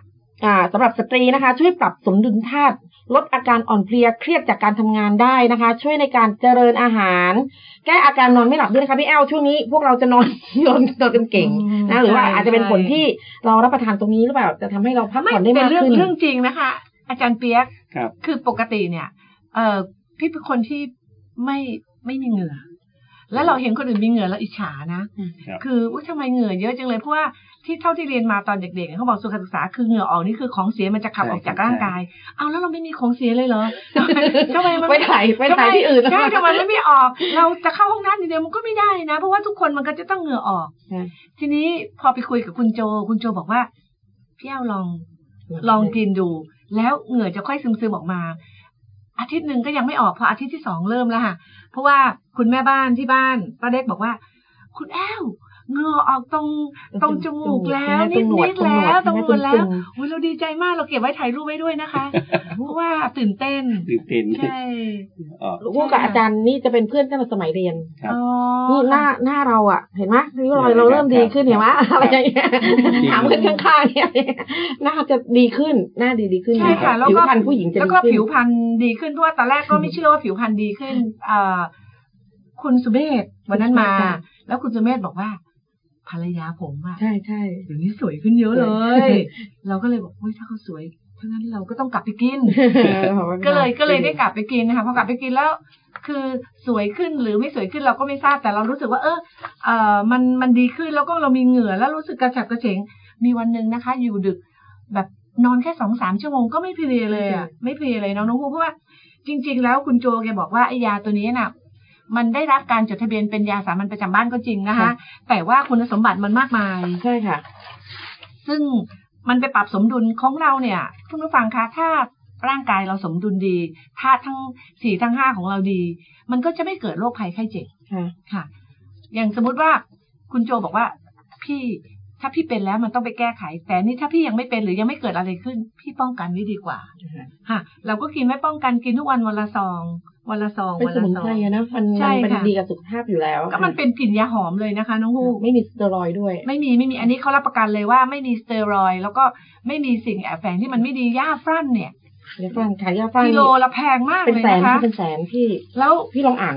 Speaker 5: อ่าสำหรับสตรีนะคะ ช่วยปรับสมดุลธาตุลดอาการอ่อนเพลียเครียดจากการทำงานได้นะคะ ช่วยในการเจริญอาหาร แก้อาการนอนไม่หลับด้วยนะคะพี่แอลช่วงนี้พวกเราจะนอน นอนนอนกันเก่ง
Speaker 4: อืม
Speaker 5: นะหรือว่า
Speaker 4: ใช่
Speaker 5: อาจจะเป็นผลที่เรารับประทานตรงนี้หรือเปล่าจะทำให้เราพัก
Speaker 4: ไม่
Speaker 5: ผ่อนได้
Speaker 4: เป็
Speaker 5: มาน ก
Speaker 4: เรื่อง
Speaker 5: ขึ้น
Speaker 4: เรื่องจริงนะคะ อาจารย์เปียก
Speaker 7: ครับ
Speaker 4: คือปกติเนี่ย เออพี่เป็นคนที่ไม่ไม่มีเหงื่อ แล้วเราเห็นคนอื่นมีเหงื่อแล้วอิจฉานะ
Speaker 7: ครับ
Speaker 4: คือว่าทำไมเหงื่อเยอะจังเลยเพราะว่าที่เท่าที่เรียนมาตอนเด็กๆเขาบอกสุขศึกษาคือเหงื่อออกนี่คือของเสียมันจะขับออกจากร่างกาย เอาแล้วเราไม่มีของเสียเลย เหรอทำไมมัน
Speaker 5: ไปถ่ายไปถ่ายที่อื่น
Speaker 4: ใช่ทำไมมันไม่ออก เราจะเข้าห้องน้ำอย่างเดียวมันก็ไม่ได้นะ เพราะว่าทุกคนมันก็จะต้องเหงื่อออก ทีนี้พอไปคุยกับคุณโจ คุณโจบอกว่าพี่เอาลองลองกินดู แล้วเหงื่อจะค่อยซึมๆออกมา อาทิตย์หนึ่งก็ยังไม่ออกพออาทิตย์ที่สองเริ่มแล้วค่ะ เพราะว่าคุณแม่บ้านที่บ้านป้าเล็กบอกว่า คุณแอวเหงื่อออกตรงตรงจมูกแล้ว
Speaker 5: ต
Speaker 4: นิ
Speaker 5: ร
Speaker 4: ด
Speaker 5: งหนวด
Speaker 4: ๆแล้วตรงหนวดแล้
Speaker 5: ตร
Speaker 4: ว
Speaker 5: งหนวด
Speaker 4: อุ้ยเราดีใจมากเราเก็บไว้ถ่ายรูปไว้ด้วยนะคะ เพราะว่าตื่นเต้น
Speaker 7: ตื่นเต้น
Speaker 4: ใช่
Speaker 7: ออก
Speaker 5: คู่กับอาจารย์นี่จะเป็นเพื่อนกันตั้งแต่สมัยเรียน
Speaker 7: ครับ
Speaker 4: อ๋อ
Speaker 5: นี่หน้าหน้าเราอ่ะ เห็นไหมริ้วรอยเราเริ่มดีขึ้นเห็นไหมอะไรอย่างเงี้ยถามเพื่อนข้างๆเนี่ยหน้าจะดีขึ้นหน้าดีดีขึ้น
Speaker 4: ใช่ค่ะ แล้ว
Speaker 5: ผิว
Speaker 4: ก็
Speaker 5: พรรณผู้หญิงจะ
Speaker 4: แล้
Speaker 5: ดี
Speaker 4: วก็
Speaker 5: ขึ้น
Speaker 4: ผิวพรรณดีขึ้นเพราะว่าตอนแรกก็ไม่เชื่อว่าผิวพรรณดีขึ้นเอ่อคุณสุเมธวันนั้นมา แล้วคุณสุเมธบอกว่า ภรรยาผมอะ
Speaker 5: ใช่ใช่
Speaker 4: เดี๋ยวนี้สวยขึ้นเยอะเลย เราก็เลยบอกเฮ้ยถ้าเขาสวยเพราะงั้นเราก็ต้องกลับไปกิน ก็เลยก็เลยได้กลับไปกินนะคะพอกลับไปกินแล้ว คือสวยขึ้นหรือไม่สวยขึ้นเราก็ไม่ทราบแต่เรารู้สึกว่า เออเออมันมันดีขึ้นแล้วก็เรามีเหงื่อแล้วรู้สึกกระฉับกระเฉงมีวันหนึ่งนะคะ อยู่ดึกแบบนอนแค่สองสามชั่วโมงก็ไม่เพลียเลยอะไม่เพลียเลยน้องน้องพูเพราะว่า จริง ๆ แล้วคุณโจแกบอกว่าไอยาตัวนี้น่ะ มันได้รับการจดทะเบียนเป็นยาสามัญประจำบ้านก็จริงนะคะ แต่ว่าคุณสมบัติมันมากมาย
Speaker 5: ใช่ค่ะ
Speaker 4: ซึ่งมันไปปรับสมดุลของเราเนี่ยคุณผู้ฟังคะถ้าร่างกายเราสมดุลดีธาตุทั้งสี่ทั้งห้าของเราดี มันก็จะไม่เกิดโรคภัยไข้เจ็บ
Speaker 5: ค่ะ
Speaker 4: ค่ะ อย่างสมมุติว่าคุณโจบอกว่าพี่ถ้าพี่เป็นแล้วมันต้องไปแก้ไข แต่นี่ถ้าพี่ยังไม่เป็นหรือยังไม่เกิดอะไรขึ้น พี่ป้องกันไว้ดีกว่าค่ะเราก็กินไว้ป้องกันกินทุกวันวันละซองวันละซอง
Speaker 5: เป็น
Speaker 4: วันละ
Speaker 5: สมุน
Speaker 4: ซอ
Speaker 5: ไพรง อะนะมัน
Speaker 4: ใช่
Speaker 5: มันเป็น
Speaker 4: ค่ะ
Speaker 5: ดีกับสุขภาพอยู่แล้ว
Speaker 4: ก็มันเป็นกลิ่นยาหอมเลยนะคะ น้องฮูก
Speaker 5: ไม่มีสเตียรอยด์ด้วย
Speaker 4: ไม่มีไม่มีอันนี้เขารับประกันเลยว่าไม่มีสเตียรอยด์แล้วก็ไม่มีสิ่งแอบแฝงที่มันไม่ดีย่าฟรั่นเนี่ย
Speaker 5: ยาฟันขายยาฟัน
Speaker 4: กิโลละแพงมาก
Speaker 5: เป็น
Speaker 4: เลย
Speaker 5: แสน
Speaker 4: นะคะ
Speaker 5: เป็นแสนพี่
Speaker 4: แล้ว
Speaker 5: พี่ลองอ่าน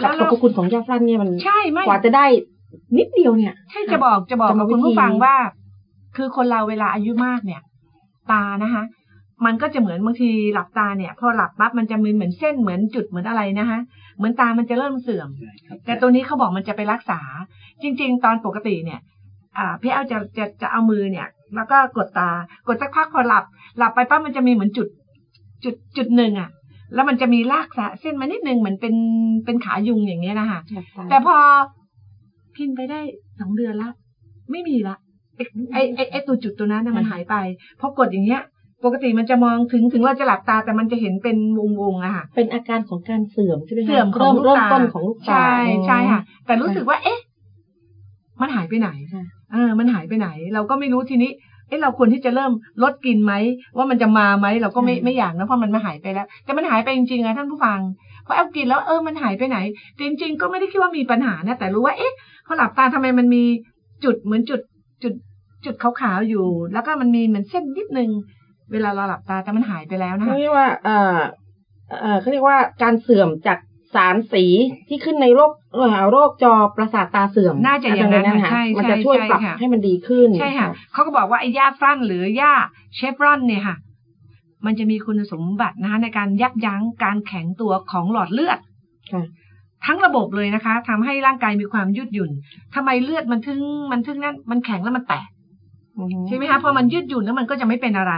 Speaker 4: แล้ว
Speaker 5: ขอบ
Speaker 4: เรา
Speaker 5: คุณของยาฟันเนี่ยมัน
Speaker 4: ใช่ไม่
Speaker 5: กว่าจะได้นิดเดียวเนี่ย
Speaker 4: ใช่จะบอกจะบอก
Speaker 5: กรรม
Speaker 4: กับ
Speaker 5: วิธี
Speaker 4: คุณผู้ฟังว่า คือคนเราเวลาอายุมากเนี่ย ตานะคะ มันก็จะเหมือนบางทีหลับตาเนี่ย พอหลับปั๊บมันจะมีเหมือนเส้นเหมือนจุดเหมือนอะไรนะคะเหมือนตามันจะเริ่มเสื่อม
Speaker 7: ใช่ครับ
Speaker 4: แต่ตัวนี้เขาบอกมันจะไปรักษา จริง ๆ ตอนปกติเนี่ย อ่าพี่เอาจะจะจะเอามือเนี่ย แล้วก็กดตากดสักพักพอหลับ หลับไปปั๊บมันจะมีเหมือนจุด จุดจุดหนึ่งอะแล้วมันจะมีลากสะเส้นมานิดนึงเหมือนเป็นเป็นขายุงอย่างเงี้ยนะคะ แต่พอพินไปได้สองเดือนละ ไม่มีละไอไอไอ้ไอตัวจุดตัวนั้นนะมันหายไปพอกดอย่างเงี้ย ปกติมันจะมองถึงถึงเราจะหลับตาแต่มันจะเห็นเป็นวงๆอะค่ะ
Speaker 5: เป็นอาการของการเสื่อมใช่ไหมคะ
Speaker 4: เสื่อมของ
Speaker 5: เริ่ม
Speaker 4: ลูก
Speaker 5: เริ่ม
Speaker 4: ตา
Speaker 5: ต้นของลูกตา
Speaker 4: ใช่ใช่ค่ะ แต่รู้สึก
Speaker 5: ค่ะ
Speaker 4: ว่า เอ๊ะ มันหายไปไหน
Speaker 5: ค่ะ
Speaker 4: เออมันหายไปไหน เราก็ไม่รู้ทีนี้ เอ๊ะเราควรที่จะเริ่มลดกินไหมว่ามันจะมาไหมเราก็ไม่ไม่อยากนะเพราะมันมาหายไปแล้ว แต่มันหายไปจริงๆนะท่านผู้ฟังเพราะแอปกินแล้วเออมันหายไปไหนแต่จริง ๆ ก็ไม่ได้คิดว่ามีปัญหานะแต่รู้ว่าเอ๊ะพอหลับตาทำไมมันมีจุดเหมือนจุดจุด จุดขาวๆอยู่ แล้วก็มันมีเหมือนเส้นนิดนึงเวลาเราหลับตาแต่มันหายไปแล้วนะคะ
Speaker 5: เขาเรียกว่าเอ่อเอ่อเขาเรียกว่าการเสื่อมจากสารสีที่ขึ้นในโรคเอ่อโรคจอประสาทตาเสื่อม
Speaker 4: น่าจะอย่างนั้น
Speaker 5: ประมณ
Speaker 4: ค่ะใช่
Speaker 5: มัน
Speaker 4: ใช่
Speaker 5: จะช่วย
Speaker 4: ใช่
Speaker 5: ปรับ
Speaker 4: ค่ะ
Speaker 5: ให้มันดีขึ้น
Speaker 4: ใช่ค่ะ เขาก็บอกว่าไอ้หญ้าฟรั่นหรือหญ้าเชฟรอนเนี่ยค่ะ มันจะมีคุณสมบัตินะคะในการยับยั้งการแข็งตัวของหลอดเลือด
Speaker 5: ค่ะ
Speaker 4: ทั้งระบบเลยนะคะทำให้ร่างกายมีความยืดหยุ่นทำไมเลือดมันถึงมันถึงนั่นมันแข็งแล้วมันแตก
Speaker 5: อือฮึ
Speaker 4: ใช่ไหมคะพอมันยืดหยุ่นแล้วมันก็จะไม่เป็นอะไร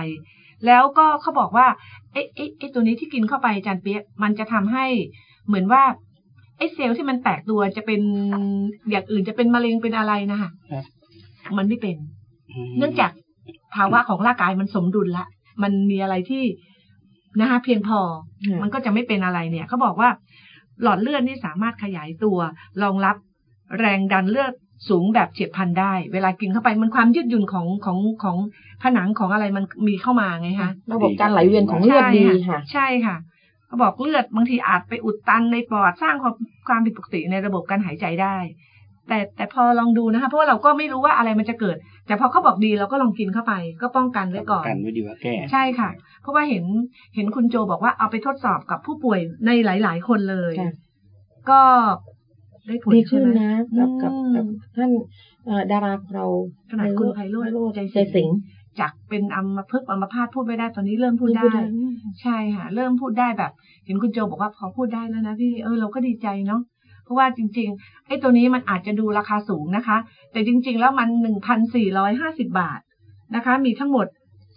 Speaker 4: แล้วก็เขาบอกว่าไอ้ไอ้ไอ้ตัวนี้ที่กินเข้าไปอาจานเปียกมันจะทำให้เหมือนว่าไอ้เซลล์ที่มันแตกตัวจะเป็นอย่างอื่นจะเป็นมะเร็งเป็นอะไรนะคะมันไม่เป็น เนื่องจากภาวะของร่างกายมันสมดุลละ มันมีอะไรที่นะคะเพียงพอ
Speaker 5: ค่ะ
Speaker 4: มันก็จะไม่เป็นอะไรเนี่ย เขาบอกว่า หลอดเลือดนี่สามารถขยายตัวรองรับแรงดันเลือดสูงแบบเฉียบพลันได้ เวลากินเข้าไปมันความยืดหยุ่นของของของผนังของอะไรมันมีเข้ามาไงคะ
Speaker 5: ระบบการไหลเวียนของเลือดดีค่ะ
Speaker 4: ใช่ค่ะเขาบอกเลือดบางทีอาจไปอุดตันในปอดสร้างความความผิดปกติในระบบการหายใจได้ แต่แต่พอลองดูนะคะ เพราะว่าเราก็ไม่รู้ว่าอะไรมันจะเกิด แต่พอเขาบอกดีเราก็ลองกินเข้าไป ก็ป้องกันไว้ก่อน
Speaker 7: กันไว้ดีกว่าแก้
Speaker 4: ใช่ค่ะ เพราะว่าเห็นเห็นคุณโจบอกว่าเอาไปทดสอบกับผู้ป่วยในหลาย ๆ คนเลย
Speaker 5: ค่ะ
Speaker 4: ก็ได้ผล
Speaker 5: ดีขึ้
Speaker 4: ใช่
Speaker 5: น
Speaker 4: ไหม
Speaker 5: นะกับ
Speaker 4: อืม
Speaker 5: กับกับท่านเอ่อดาราของเรา
Speaker 4: ขนาดคุณไพโรจน์
Speaker 5: ใจ
Speaker 4: ใจสิ
Speaker 5: สิ
Speaker 4: ง
Speaker 5: ง
Speaker 4: ห์ จากเป็นอัมพฤกษ์อัมพาตพูดไม่ได้ตอนนี้เริ่มพูดได้ ใช่ค่ะ เริ่มพูดได้แบบ เห็นคุณโจบอกว่าพอพูดได้แล้วนะพี่เออเราก็ดีใจเนาะเพราะว่าจริงๆไอ้ตัวนี้มันอาจจะดูราคาสูงนะคะ แต่จริง ๆ แล้วมันหนึ่งพันสี่ร้อยห้าสิบาทนะคะ มีทั้งหมด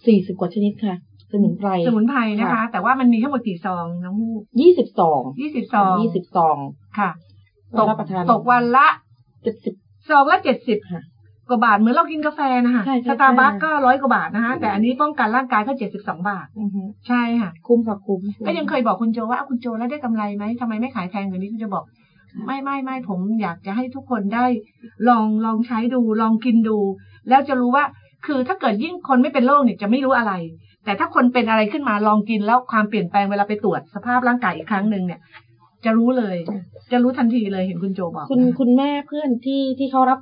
Speaker 5: สี่สิบกว่าชนิดค่ะ สมุนไพร
Speaker 4: สมุนไพรนะคะ แต่ว่ามันมีทั้งหมดกี่ซองน้องมูก
Speaker 5: ยี่สิบสอง
Speaker 4: ยี่สิบซอง
Speaker 5: ยี่สิบสอง
Speaker 4: ค่ะ ตก
Speaker 5: รับประทาน
Speaker 4: ตกวันละ
Speaker 5: เจ็ดสิบ
Speaker 4: ซองละเจ็ดสิบ
Speaker 5: ค่ะ
Speaker 4: กว่าบาทเหมือนเรากินกาแฟนะคะ
Speaker 5: ใช่
Speaker 4: ส
Speaker 5: ใช่
Speaker 4: ตาร์บัค
Speaker 5: ใช่
Speaker 4: ก็ร้อยกว่าบาทนะคะ แต่อันนี้ป้องกันร่างกายก็เจ็ดสิบสองบาท
Speaker 5: อือฮึ
Speaker 4: ใช่ค่ะ
Speaker 5: คุ้มค่ะคุ้ม
Speaker 4: ก็ยังเคยบอกคุณโจว่าอ้าวคุณโจแล้วได้กำไรไหมทำไมไม่ขายแพงกว่านี้คุณโจบอก ไม่ไม่ไม่ผมอยากจะให้ทุกคนได้ ลองลองใช้ดูลองกินดู แล้วจะรู้ว่าคือถ้าเกิดยิ่งคนไม่เป็นโรคเนี่ยจะไม่รู้อะไร แต่ถ้าคนเป็นอะไรขึ้นมาลองกินแล้วความเปลี่ยนแปลงเวลาไปตรวจสภาพร่างกายอีกครั้งหนึ่งเนี่ย จะรู้เลย จะรู้ทันทีเลยเห็นคุณโจบอก
Speaker 5: คุณคุณแม่เพื่อนที่ที่เขารับ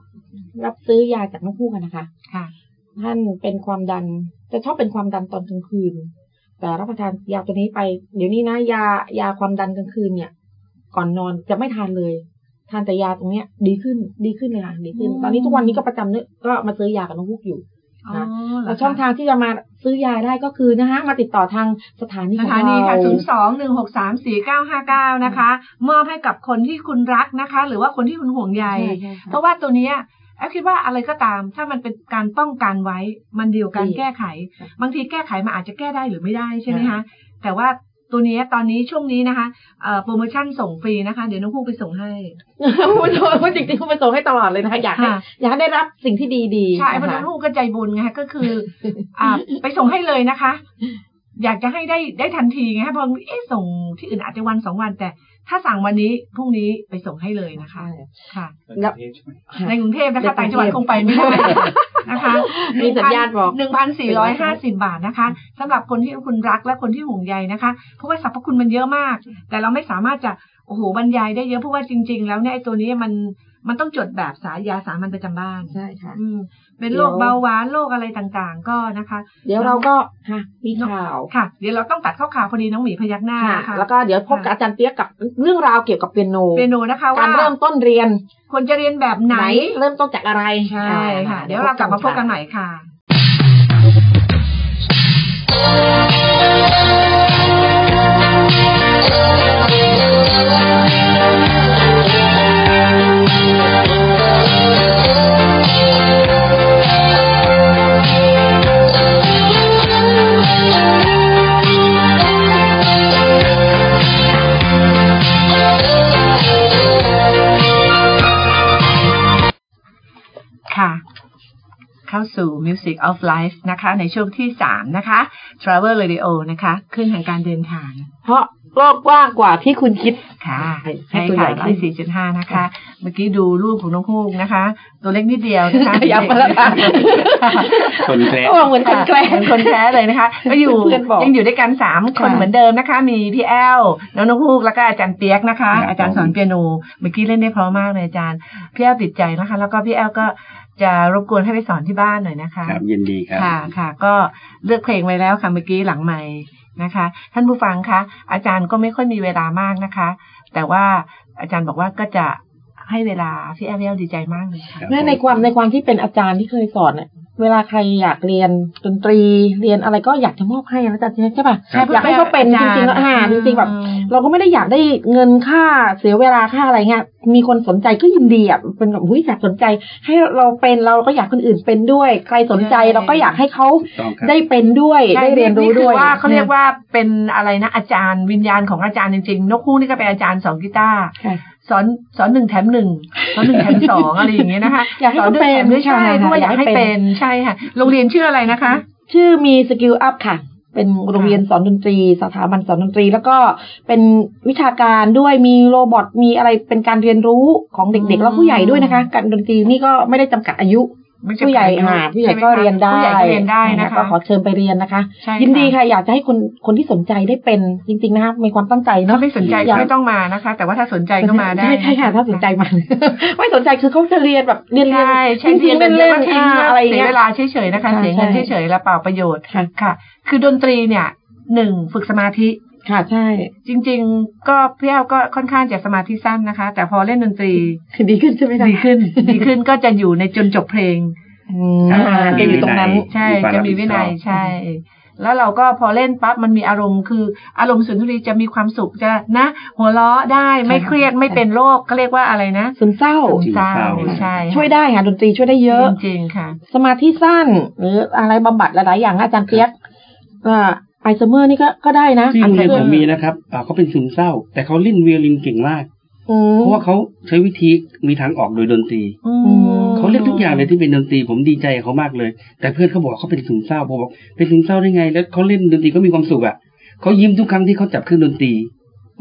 Speaker 5: รับซื้อยาจากน้องผู้กันนะคะ
Speaker 4: ค่ะ
Speaker 5: ท่านเป็นความดันจะชอบเป็นความดันตอนกลางคืน แต่รับประทานยาตัวนี้ไป เดี๋ยวนี้นะยายาความดันกลางคืนเนี่ย ก่อนนอนจะไม่ทานเลยทานแต่ยาตรงเนี้ย ดีขึ้นดีขึ้นเลยค่ะดีขึ้น
Speaker 4: อืม
Speaker 5: ตอนนี้ทุกวันนี้ก็ประจำเนี่ยก็มาซื้อยากับน้องพุกอยู่
Speaker 4: อ๋อเหร
Speaker 5: แล้ว
Speaker 4: คะ
Speaker 5: ช่องทางที่จะมาซื้อยาได้ก็คือนะคะมาติดต่อทางสถานี
Speaker 4: ส
Speaker 5: ของ
Speaker 4: ถานีค่ะ
Speaker 5: เรา
Speaker 4: ศูนย์สองหนึ่งหกสามสี่เก้าห้าเก้านะคะ มอบให้กับคนที่คุณรักนะคะ หรือว่าคนที่คุณห่วงใย
Speaker 5: ใช่ใช่
Speaker 4: เพ
Speaker 5: ค่ะ
Speaker 4: ราะว่าตัวเนี้ยแอฟคิดว่าอะไรก็ตาม ถ้ามันเป็นการป้องกันไว้ มันเดียวกัน
Speaker 5: ดี
Speaker 4: แก้ไข
Speaker 5: ค่ะ
Speaker 4: บางทีแก้ไขมันอาจจะแก้ได้หรือไม่ได้ใช่ไหม
Speaker 5: ใช่
Speaker 4: คะแต่ว่าตัวเนี้ยตอนนี้ช่วงนี้นะคะเอ่อโปรโมชั่นส่งฟรีนะคะ เดี๋ยวน้องพูไปส่งให้
Speaker 5: ผู้ชมผู้จริงๆผู้ประสงค์ให้ตลอดเลยนะคะอยากให้
Speaker 4: ค่ะ
Speaker 5: อยากให้ได้รับสิ่งที่ดีๆ
Speaker 4: ใช่เพ
Speaker 5: นะ
Speaker 4: ราะ
Speaker 5: คะ
Speaker 4: น้องพูก็ใจบุญไงคะก็คือ อ่าไปส่งให้เลยนะคะ อยากจะให้ได้ได้ทันทีไงคะเพอเอ๊ะส่งที่อื่นอาจจะวันสองวัน แต่ถ้าสั่งวันนี้พรุ่งนี้ไปส่งให้เลยนะคะ ค่ะ
Speaker 5: แล้ว
Speaker 4: ในกรุงเทพนะคะ
Speaker 5: ในกรุงเทพ
Speaker 4: ต่างจังหวัดคงไปไม่ได้นะคะ
Speaker 5: มีสัญญาณบอก
Speaker 4: หนึ่งพันสี่ร้อยห้าสิบาทนะคะสำหรับคนที่คุณรักและคนที่ห่วงใยนะคะ เพราะว่าสรรพคุณมันเยอะมาก แต่เราไม่สามารถจะโอ้โหบรรยายได้เยอะเพราะว่าจริง ๆ แล้วเนี่ยไอ้ตัวนี้มันมันต้องจดแบบสายยาสามัญประจำบ้าน
Speaker 5: ใช่ค่ะ
Speaker 4: อืมเป็นโรคเบาหวานโรคอะไรต่างๆ ก็นะคะ
Speaker 5: เดี๋ยวเราก็ค่ะมีข่าว
Speaker 4: ค่ะ เดี๋ยวเราต้องตัดเข้าข่าวพอดีน้องหมีพยักหน้า
Speaker 5: ค่ะ
Speaker 4: นะคะ
Speaker 5: แล้วก็เดี๋ยวพบกับอาจารย์เปียกกับเรื่องราวเกี่ยวกับเปียโน
Speaker 4: เปียโนนะคะ
Speaker 5: กา
Speaker 4: ว่าร
Speaker 5: เริ่มต้นเรียน
Speaker 4: ควรจะเรียนแบบไหน
Speaker 5: เริ่มต้นจากอะไร
Speaker 4: ใช่ค่ะ เดี๋ยวเรากลับมาพบกันใหม่ค่ะ
Speaker 2: Thank
Speaker 4: ค่ะ เข้าสู่ Music of Life นะคะ ในช่วงที่ 3 นะคะ Travel Radio นะคะคลื่นแห่งการเดินทาง
Speaker 5: เพราะโลกกว้างกว่าที่คุณคิด
Speaker 4: ค่ะ
Speaker 5: ให้
Speaker 4: ใช่
Speaker 5: ให้ตัวใหญ่
Speaker 4: ค่ะร้อ
Speaker 5: ขึ้
Speaker 4: ย
Speaker 5: น
Speaker 4: สี่จุดห้านะคะ เมื่อกี้ดูรูปของน้องฮูกนะคะ ตัวเล็กนิดเดียวนะคะ
Speaker 5: ขยับมาแล้วค่ะ
Speaker 7: คนแคร์
Speaker 5: โอ้เหมือนคนแกล้ง
Speaker 4: เป็นคนแท้เลยนะคะ ก็อยู่
Speaker 5: เพื่อนบอก
Speaker 4: ยังอยู่ด้วยกันสามคน
Speaker 5: ค่ะ
Speaker 4: เหมือนเดิมนะคะ มีพี่แอลน้องน้องฮูกแล้วก็อาจารย์เปียกนะคะ อาจารย์สอนเปียโน เมื่อกี้เล่นได้เพราะมากเลยอาจารย์ พี่แอลติดใจนะคะ แล้วก็พี่แอลก็จะรบกวนให้ไปสอนที่บ้านหน่อยนะคะ
Speaker 7: ครับยินดีครับ
Speaker 4: ค่ะค่ะก็เลือกเพลงไว้แล้วค่ะเมื่อกี้หลังใหม่นะคะ ท่านผู้ฟังคะอาจารย์ก็ไม่ค่อยมีเวลามากนะคะ แต่ว่าอาจารย์บอกว่าก็จะให้เวลาพี่แอลพี่แอลดีใจมากเลยค่ะ
Speaker 5: แม่ในความในความที่เป็นอาจารย์ที่เคยสอนเนี่ยเวลาใครอยากเรียนดนตรีเรียนอะไรก็อยากจะมอบให้นะอาจารย์ใช่ป่ะ
Speaker 7: ครับ
Speaker 5: อยากให้เขาเป็นจริงๆแล้วอ่าจริงๆแบบ เราก็ไม่ได้อยากได้เงินค่าเสียเวลาค่าอะไรเงี้ย มีคนสนใจก็ยินดีอ่ะ เป็นแบบหุ้ยอยากสนใจ ให้เราเป็นเราก็อยากคนอื่นเป็นด้วย ใครสนใจ
Speaker 4: ใช่
Speaker 5: เราก็อยากให้เขา
Speaker 7: ถูกต้องครับ
Speaker 5: ได้เป็นด้วย
Speaker 4: ใช่
Speaker 5: ได้เรียนรู้ด้วย
Speaker 4: คือว่าเขาเรียกว่าเป็นอะไรนะอาจารย์วิญญาณของอาจารย์จริงๆ นกคู่นี่ก็เป็นอาจารย์สอนกีตาร์
Speaker 5: ค่ะ
Speaker 4: สอนสอนหนึ่งแถมหนึ่งสอนหนึ่งแถมสองอะไรอย่างเงี้ยนะคะ
Speaker 5: อยากให้
Speaker 4: สอนด้วยแถมด้วย
Speaker 5: เขา
Speaker 4: ใช่
Speaker 5: เป็น
Speaker 4: เพราะว่าอยากให้
Speaker 5: อยากให้เป็
Speaker 4: เป็น นใช่ค่ะ โรงเรียนชื่ออะไรนะคะ
Speaker 5: ชื่อมีสกิลอัพค่ะ เป็นโรงเรียนสอนดนตรี สถาบันสอนดนตรี แล้วก็เป็นวิชาการด้วยมีโรบอทมีอะไรเป็นการเรียนรู้ของเด็กๆ แล้วผู้ใหญ่ด้วยนะคะ การดนตรีนี่ก็ไม่ได้จำกัดอายุ
Speaker 4: ไม่ใช่
Speaker 5: ผู้ใหญ่หาผู้ใหญ่ก็
Speaker 4: ช่ไมคะ
Speaker 5: เรียนได้
Speaker 4: ผู้ใหญ่ก็เรียนได้นะ
Speaker 5: ก็
Speaker 4: คะ
Speaker 5: ขอเชิญไปเรียนนะคะ
Speaker 4: ใช่
Speaker 5: ยินดีค่ะ อยากจะให้คนคนที่สนใจได้เป็นจริง ๆ นะคะมีความตั้งใจ
Speaker 4: ถ้า
Speaker 5: เนาะ
Speaker 4: ไม่สนใจ
Speaker 5: อยา
Speaker 4: ก็
Speaker 5: ก
Speaker 4: ไม่ต้องมานะคะ แต่ว่าถ้าสนใจก็มาได้
Speaker 5: ใช่ใช่ค่ะ ถ้าสนใจมา ไม่สนใจคือเขาจะเรียนแบบเรียนเรียน
Speaker 4: ใช่ใช่
Speaker 5: จริงๆ
Speaker 4: เล่
Speaker 5: เล่
Speaker 4: น
Speaker 5: น
Speaker 4: เล่
Speaker 5: เล่
Speaker 4: น
Speaker 5: น
Speaker 4: ๆทิ้ง
Speaker 5: ๆอะไรอย่าง
Speaker 4: เสีย
Speaker 5: เงี้
Speaker 4: เวย ลาเฉยๆนะคะ
Speaker 5: ใช่
Speaker 4: เสียเงิน
Speaker 5: ใช่
Speaker 4: เฉยๆและเปล่าประโยชน์
Speaker 5: ค่ะ
Speaker 4: ค่ะ คือดนตรีเนี่ยหนึ่งฝึกสมาธิ
Speaker 5: ค่ะใช่
Speaker 4: จริง ๆ ก็พี่แอวก็ค่อนข้างจะสมาธิสั้นนะคะ แต่พอเล่นดนตรี
Speaker 5: คือดีขึ้นใช่ไหมคะ
Speaker 4: ดีขึ้น ดีขึ้นก็จะอยู่ในจนจบเพลง
Speaker 5: อืม
Speaker 7: อ่า
Speaker 5: เก่งอยู่ตรงนั้น
Speaker 4: ใช่
Speaker 7: มีความ
Speaker 4: จะ
Speaker 7: รับ
Speaker 4: มี
Speaker 7: ผิด
Speaker 4: วิ
Speaker 7: ช
Speaker 4: นั
Speaker 7: อย บ
Speaker 4: ใช่ แล้วเราก็พอเล่นปั๊บมันมีอารมณ์คืออารมณ์สุนทรีจะมีความสุขจะนะ หัวเราะได้ไม่
Speaker 5: ใช่ค่ะ
Speaker 4: เครียดไม่เป็นโรคก็เรียกว่าอะไรนะ
Speaker 5: ซึมเศร้า
Speaker 4: ซึมเศร้า
Speaker 7: ซึมเศร้า
Speaker 4: ใช่
Speaker 5: ช่วยได้ค่ะดนตรีช่วยได้เยอะ
Speaker 4: จริงๆค่ะ
Speaker 5: สมาธิสั้น หรืออะไรบำบัดหลายๆอย่างนะอาจารย์เปียกอ่าไอซ์เมอร์นี่ก็ก็ได้นะ
Speaker 7: ที่โรงเรียน
Speaker 5: อั
Speaker 7: ผ
Speaker 5: น
Speaker 7: มมีนะครับอ่าเขาเป็นซึมเศร้า แต่เขาเล่นเวียลินเก่งมาก
Speaker 5: อืม
Speaker 7: เพราะว่าเขาใช้วิธีมีทางออกโดยดนตรี
Speaker 5: อืม
Speaker 7: เขาเล่นทุกอย่างเลยที่เป็นดนตรีผมดีใจกับเขามากเลย แต่เพื่อนเขาบอกว่าเขาเป็นซึมเศร้าผมบอกเป็นซึมเศร้าได้ไง แล้วเขาเล่นดนตรีก็มีความสุขอ่ะเขายิ้มทุกครั้งที่เขาจับเครื่องดนตรี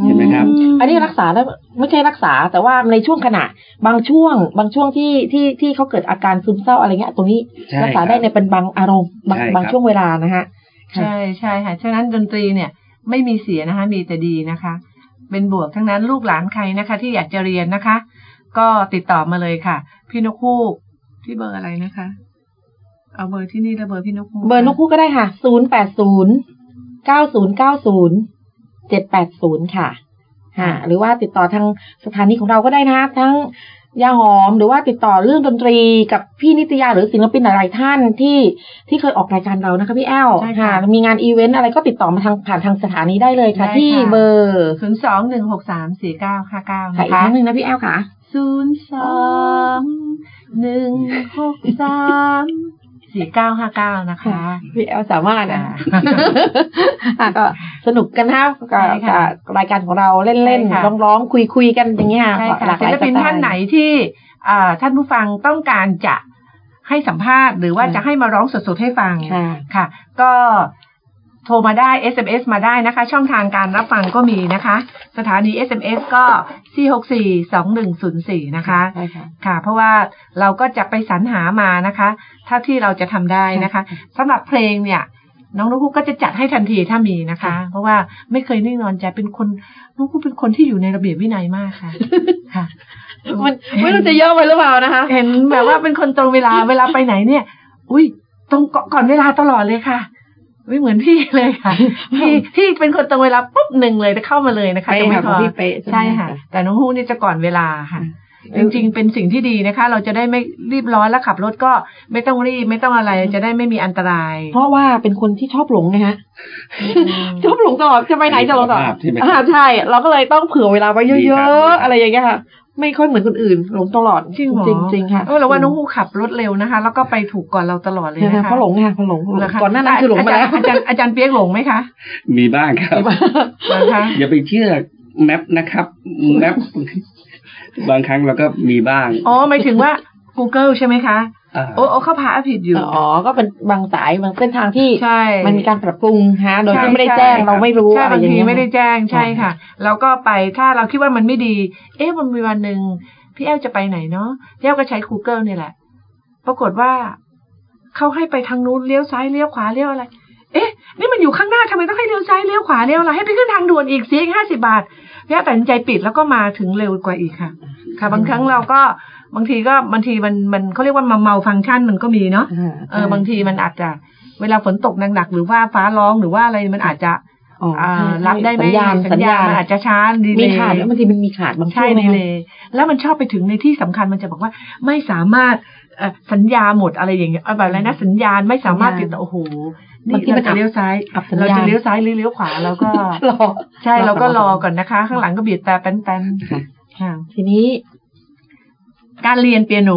Speaker 7: เห็นไหมครับ
Speaker 5: อันนี้รักษาแล้วไม่ใช่รักษาแต่ว่าในช่วงขณะบางช่วง บางช่วงที่ที่ที่เขาเกิดอาการซึมเศร้าอะไรเงี้ยตรงนี้
Speaker 7: ใช่
Speaker 5: รัก
Speaker 7: ค
Speaker 5: ษา
Speaker 7: รับ
Speaker 5: ได้ในเป็นบางอารมณ์บาง
Speaker 7: ใช่ครับ
Speaker 5: บางช่วงเวลานะฮะ ค่ะ
Speaker 4: ใช่ใช่ค่ะ ฉะนั้นดนตรีเนี่ยไม่มีเสียนะคะ มีแต่ดีนะคะ เป็นบวกทั้งนั้นลูกหลานใครนะคะ ที่อยากจะเรียนนะคะ ก็ติดต่อมาเลยค่ะ พี่นกฮูกที่เบอร์อะไรนะคะ เอาเบอร์ที่นี่และเบอร์พี่นกฮูก
Speaker 5: เบอร์นกคู่ก็ได้ค่ะศูนย์แปดศูนย์เก้าศูนย์เก้าศูนย์เจ็ดแปดศูนย์ค่ะฮะหรือว่าติดต่อทางสถานีของเราก็ได้นะทั้งยาหอมหรือว่าติดต่อเรื่องดนตรีกับพี่นิตยาหรือศิลปินหลายๆท่านที่ที่เคยออกรายการเรานะคะพี่แอล
Speaker 4: ใช่ค่ะ
Speaker 5: มีงานอีเวนต์อะไรก็ติดต่อมาทางผ่านทางสถานีได้เลยค่ะ
Speaker 4: ได้ค่ะ
Speaker 5: ที่เบอร์
Speaker 4: ศูนย์สองหนึ่งหกสามสี่เก้าห้าเก้า
Speaker 5: ค่ะ
Speaker 4: นะ
Speaker 5: อีก
Speaker 4: คะ
Speaker 5: ครั้งหนึ่งนะพี่แอลค่ะ
Speaker 4: ศูนย์สองหนึ่งหกสามสี่เก้าห้าเก้านะคะ
Speaker 5: พี่แอลสามารถนะ
Speaker 4: ค่ะ
Speaker 5: อ่ะ ก็สนุกกันนะกับ
Speaker 4: ใช่ค่ะ
Speaker 5: กับรายการของเราเล่น
Speaker 4: ใช่ค่ะ
Speaker 5: ๆร้องๆ คุยๆกันอย่างเงี้ย
Speaker 4: ใช่
Speaker 5: หลา
Speaker 4: ค่ะศิ
Speaker 5: กหลาย
Speaker 4: ลปิน
Speaker 5: สตล์
Speaker 4: ท่านไหนที่อ่าท่านผู้ฟังต้องการจะให้สัมภาษณ์ หรือว่า
Speaker 5: ค่ะ
Speaker 4: จะให้มาร้องสดๆให้ฟัง
Speaker 5: ค่ะ
Speaker 4: ค่ะ ก็โทรมาได้ SMS มาได้นะคะ ช่องทางการรับฟังก็มีนะคะ สถานี SMS ก็ 4642104 นะคะ
Speaker 5: ใช่ค่ะ
Speaker 4: ค่ะ เพราะว่าเราก็จะไปสรรหามานะคะ ถ้าที่เราจะทำได้ นะคะสำหรับเพลงเนี่ย น้องนุ๊กกุ๊กก็จะจัดให้ทันทีถ้ามีนะคะ เพราะว่าไม่เคยนิ่งนอนใจเป็นคนนุ๊กกุ๊กเป็นคนที่อยู่ในระเบียบวินัยมาก ค่ะ ค่ะ
Speaker 5: มันไม่รู้จะเยอะไปหรือเปล่านะคะ
Speaker 4: เห็นแบบว่าเป็นคนตรงเวลาเวลาไปไหนเนี่ย อุ้ยตรงเกาะก่อนเวลาตลอดเลยค่ะไม่เหมือนพี่เลยค่ะ พี่พี่เป็นคนตรงเวลาปุ๊บหนึ่งเลยจะเข้ามาเลยนะคะจะไม่พอ
Speaker 5: เป๊ะ
Speaker 4: ใช่ค่ะ แต่น้องฮู้นี่จะก่อนเวลาค่ะ
Speaker 5: อืม
Speaker 4: จริง ๆ เป็นสิ่งที่ดีนะคะ เราจะได้ไม่รีบร้อนแล้วขับรถก็ไม่ต้องรีบไม่ต้องอะไรจะได้ไม่มีอันตราย
Speaker 5: เพราะว่าเป็นคนที่ชอบหลงไงฮะ ชอบหลงตลอดจะไปไหนจะหลงตลอด
Speaker 7: ภาพใช่ไหม
Speaker 5: อ่าใช่ เราก็เลยต้องเผื่อเวลาไว้เยอะๆอะไรอย่างเงี้ยค่ะ ไม่ค่อยเหมือนคนอื่น หลงตลอด
Speaker 4: จริงเหรอ
Speaker 5: จริงจริงๆค่ะ
Speaker 4: เออเราว่าน้องฮูขับรถเร็วนะคะ แล้วก็ไปถูกก่อนเราตลอดเลย
Speaker 5: ใช่
Speaker 4: นะคะ
Speaker 5: ค่ะเพราะหลงค่ะเพราะหลง
Speaker 4: เหรคะ
Speaker 5: ก่อนหน้านั้นคือหลงมาแล้ว
Speaker 4: อาจารย์อาจารย์อาจารย์เปียกหลงไหมคะ
Speaker 7: มีบ้างครับ
Speaker 4: นะคะ
Speaker 7: อย่าไปเชื่อแมปนะครับแมปบางครั้งเราก็มีบ้าง
Speaker 4: อ๋อหมายถึงว่า Google ใช่ไหมคะ
Speaker 7: อ่า
Speaker 4: โอ้โอ้เข้าพาผิดอยู่
Speaker 5: อ๋อ ก็เป็นบางสายบางเส้นทางที่
Speaker 4: ใช่
Speaker 5: มันมีการปรับปรุงฮะ โดย
Speaker 4: ใช่
Speaker 5: ที่ไม่ได้
Speaker 4: ใช่
Speaker 5: แจ้งเราไม่รู้
Speaker 4: ใช่
Speaker 5: อะไร
Speaker 4: บาง
Speaker 5: อย่าง
Speaker 4: ที
Speaker 5: เงี้ย
Speaker 4: ไม่ได้แจ้งใช่
Speaker 5: อ่า
Speaker 4: ค่ะ แล้วก็ไปถ้าเราคิดว่ามันไม่ดี เอ๊ะมันมีวันหนึ่งพี่แอลจะไปไหนเนาะพี่แอลก็ใช้ Google เนี่ยแหละ ปรากฏว่าเขาให้ไปทางนู้นเลี้ยวซ้ายเลี้ยวขวาเลี้ยวอะไร เอ๊ะ นี่มันอยู่ข้างหน้าทำไมต้องให้เลี้ยวซ้ายเลี้ยวขวาเลี้ยวอะไรให้ไปขึ้นทางด่วนอีกเสียอีกห้าสิบาทพี่แอลตัดสินใจปิดแล้วก็มาถึงเร็วกว่าอีกค่ะ ค่ะ บางครั้งเราก็บางทีก็บางทีมันมันเขาเรียกว่ามาเมาฟังก์ชันมันก็มีเนาะ
Speaker 5: อ่า
Speaker 4: เออบางทีมันอาจจะเวลาฝนตกหนักๆหรือว่าฟ้าร้องหรือว่าอะไรมันอาจจะ
Speaker 5: อ๋อ
Speaker 4: อ่า
Speaker 5: ใช่
Speaker 4: รับได้ไหม
Speaker 5: สัญญาณ
Speaker 4: สัญญาณมันอาจจะช้าดีเล
Speaker 5: มี
Speaker 4: ย
Speaker 5: ขาดแล้วบางทีมันมีขาดบางช่
Speaker 4: ใช่
Speaker 5: วงนะ
Speaker 4: ดี
Speaker 5: คะ
Speaker 4: เลยแล้วมันชอบไปถึงในที่สำคัญมันจะบอกว่า ไม่สามารถเอ่อสัญญาหมดอะไรอย่างเงี้ยเอาแบบอะไรนะสัญญาณไม่สามารถ
Speaker 5: สัญญาณ
Speaker 4: ติดต่อโอ้โห
Speaker 5: บาง
Speaker 4: นี่
Speaker 5: ที
Speaker 4: เรา
Speaker 5: มันอั
Speaker 4: จะ
Speaker 5: บ
Speaker 4: เลี้ยวซ้าย
Speaker 5: อับสัญญาณ
Speaker 4: เราจะเลี้ยวซ้ายหรือเลี้ยวขวาแล้วก็
Speaker 5: รอ
Speaker 4: ใช่
Speaker 5: รอ
Speaker 4: เราก็ร
Speaker 5: ร
Speaker 4: อ
Speaker 5: อ
Speaker 4: ก่อนนะคะ ข้างหลังก็บีบแต่แป้นๆค่ะ
Speaker 5: ทีนี้
Speaker 4: การเรียนเปียโน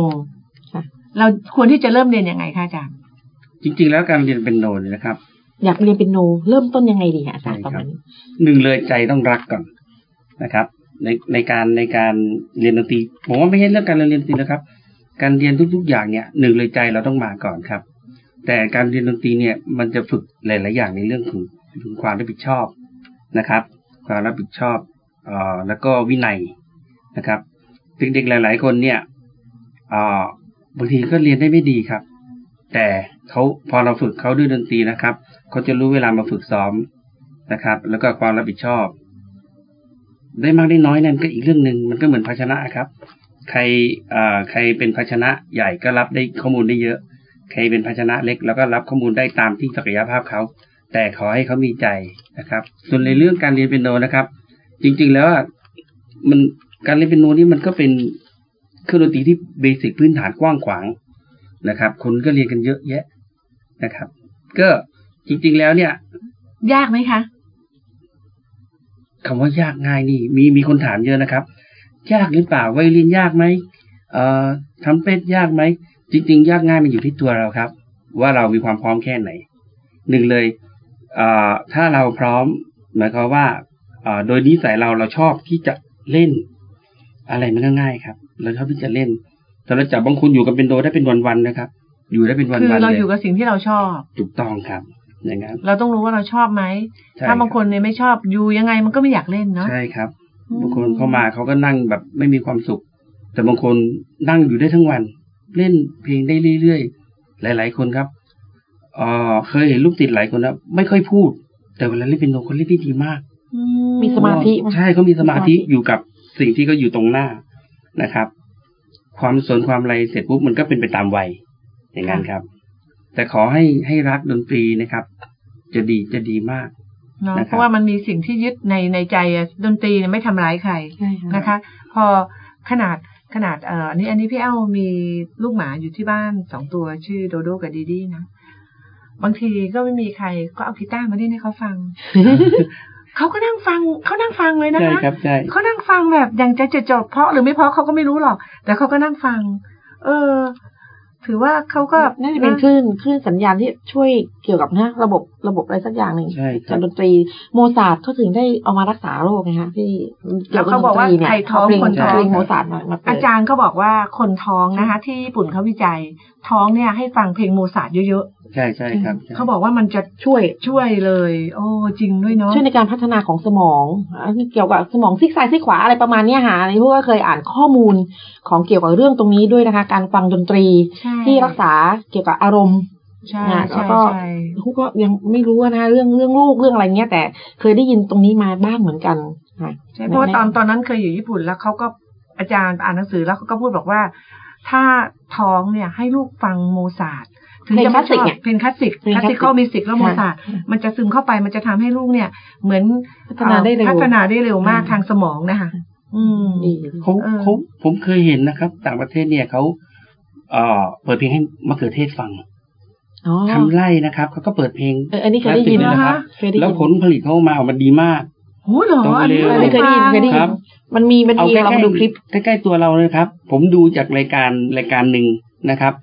Speaker 5: ค่ะ
Speaker 4: เราควรที่จะเริ่มเรียนยังไงคะอาจารย์
Speaker 7: จริง ๆ แล้วการเรียนเป็นโนเนี่ยนะครับ
Speaker 5: อยากเรียนเปียโนเริ่มต้นยังไงดีคะอาจารย์
Speaker 7: ใช่
Speaker 5: ประ
Speaker 7: ครั
Speaker 5: มาณ
Speaker 7: บ
Speaker 5: นี้
Speaker 7: หนึ่งเลยใจต้องรักก่อนนะครับ ในในการในการเรียนดนตรีผมว่าไม่ใช่เรื่องการเรียนดนตรีนะครับ การเรียนทุกๆอย่างเนี่ยหนึ่งเลยใจเราต้องมาก่อนครับ แต่การเรียนดนตรีเนี่ย มันจะฝึกหลาย ๆ อย่างในเรื่องของถึงความรับผิดชอบนะครับ ความรับผิดชอบเอ่อแล้วก็วินัยนะครับเด็กๆหลาย ๆ คนเนี่ยเอ่อบางทีก็เรียนได้ไม่ดีครับ แต่เขาพอเราฝึกเขาด้วยดนตรีนะครับเขาจะรู้เวลามาฝึกซ้อม นะครับ แล้วก็ความรับผิดชอบ ได้มากได้น้อยนั่นก็อีกเรื่องหนึ่งมันก็เหมือนภาชนะครับ ใครเอ่อใครเป็นภาชนะใหญ่ก็รับได้ข้อมูลได้เยอะ ใครเป็นภาชนะเล็ก แล้วก็รับข้อมูลได้ตามที่ศักยภาพเขาแต่ขอให้เขามีใจนะครับ ส่วนในเรื่องการเรียนเปียโนนะครับ จริงๆแล้วอะมันการเล่นเปียโนนี่มันก็เป็นเครื่องดนตรีที่เบสิกพื้นฐานกว้างขวางนะครับ คนก็เรียนกันเยอะแยะนะครับ ก็จริง ๆแล้วเนี่ย
Speaker 4: ยากไหมคะ
Speaker 7: คำว่ายากง่ายนี่มีมีคนถามเยอะนะครับ ยากหรือเปล่าไวโอลินยากไหมเอ่อทำเป็ดยากไหมจริง ๆ ยากง่ายมันอยู่ที่ตัวเราครับ ว่าเรามีความพร้อมแค่ไหนหนึ่งเลยเอ่อถ้าเราพร้อมหมายความว่าเอ่อโดยนิสัยเราเราชอบที่จะเล่น อะไรมันก็ง่ายครับ เราชอบที่จะเล่นแต่เราจับบางคนอยู่กับเป็นโดได้เป็นวันๆนะครับ อยู่ได้เป็นวัน
Speaker 4: คือ
Speaker 7: ๆ
Speaker 4: เรา
Speaker 7: เล
Speaker 4: อย ยู่กับสิ่งที่เราชอบ
Speaker 7: ถูกต้องครับอย่างนั้น
Speaker 4: เราต้องรู้ว่าเราชอบไหม
Speaker 7: ใช่
Speaker 4: ถ้าบาง
Speaker 7: รับ
Speaker 4: คนเนี่ยไม่ชอบอยู่ยังไงมันก็ไม่อยากเล่นเนาะ
Speaker 7: ใช่ครับ
Speaker 4: อืม
Speaker 7: บางคนเข้ามาเขาก็นั่งแบบไม่มีความสุข แต่บางคนนั่งอยู่ได้ทั้งวัน เล่นเพลงได้เรื่อยๆหลาย ๆ คนครับเอ่อเคยเห็นลูกติดหลายคนนะไม่ค่อยพูด แต่เวลาเล่นเป็นโนเขาเล่นได้ดีมาก
Speaker 4: อื
Speaker 5: มีสมาธิไหม
Speaker 7: ใช่เขามีสมาธิ
Speaker 5: สมาธิ
Speaker 7: อยู่กับสิ่งที่เขาอยู่ตรงหน้านะครับ ความสนความอะไรเสร็จปุ๊บมันก็เป็นไปตามวัยอย่างนั้นครับ แต่ขอให้ให้รักดนตรีนะครับ จะดีจะดีมาก
Speaker 4: เนาะ
Speaker 7: นะครับ
Speaker 4: เพราะว่ามันมีสิ่งที่ยึดในในใจอะดนตรีเนี่ยไม่ทำร้ายใคร
Speaker 5: ใช่ค่ะ
Speaker 4: นะคะ พอขนาดขนาดเอ่ออันนี้อันนี้พี่เอ้ามีลูกหมาอยู่ที่บ้านสองตัวชื่อโดโดกับดีดี้นะ บางทีก็ไม่มีใครก็เอากีตาร์มาเล่นให้เขา ฟัง เขาก็นั่งฟังเขานั่งฟังเลยนะ
Speaker 7: ใช่
Speaker 4: คะ
Speaker 7: ครับใช่
Speaker 4: เขานั่งฟังแบบอย่างจะจะจบเพราะหรือไม่เพราะเขาก็ไม่รู้หรอก แต่เขาก็นั่งฟัง เออ ถือว่าเขาก็
Speaker 5: น่าจะเป็นคลื่นคลื่นสัญญาณที่ช่วยเกี่ยวกับนะระบบระบบอะไรสักอย่างหนึ่ง
Speaker 7: ใช่ครับ
Speaker 5: จากดนตรีโมซาร์ทเขาถึงได้เอามารักษาโรคนะคะที่เกี่ยวกับดนตรีเนี่ย
Speaker 4: ไข่ท้อง
Speaker 5: เพลง
Speaker 4: คนท้อ
Speaker 5: เพล
Speaker 4: ง
Speaker 5: งโมซาร์ทมามาเปิด
Speaker 4: อาจารย์ก็บอกว่าคนท้องนะคะ ที่ญี่ปุ่นเขาวิจัย ท้องเนี่ยให้ฟังเพลงโมซาร์ทเยอะ
Speaker 7: ใช่ใช่ครับ
Speaker 4: ๆ
Speaker 7: ใช่
Speaker 4: เขาบอกว่ามันจะ
Speaker 5: ช่วย
Speaker 4: ช่วยเลย โอ้จริงด้วยเนาะ
Speaker 5: ช่วยในการพัฒนาของสมองอ่าเกี่ยวกับสมองซีกซ้ายซีกขวาอะไรประมาณเนี้ยค่ะอันนี้พวกก็เคยอ่านข้อมูลของเกี่ยวกับเรื่องตรงนี้ด้วยนะคะ การฟังดนตรี
Speaker 4: ใช่
Speaker 5: ที่รักษาเกี่ยวกับอารมณ์
Speaker 4: ใช่
Speaker 5: อ่ะแล้
Speaker 4: ใช่
Speaker 5: วก็
Speaker 4: ใช่
Speaker 5: พวกก็ยังไม่รู้นะคะเรื่องเรื่องลูกเรื่องอะไรเงี้ยแต่เคยได้ยินตรงนี้มาบ้างเหมือนกันค่ะ
Speaker 4: ใช่เพราะว่าตอนตอนนั้นเคยอยู่ญี่ปุ่นแล้วเขาก็อาจารย์อ่านหนังสือแล้วเขาก็พูดบอกว่า ถ้าท้องเนี่ยให้ลูกฟังโมซาร์ทถึงจะไม่ชอบเพลงคลาสสิก
Speaker 5: เพลง
Speaker 4: ค
Speaker 5: ค
Speaker 4: ลาส
Speaker 5: ลาสสิก
Speaker 4: สิคอลมิวสิกแล้วโมซาร์ท มันจะซึมเข้าไปมันจะทำให้ลูกเนี่ย เหมือน
Speaker 5: พัฒนาได้เร็ว
Speaker 4: พัฒนาได้เร็วมาก
Speaker 5: อืม
Speaker 4: ทางสมองนะคะ อืม
Speaker 5: ดี
Speaker 7: เขา
Speaker 4: เออ
Speaker 7: เขาผมเคยเห็นนะครับ ต่างประเทศเนี่ยเขาเอ่อเปิดเพลงให้มะเขือเทศฟัง
Speaker 5: อ๋อ
Speaker 7: ทำไร่นะครับเขาก็เปิดเพลง
Speaker 5: เอออันนี้เคยได้ยิน
Speaker 7: แล้วติดเลยนะครับ
Speaker 5: เคยได้ยิน
Speaker 7: แล้วผลผลิตเขามาออกมาดีมาก
Speaker 4: โหเหรออันนี้
Speaker 7: ต้
Speaker 5: เอ
Speaker 7: อง
Speaker 5: อ
Speaker 7: เร็ว
Speaker 5: เคยได้ยินเคยได้
Speaker 7: ค
Speaker 5: ยิ
Speaker 7: รั
Speaker 5: น
Speaker 7: บ
Speaker 5: มันมีมันมีเรา
Speaker 7: ใกล้
Speaker 5: ไปดูคลิป
Speaker 7: ๆใกล้ๆตัวเราเลยครับ ผมดูจากรายการรายการหนึ่งนะครับ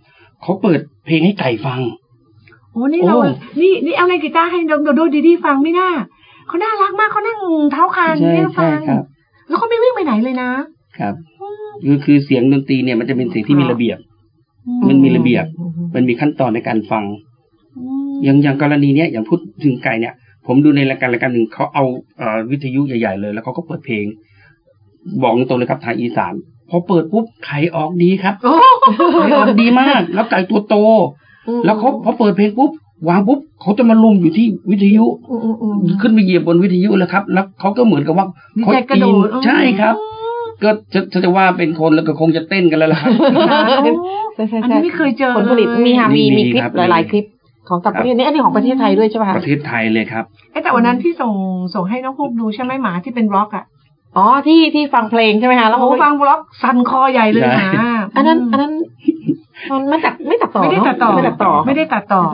Speaker 7: เขาเปิดเพลงให้ไก่ฟัง
Speaker 4: โอ้นี่เรา
Speaker 7: โอ้
Speaker 4: นี่นี่เอาอะไรกีตาร์ให้ดมโดโดดีดีฟังไม่น่าเขาน่ารักมากเขานั่งเท้าคาน
Speaker 7: ใช่
Speaker 4: เนี่ยฟั
Speaker 7: ใช่
Speaker 4: ง
Speaker 7: ครับ
Speaker 4: แล้วเขาไม่วิ่งไปไหนเลยนะครับ
Speaker 7: คือคือเสียงดนตรีเนี่ยมันจะเป็นเสียงที่มีระเบียบ มันมีระเบียบ มันมีขั้นตอนในการฟัง
Speaker 4: อืม
Speaker 7: อย่างอย่างกรณีเนี้ยอย่างพูดถึงไก่เนี่ย ผมดูในรายการรายการหนึ่งเขาเอาเอ่อวิทยุใหญ่ๆเลย แล้วเขาก็เปิดเพลง บอกตรงๆเลยครับทางอีสาน พอเปิดปุ๊บไข่ออกดีครับ
Speaker 4: โอ้
Speaker 7: ไข่ออกดีมาก แล้วไก่ตัวโต
Speaker 5: อืม
Speaker 7: แล้วเขาพอเปิดเพลงปุ๊บวางปุ๊บเขาจะมาลุมอยู่ที่วิทยุ
Speaker 5: อืมอืมอืม
Speaker 7: ขึ้นไปเหยียบบนวิทยุแล้วครับ แล้วเขาก็เหมือนกับว่าเขา
Speaker 4: ใจกระ
Speaker 7: อิ
Speaker 4: โด
Speaker 7: น
Speaker 4: ดอืม
Speaker 7: ใช่ครับ ก็จะจะจะว่าเป็นคนแล้วก็คงจะเต้นกันแล้วล่ะครับ
Speaker 5: ใช่ใช่
Speaker 4: อัน
Speaker 5: ใช่
Speaker 4: นี้ไม่เคยเจอ
Speaker 5: ผลผลิต
Speaker 4: เย
Speaker 5: มีค่ะมี
Speaker 7: มี
Speaker 5: มีคลิป
Speaker 7: ครับ
Speaker 5: หลาย
Speaker 7: มี
Speaker 5: ๆคลิปของต่างประเทศนี่อันนี้ของประเทศไทยด้วยใช่ป่ะคะ
Speaker 7: ประเทศไทยเลยครับ
Speaker 4: เอ๊ะแต่วันนั้นที่ส่งส่งให้น้องภูมิดูใช่ไหมหมาที่เป็นบล็อกอ่ะ
Speaker 5: อ๋อที่ที่ฟังเพลงใช่ไหมคะแล้วเขา
Speaker 4: โอ้
Speaker 5: ก็
Speaker 4: ฟังบล็อกสั่นคอใหญ่เลย
Speaker 7: ใช่
Speaker 4: หมา
Speaker 5: อันนั้นอันนั้นมันไม่ตัดไม่ตัดต่อ
Speaker 4: ไม่ได้
Speaker 5: เนะ
Speaker 4: ตัดต่อ
Speaker 5: ไม่ตัดต่อ
Speaker 4: ไม่ได้ตัดต่อ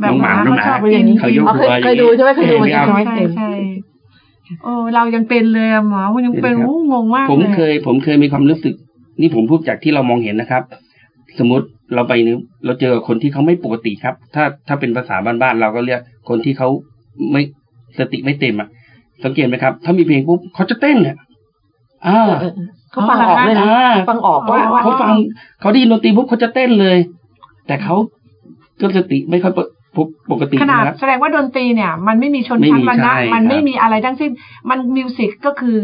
Speaker 4: แบบ
Speaker 7: น้องห
Speaker 4: ห
Speaker 7: มา
Speaker 4: มา
Speaker 7: น้อง
Speaker 4: เขาช
Speaker 7: หมา
Speaker 4: อบ
Speaker 5: เรียน
Speaker 4: กิน
Speaker 7: เขายกมือไหว้
Speaker 5: เคยดูใช่ไหมเคยดูเหมือนกัน
Speaker 7: อา
Speaker 5: ใช่ไหม
Speaker 4: ใช่ใช่โอ้เรายังเป็นเลยอะหมอมันยังเป็น
Speaker 7: เป็นครับ
Speaker 4: โอ้งงมาก
Speaker 7: ผม
Speaker 4: ล
Speaker 7: เคย ผมเคยมีความรู้สึก นี่ผมพูดจากที่เรามองเห็นนะครับ สมมติเราไปนึกเราเจอคนที่เขาไม่ปกติครับ ถ้าถ้าเป็นภาษาบ้านๆเราก็เรียกคนที่เขาไม่สติไม่เต็มอ่ะสังเกตไหมครับ ถ้ามีเพลงปุ๊บเขาจะเต้นอ่ะอ่า
Speaker 5: เออเขาฟังออกด้วยนะ
Speaker 7: อ่า
Speaker 5: ฟังออกว่าว่า
Speaker 7: เขาฟังเขาได้ยินดนตรีปุ๊บเขาจะเต้นเลย แต่เขาก็สติไม่ค่อยปกปกปกติ
Speaker 4: ขนาด
Speaker 7: นะครับ
Speaker 4: แสดงว่าดนตรีเนี่ย มันไม่มีชน
Speaker 7: ไม่มี
Speaker 4: ชั้นวรรณะ
Speaker 7: ใช่
Speaker 4: มันไม่
Speaker 7: ครับ
Speaker 4: มีอะไรทั้งสิ้น มันมิวสิกก็คือ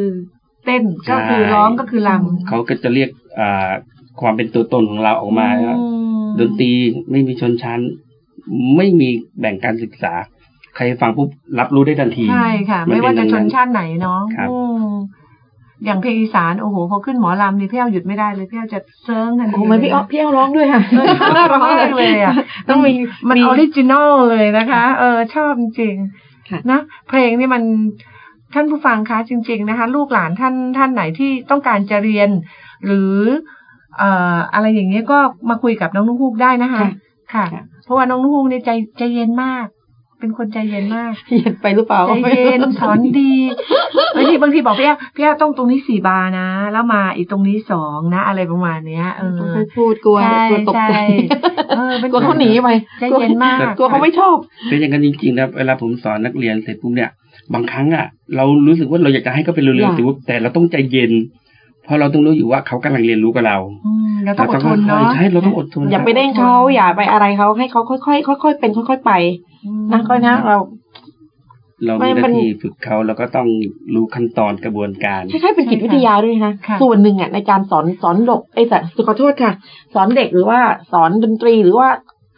Speaker 4: เต้น
Speaker 7: ใช่
Speaker 4: ก็คือร้องก็คือรำ
Speaker 7: เขาก็จะเรียกอ่าความเป็นตัวตนของเราออกมานะครับ
Speaker 4: อืม
Speaker 7: ดนตรีไม่มีชนชั้น ไม่มีแบ่งการศึกษา ใครฟังปุ๊บรับรู้ได้ทันที
Speaker 4: ใช่ค่ะ
Speaker 7: มันเป็น
Speaker 4: ไม่ว่าจะชนชาติไหนเนาะ
Speaker 7: ครับ
Speaker 4: อืมอย่างเพลงอีสานโอ้โหพอขึ้นหมอลำนี่พี่เอาหยุดไม่ได้เลยพี่เอาจะเซิร์งทันที
Speaker 5: โอ้มันพี่อ้อพี่อ้อร้องด้วยค่ะ
Speaker 4: เลยนะเออชอบมากเลยอ่ะ
Speaker 5: ต้องมี
Speaker 4: มัน
Speaker 5: มี
Speaker 4: ออริจินอลเลยนะคะ เออ ชอบจริง
Speaker 5: ค่ะ
Speaker 4: ๆนะเพลงนี่มันท่านผู้ฟังคะจริง ๆ นะคะ ลูกหลานท่านท่านไหนที่ต้องการจะเรียน หรือ เอ่อ อะไรอย่างเงี้ยก็มาคุยกับน้องนุ่งฮูกได้นะคะ ค่ะ เพราะว่าน้องนุ่งฮูกเนี่ยใจใจเย็นมาก เป็นคนใจเย็นมาก
Speaker 5: เหยียดไปหรือเปล่า
Speaker 4: ใจเย็น สอนดีบางทีบางทีบอกพี่แอ๊ะพี่แอ๊ะต้องตรงนี้สี่บาร์นะ แล้วมาอีกตรงนี้สองนะ อะไรประมาณเนี้ยเออ
Speaker 5: ไม่พูดกลัว
Speaker 4: ใช่
Speaker 5: กลัวตกใจ
Speaker 4: ใช่เออเป็น
Speaker 5: กลัวเขาหนีไป
Speaker 4: ใจเย็นมาก
Speaker 5: กลัวเขาไม่ชอบ
Speaker 7: เป็นอย่างนั้นจริงๆนะครับเวลาผมสอนนักเรียนเสร็จปุ๊บเนี่ย บางครั้งอ่ะ เรารู้สึกว่าเราอยากจะให้เขาเป็น
Speaker 5: อ
Speaker 7: เร็วย
Speaker 5: าก
Speaker 7: ๆสิปุ๊บแต่เราต้องใจเย็น เพราะเราต้องรู้อยู่ว่าเขากำลังเรียนรู้กับเรา
Speaker 4: อืมเราต้องอดทน
Speaker 7: ร
Speaker 4: เนาะ
Speaker 7: ต้องค่อยๆใช่เราต้องอดทน
Speaker 5: อย่า
Speaker 7: ครับ
Speaker 5: ไปเด้งเขาอย่าไปอะไรเขาให้เขาค่อยๆค่อยๆเป็นค่อย ๆ ไปนะค่อยนะเรา
Speaker 7: เรา
Speaker 5: ไม่
Speaker 7: มีห
Speaker 5: มั
Speaker 7: น้าน ที่ฝึกเขาแล้วก็ต้องรู้ขั้นตอนกระบวนการ
Speaker 5: คล้ายๆเป็นจิตวิทยาด้วยนะคะ
Speaker 4: ค่ะ
Speaker 5: ส่วนหนึ่งอ่ะในการสอนสอนเด็กไอ้ยสอนขอโทษค่ะ สอนเด็กหรือว่าสอนดนตรีหรือว่า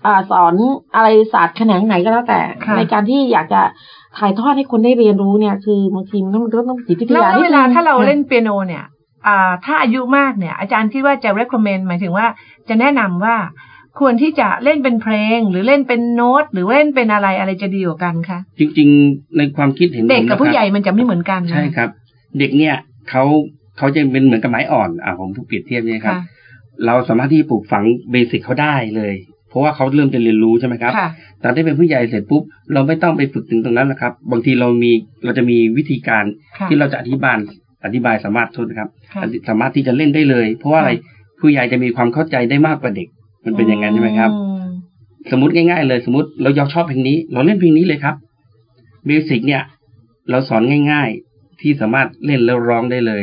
Speaker 5: อ่าสอนอะไรศาสตร์แขนงไหนก็แล้วแต่
Speaker 4: ค่ะ
Speaker 5: ในการที่อยากจะถ่ายทอดให้คนได้เรียนรู้เนี่ย คือบางทีมันต้องต้องต้องจิตวิท
Speaker 4: แล้ว
Speaker 5: ยา
Speaker 4: แล้ว
Speaker 5: นิด
Speaker 4: เว
Speaker 5: นึ
Speaker 4: ลาง ถ้าเราเล่น
Speaker 5: ค่ะ
Speaker 4: เปียโนเนี่ย อ่า ถ้าอายุมากเนี่ย อาจารย์คิดว่าจะ recommend หมายถึงว่าจะแนะนำว่า ควรที่จะเล่นเป็นเพลง หรือเล่นเป็นโน้ต หรือเล่นเป็นอะไรอะไรจะดีกว่ากันคะ
Speaker 7: จริงๆ ในความคิดเห็น
Speaker 4: เด็ก
Speaker 7: ผม
Speaker 4: กับ
Speaker 7: นะ
Speaker 4: ผู้
Speaker 7: ครั
Speaker 4: ใหญ่มันจะไม่เหมือนกันนะ
Speaker 7: ใช่ครับ เด็กเนี่ยเขาเขาจะเป็นเหมือนกับไม้อ่อนอ่าผมพูดเปรียบเทียบเนี่ยครับ
Speaker 4: ค่ะ
Speaker 7: เราสามารถที่ปลูกฝังเบสิกเขาได้เลย เพราะว่าเขาเริ่มจะเรียนรู้ใช่ไหมครับ
Speaker 4: ค่ะ
Speaker 7: ตอนที่เป็นผู้ใหญ่เสร็จปุ๊บเราไม่ต้องไปฝึกถึงตรงนั้นนะครับ บางทีเรามีเราจะมีวิธีการ
Speaker 4: ค่ะ
Speaker 7: ที่เราจะอธิบายอธิบายสามารถโทษนะครับ
Speaker 4: ค่ะ
Speaker 7: สามารถที่จะเล่นได้เลย เพราะว่าอะไร
Speaker 4: ค่ะ
Speaker 7: ผู้ใหญ่จะมีความเข้าใจได้มากกว่าเด็ก มันเป็นอย่างนั้นใช่ไหมครับ
Speaker 4: อืม
Speaker 7: สมมติง่ายๆเลยสมมติเรายอมชอบเพลงนี้ เราเล่นเพลงนี้เลยครับเบสิกเนี่ย เราสอนง่ายๆ ที่สามารถเล่นแล้วร้องได้เลย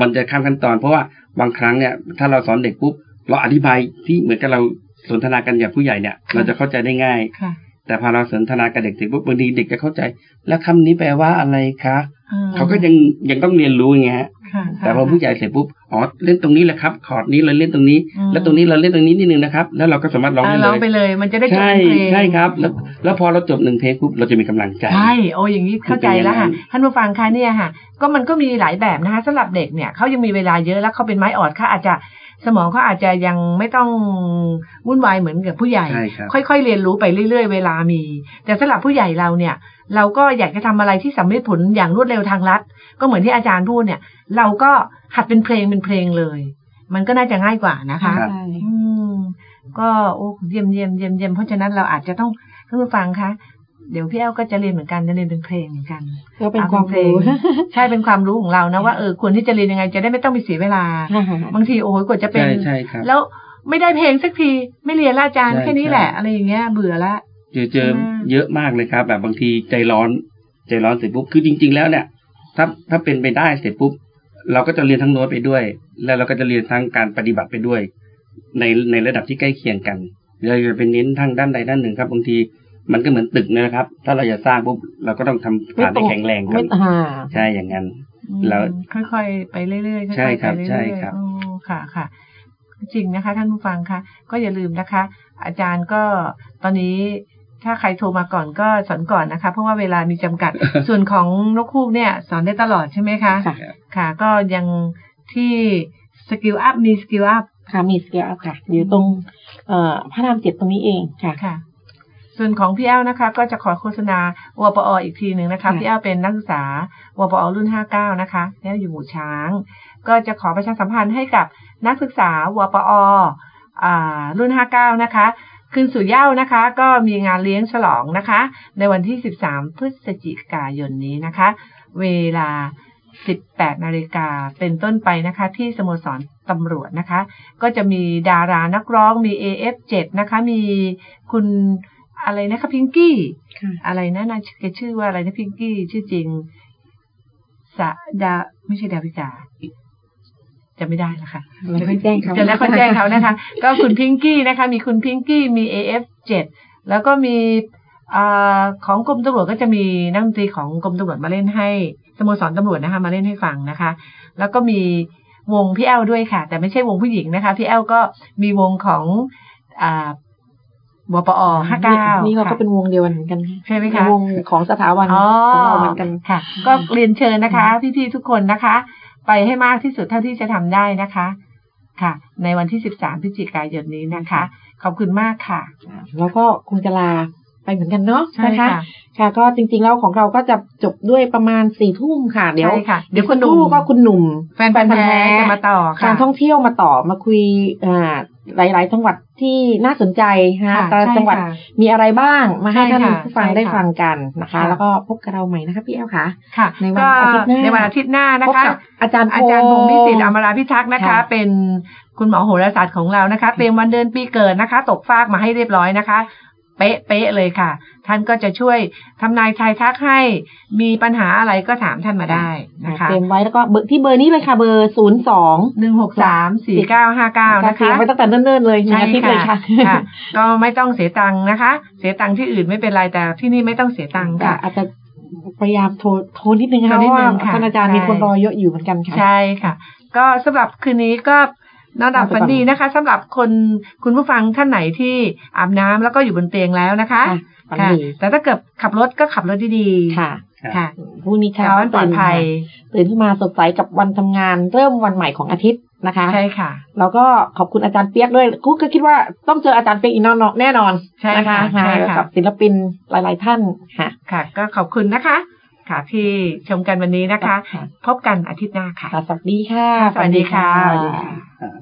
Speaker 7: มันจะข้ามขั้นตอน เพราะว่าบางครั้งเนี่ย ถ้าเราสอนเด็กปุ๊บเราอธิบายที่เหมือนกับเราสนทนากันอย่างผู้ใหญ่เนี่ย เราจะเข้าใจได้ง่าย
Speaker 4: ค่ะ
Speaker 7: แต่พอเราสนทนากับเด็กเสร็จปุ๊บบางทีเด็กจะเข้าใจ แล้วคำนี้แปลว่าอะไรคะ
Speaker 4: อืม
Speaker 7: เขาก็ยังยังต้องเรียนรู้ไงฮะ
Speaker 4: ค่ะค่ะ
Speaker 7: แต่พอผู้ใหญ่เสร็จปุ๊บอ๋อเล่นตรงนี้แหละครับคอร์ดนี้เราเล่นตรงนี้
Speaker 4: อืม
Speaker 7: แล้วตรงนี้เราเล่นตรงนี้นิดนึงนะครับ แล้วเราก็สามารถร้องได้
Speaker 4: อ่า
Speaker 7: เล
Speaker 4: ร้อง
Speaker 7: ย
Speaker 4: ไปเลย มันจะได้จบ
Speaker 7: ใช่
Speaker 4: เป็นเพลง
Speaker 7: ใช่ครับ แล้วแล้วพอเราจบหนึ่งเพลงปุ๊บเราจะมีกำลังใจ
Speaker 4: ใช่โอ้อย่างนี้เข้าใจแล้วค่ะ
Speaker 7: มันเป็นอย่างนั้น
Speaker 4: ท่านผู้ฟังคะเนี่ยค่ะ ก็มันก็มีหลายแบบนะคะสำหรับเด็กเนี่ยเขายังมีเวลาเยอะแล้วเขาเป็นไม้อ่อนค่ะอาจจะ สมองเขาอาจจะยังไม่ต้องวุ่นวายเหมือนกับผู้ใหญ่
Speaker 7: ใช่ครับ
Speaker 4: ค่อยๆ เรียนรู้ไปเรื่อย ๆ เวลามี แต่สำหรับผู้ใหญ่เราเนี่ย เราก็อยากจะทำอะไรที่สำเร็จผลอย่างรวดเร็วทางลัด ก็เหมือนที่อาจารย์พูดเนี่ย เราก็หัดเป็นเพลงเป็นเพลงเลย มันก็น่าจะง่ายกว่านะคะ
Speaker 7: ครับ
Speaker 6: ใช่
Speaker 4: อืมก็โอ้เยี่ยมเยี่ยมเยี่ยมเยี่ยมเพราะฉะนั้นเราอาจจะต้องท่านผู้ฟังคะเดี๋ยวพี่แอลก็จะเรียนเหมือนกันจะเรียนเป็นเพลงเหมือนกัน
Speaker 5: ก็เป็นความ
Speaker 4: เพล
Speaker 5: รู้
Speaker 4: ง ใช่เป็นความรู้ของเรานะว่าเออควรที่จะเรียนยังไงจะได้ไม่ต้องไปเสียเวลา บางทีโอ้โหกว่าจะเป็น
Speaker 7: ใช่ใช่ครับ
Speaker 4: แล้วไม่ได้เพลงสักทีไม่เรียนละอาจารย์
Speaker 7: ใช่
Speaker 4: แค่นี้
Speaker 7: ใช่
Speaker 4: แหละอะไรอย่างเงี้ยเบื่อละ
Speaker 7: เจอเจอ
Speaker 4: ใช่ไหม
Speaker 7: เยอะมากเลยครับ แบบบางทีใจร้อน ใจร้อนเสร็จปุ๊บคือจริง ๆ แล้วเนี่ยถ้าถ้าเป็นไปได้เสร็จปุ๊บ เราก็จะเรียนทั้งโน้ตไปด้วย แล้วเราก็จะเรียนทั้งการปฏิบัติไปด้วย ในในระดับที่ใกล้เคียงกันเราจะเป็นเน้นทางด้านใดด้านหนึ่งครับบางทีมันก็เหมือนตึกนะครับ ถ้าเราอยากสร้างปุ๊บเราก็ต้องทำฐานให้แข็งแรงก่อน
Speaker 5: อ่า
Speaker 7: ใช่อย่างนั้น
Speaker 4: อืม
Speaker 7: แล้ว
Speaker 4: ค่อยๆไปเรื่อยๆอยๆ
Speaker 7: ใช่ครับ
Speaker 4: ไปเอยๆ
Speaker 7: ใช่ครับ
Speaker 4: โอ้ค่ะค่ะ จริงนะคะ ท่านผู้ฟังคะก็อย่าลืมนะคะ อาจารย์ก็ตอนนี้ถ้าใครโทรมาก่อนก็สอนก่อนนะคะ เพราะว่าเวลามีจำกั ด ส่วนของนกคูกเนี่ย สอนได้ตลอดใช่ไหมคะ
Speaker 5: ค่ะ
Speaker 4: ค่ะ ก็ยังที่สกิลอัพมีสกิลอัพ
Speaker 5: ค่ะมีสเกลค่ะ อยู่ตรง เอ่อพระรามเจ็ดตรงนี้เองค่ะ
Speaker 4: ค่ะ ส่วนของพี่แอ้วนะคะ ก็จะขอโฆษณาวปออีกทีหนึ่งนะคะ
Speaker 5: ค่ะ
Speaker 4: พี่แอ้วเป็นนักศึกษาวปอรุ่น 59 นะคะแล้วอยู่หมู่ช้าง ก็จะขอประชาสัมพันธ์ให้กับนักศึกษาวปออ่ารุ่น 59 นะคะ คืนสู่เหย้านะคะ ก็มีงานเลี้ยงฉลองนะคะ ในวันที่ 13 พฤศจิกายนนี้นะคะ เวลา 18 นาฬิกาเป็นต้นไปนะคะ ที่สโมสรตำรวจนะคะ ก็จะมีดารานักร้องมี AF7 นะคะ มีคุณอะไรนะคะพิงกี้
Speaker 5: ค่ะ
Speaker 4: อะไรนะนะแกชื่อว่าอะไรนะพิงกี้ชื่อจริงสะดาไม่ใช่ดาวิกาจะไม่ได้ละค่ะ
Speaker 5: แล้วก็แจ้งเขา
Speaker 4: จะแล้วก็แจ้งเขา นะคะ ก็คุณพิงกี้นะคะ มีคุณพิงกี้มี AF7 แล้วก็มีอาของกรมตำรวจก็จะมีนักดนตรีของกรมตำรวจมาเล่นให้สโมสรตำรวจนะคะ มาเล่นให้ฟังนะคะ แล้วก็มีวงพี่แอลด้วยค่ะ แต่ไม่ใช่วงผู้หญิงนะคะพี่แอลก็มีวงของอ่าบปอห้าเก้า
Speaker 5: นี่
Speaker 4: นี่
Speaker 5: เราก็เป็นวงเดียวกันเหมือนกันนะ
Speaker 4: ใช่ไหมคะ
Speaker 5: เป็นวงของสถาบันของเราเหมือนกัน
Speaker 4: ค่ะ ก็เรียนเชิญนะคะ พี่ๆทุกคนนะคะ ไปให้มากที่สุดเท่าที่จะทำได้นะคะ ค่ะ ในวันที่ 13พฤศจิกายนนี้นะคะ ขอบคุณมากค่ะ
Speaker 5: แล้วก็คงจะลาไปเหมือนกันเนาะ
Speaker 4: ใช่
Speaker 5: นะคะ
Speaker 4: ค่ะ
Speaker 5: ค่ะ ก็จริงๆแล้วของเราก็จะจบด้วยประมาณสี่ทุ่มค่ะ เดี๋ยว
Speaker 4: ใช่ค่ะ เดี๋ยวคุณหนุ่
Speaker 5: คู่
Speaker 4: ม
Speaker 5: ก็คุณหนุ่ม
Speaker 4: แฟนพันธ์แท้จะมาต่อค่ะ
Speaker 5: การท่องเที่ยวมาต่อมาคุยอ่าหลาย ๆ จังหวัดที่น่าสนใจฮะ
Speaker 4: ค่ะ
Speaker 5: แต่
Speaker 4: ใช่ค่ะ
Speaker 5: จังหวัดมีอะไรบ้างมาให้
Speaker 4: ใช่
Speaker 5: ท่าน
Speaker 4: ค่ะ
Speaker 5: ผู้ฟัง
Speaker 4: ใช่ค่ะ
Speaker 5: ได้ฟังกันนะคะ
Speaker 4: ค่ะ
Speaker 5: แล้วก็พบกับเราใหม่นะคะพี่แอลค่ะ
Speaker 4: ค่ะ
Speaker 5: ในวัน
Speaker 4: ก็
Speaker 5: อาทิตย์หน้า
Speaker 4: ในวันอาทิตย์หน้านะ
Speaker 5: พบ
Speaker 4: คะ
Speaker 5: กับอาจารย์
Speaker 4: อาจารย์พงษ์พิสิทธิ์อมราพิทักษ์นะคะ
Speaker 5: ค่ะ
Speaker 4: เป็นคุณหมอโหราศาสตร์ของเรานะคะ เตรียมวันเดือนปีเกิดนะคะ ตกฟากมาให้เรียบร้อยนะคะ เป๊ะเป๊ะเลยค่ะ ท่านก็จะช่วยทำนายทายทักให้มีปัญหาอะไรก็ถามท่านมาได้นะคะ
Speaker 5: เตรียมไว้แล้วก็เบอร์ที่เบอร์นี้เลยค่ะเบอร์ศูนย์สอง
Speaker 4: หนึ่งหกสามสี่เก้าห้าเก้านะ
Speaker 5: เตรี
Speaker 4: คะ
Speaker 5: ยมไว้ตั้งแต่เนิ่นๆเลยหนึ่
Speaker 4: ใช่
Speaker 5: งอาทิตย์เลยค่ะ
Speaker 4: ค่ะ ก็ไม่ต้องเสียตังค์นะคะ เสียตังค์ที่อื่นไม่เป็นไรแต่ที่นี่ไม่ต้องเสียตังค์ค่ะ
Speaker 5: อาจจะพยายามโทรโทรนิดนึงนะ
Speaker 4: โท
Speaker 5: คะ
Speaker 4: รนิดนึ
Speaker 5: เพราะว่าง
Speaker 4: ค่ะ
Speaker 5: ท่านอาจารย์
Speaker 4: ใช่
Speaker 5: มีคนรอเยอะอยู่เหมือนกันค่ะ
Speaker 4: ใช่ค่ะ ก็สำหรับคืนนี้ก็นอนดับฝันดีนะคะสำหรับคนคุณผู้ฟังท่านไหนที่อาบน้ำแล้วก็อยู่บนเตียงแล้วนะคะ
Speaker 5: ค่ะฝัน
Speaker 4: ค่ะ
Speaker 5: ดี
Speaker 4: แต่ถ้าเกิดขับรถก็ขับรถดี
Speaker 5: ค่ะ
Speaker 4: ๆค่ะ
Speaker 5: พรุ่งนี้เช้า
Speaker 4: เช้าวันปลอดภัย
Speaker 5: ตื่นมาตื่นขึ้นมาสดใสกับวันทำงาน เริ่มวันใหม่ของอาทิตย์นะคะ
Speaker 4: ใช่ค่ะ
Speaker 5: แล้วก็ขอบคุณอาจารย์เปียกด้วยกูก็คิดว่าต้องเจออาจารย์เปียกอีกแน่นอนแน่นอน
Speaker 4: ใช่
Speaker 5: นะ
Speaker 4: ค่ะ
Speaker 5: คะ
Speaker 4: ใช่ค่ะ
Speaker 5: กับศิลปินหลาย ๆ ท่านค่ะ
Speaker 4: ค่ะ ก็ขอบคุณนะคะ ค่ะที่ชมกันวันนี้นะคะ พบกันอาทิตย์หน้าค่ะ
Speaker 5: ค่ะสวัสดีค่ะ
Speaker 4: สวัสดีค่ะ
Speaker 5: สวัสดีค่ะ
Speaker 7: อ่า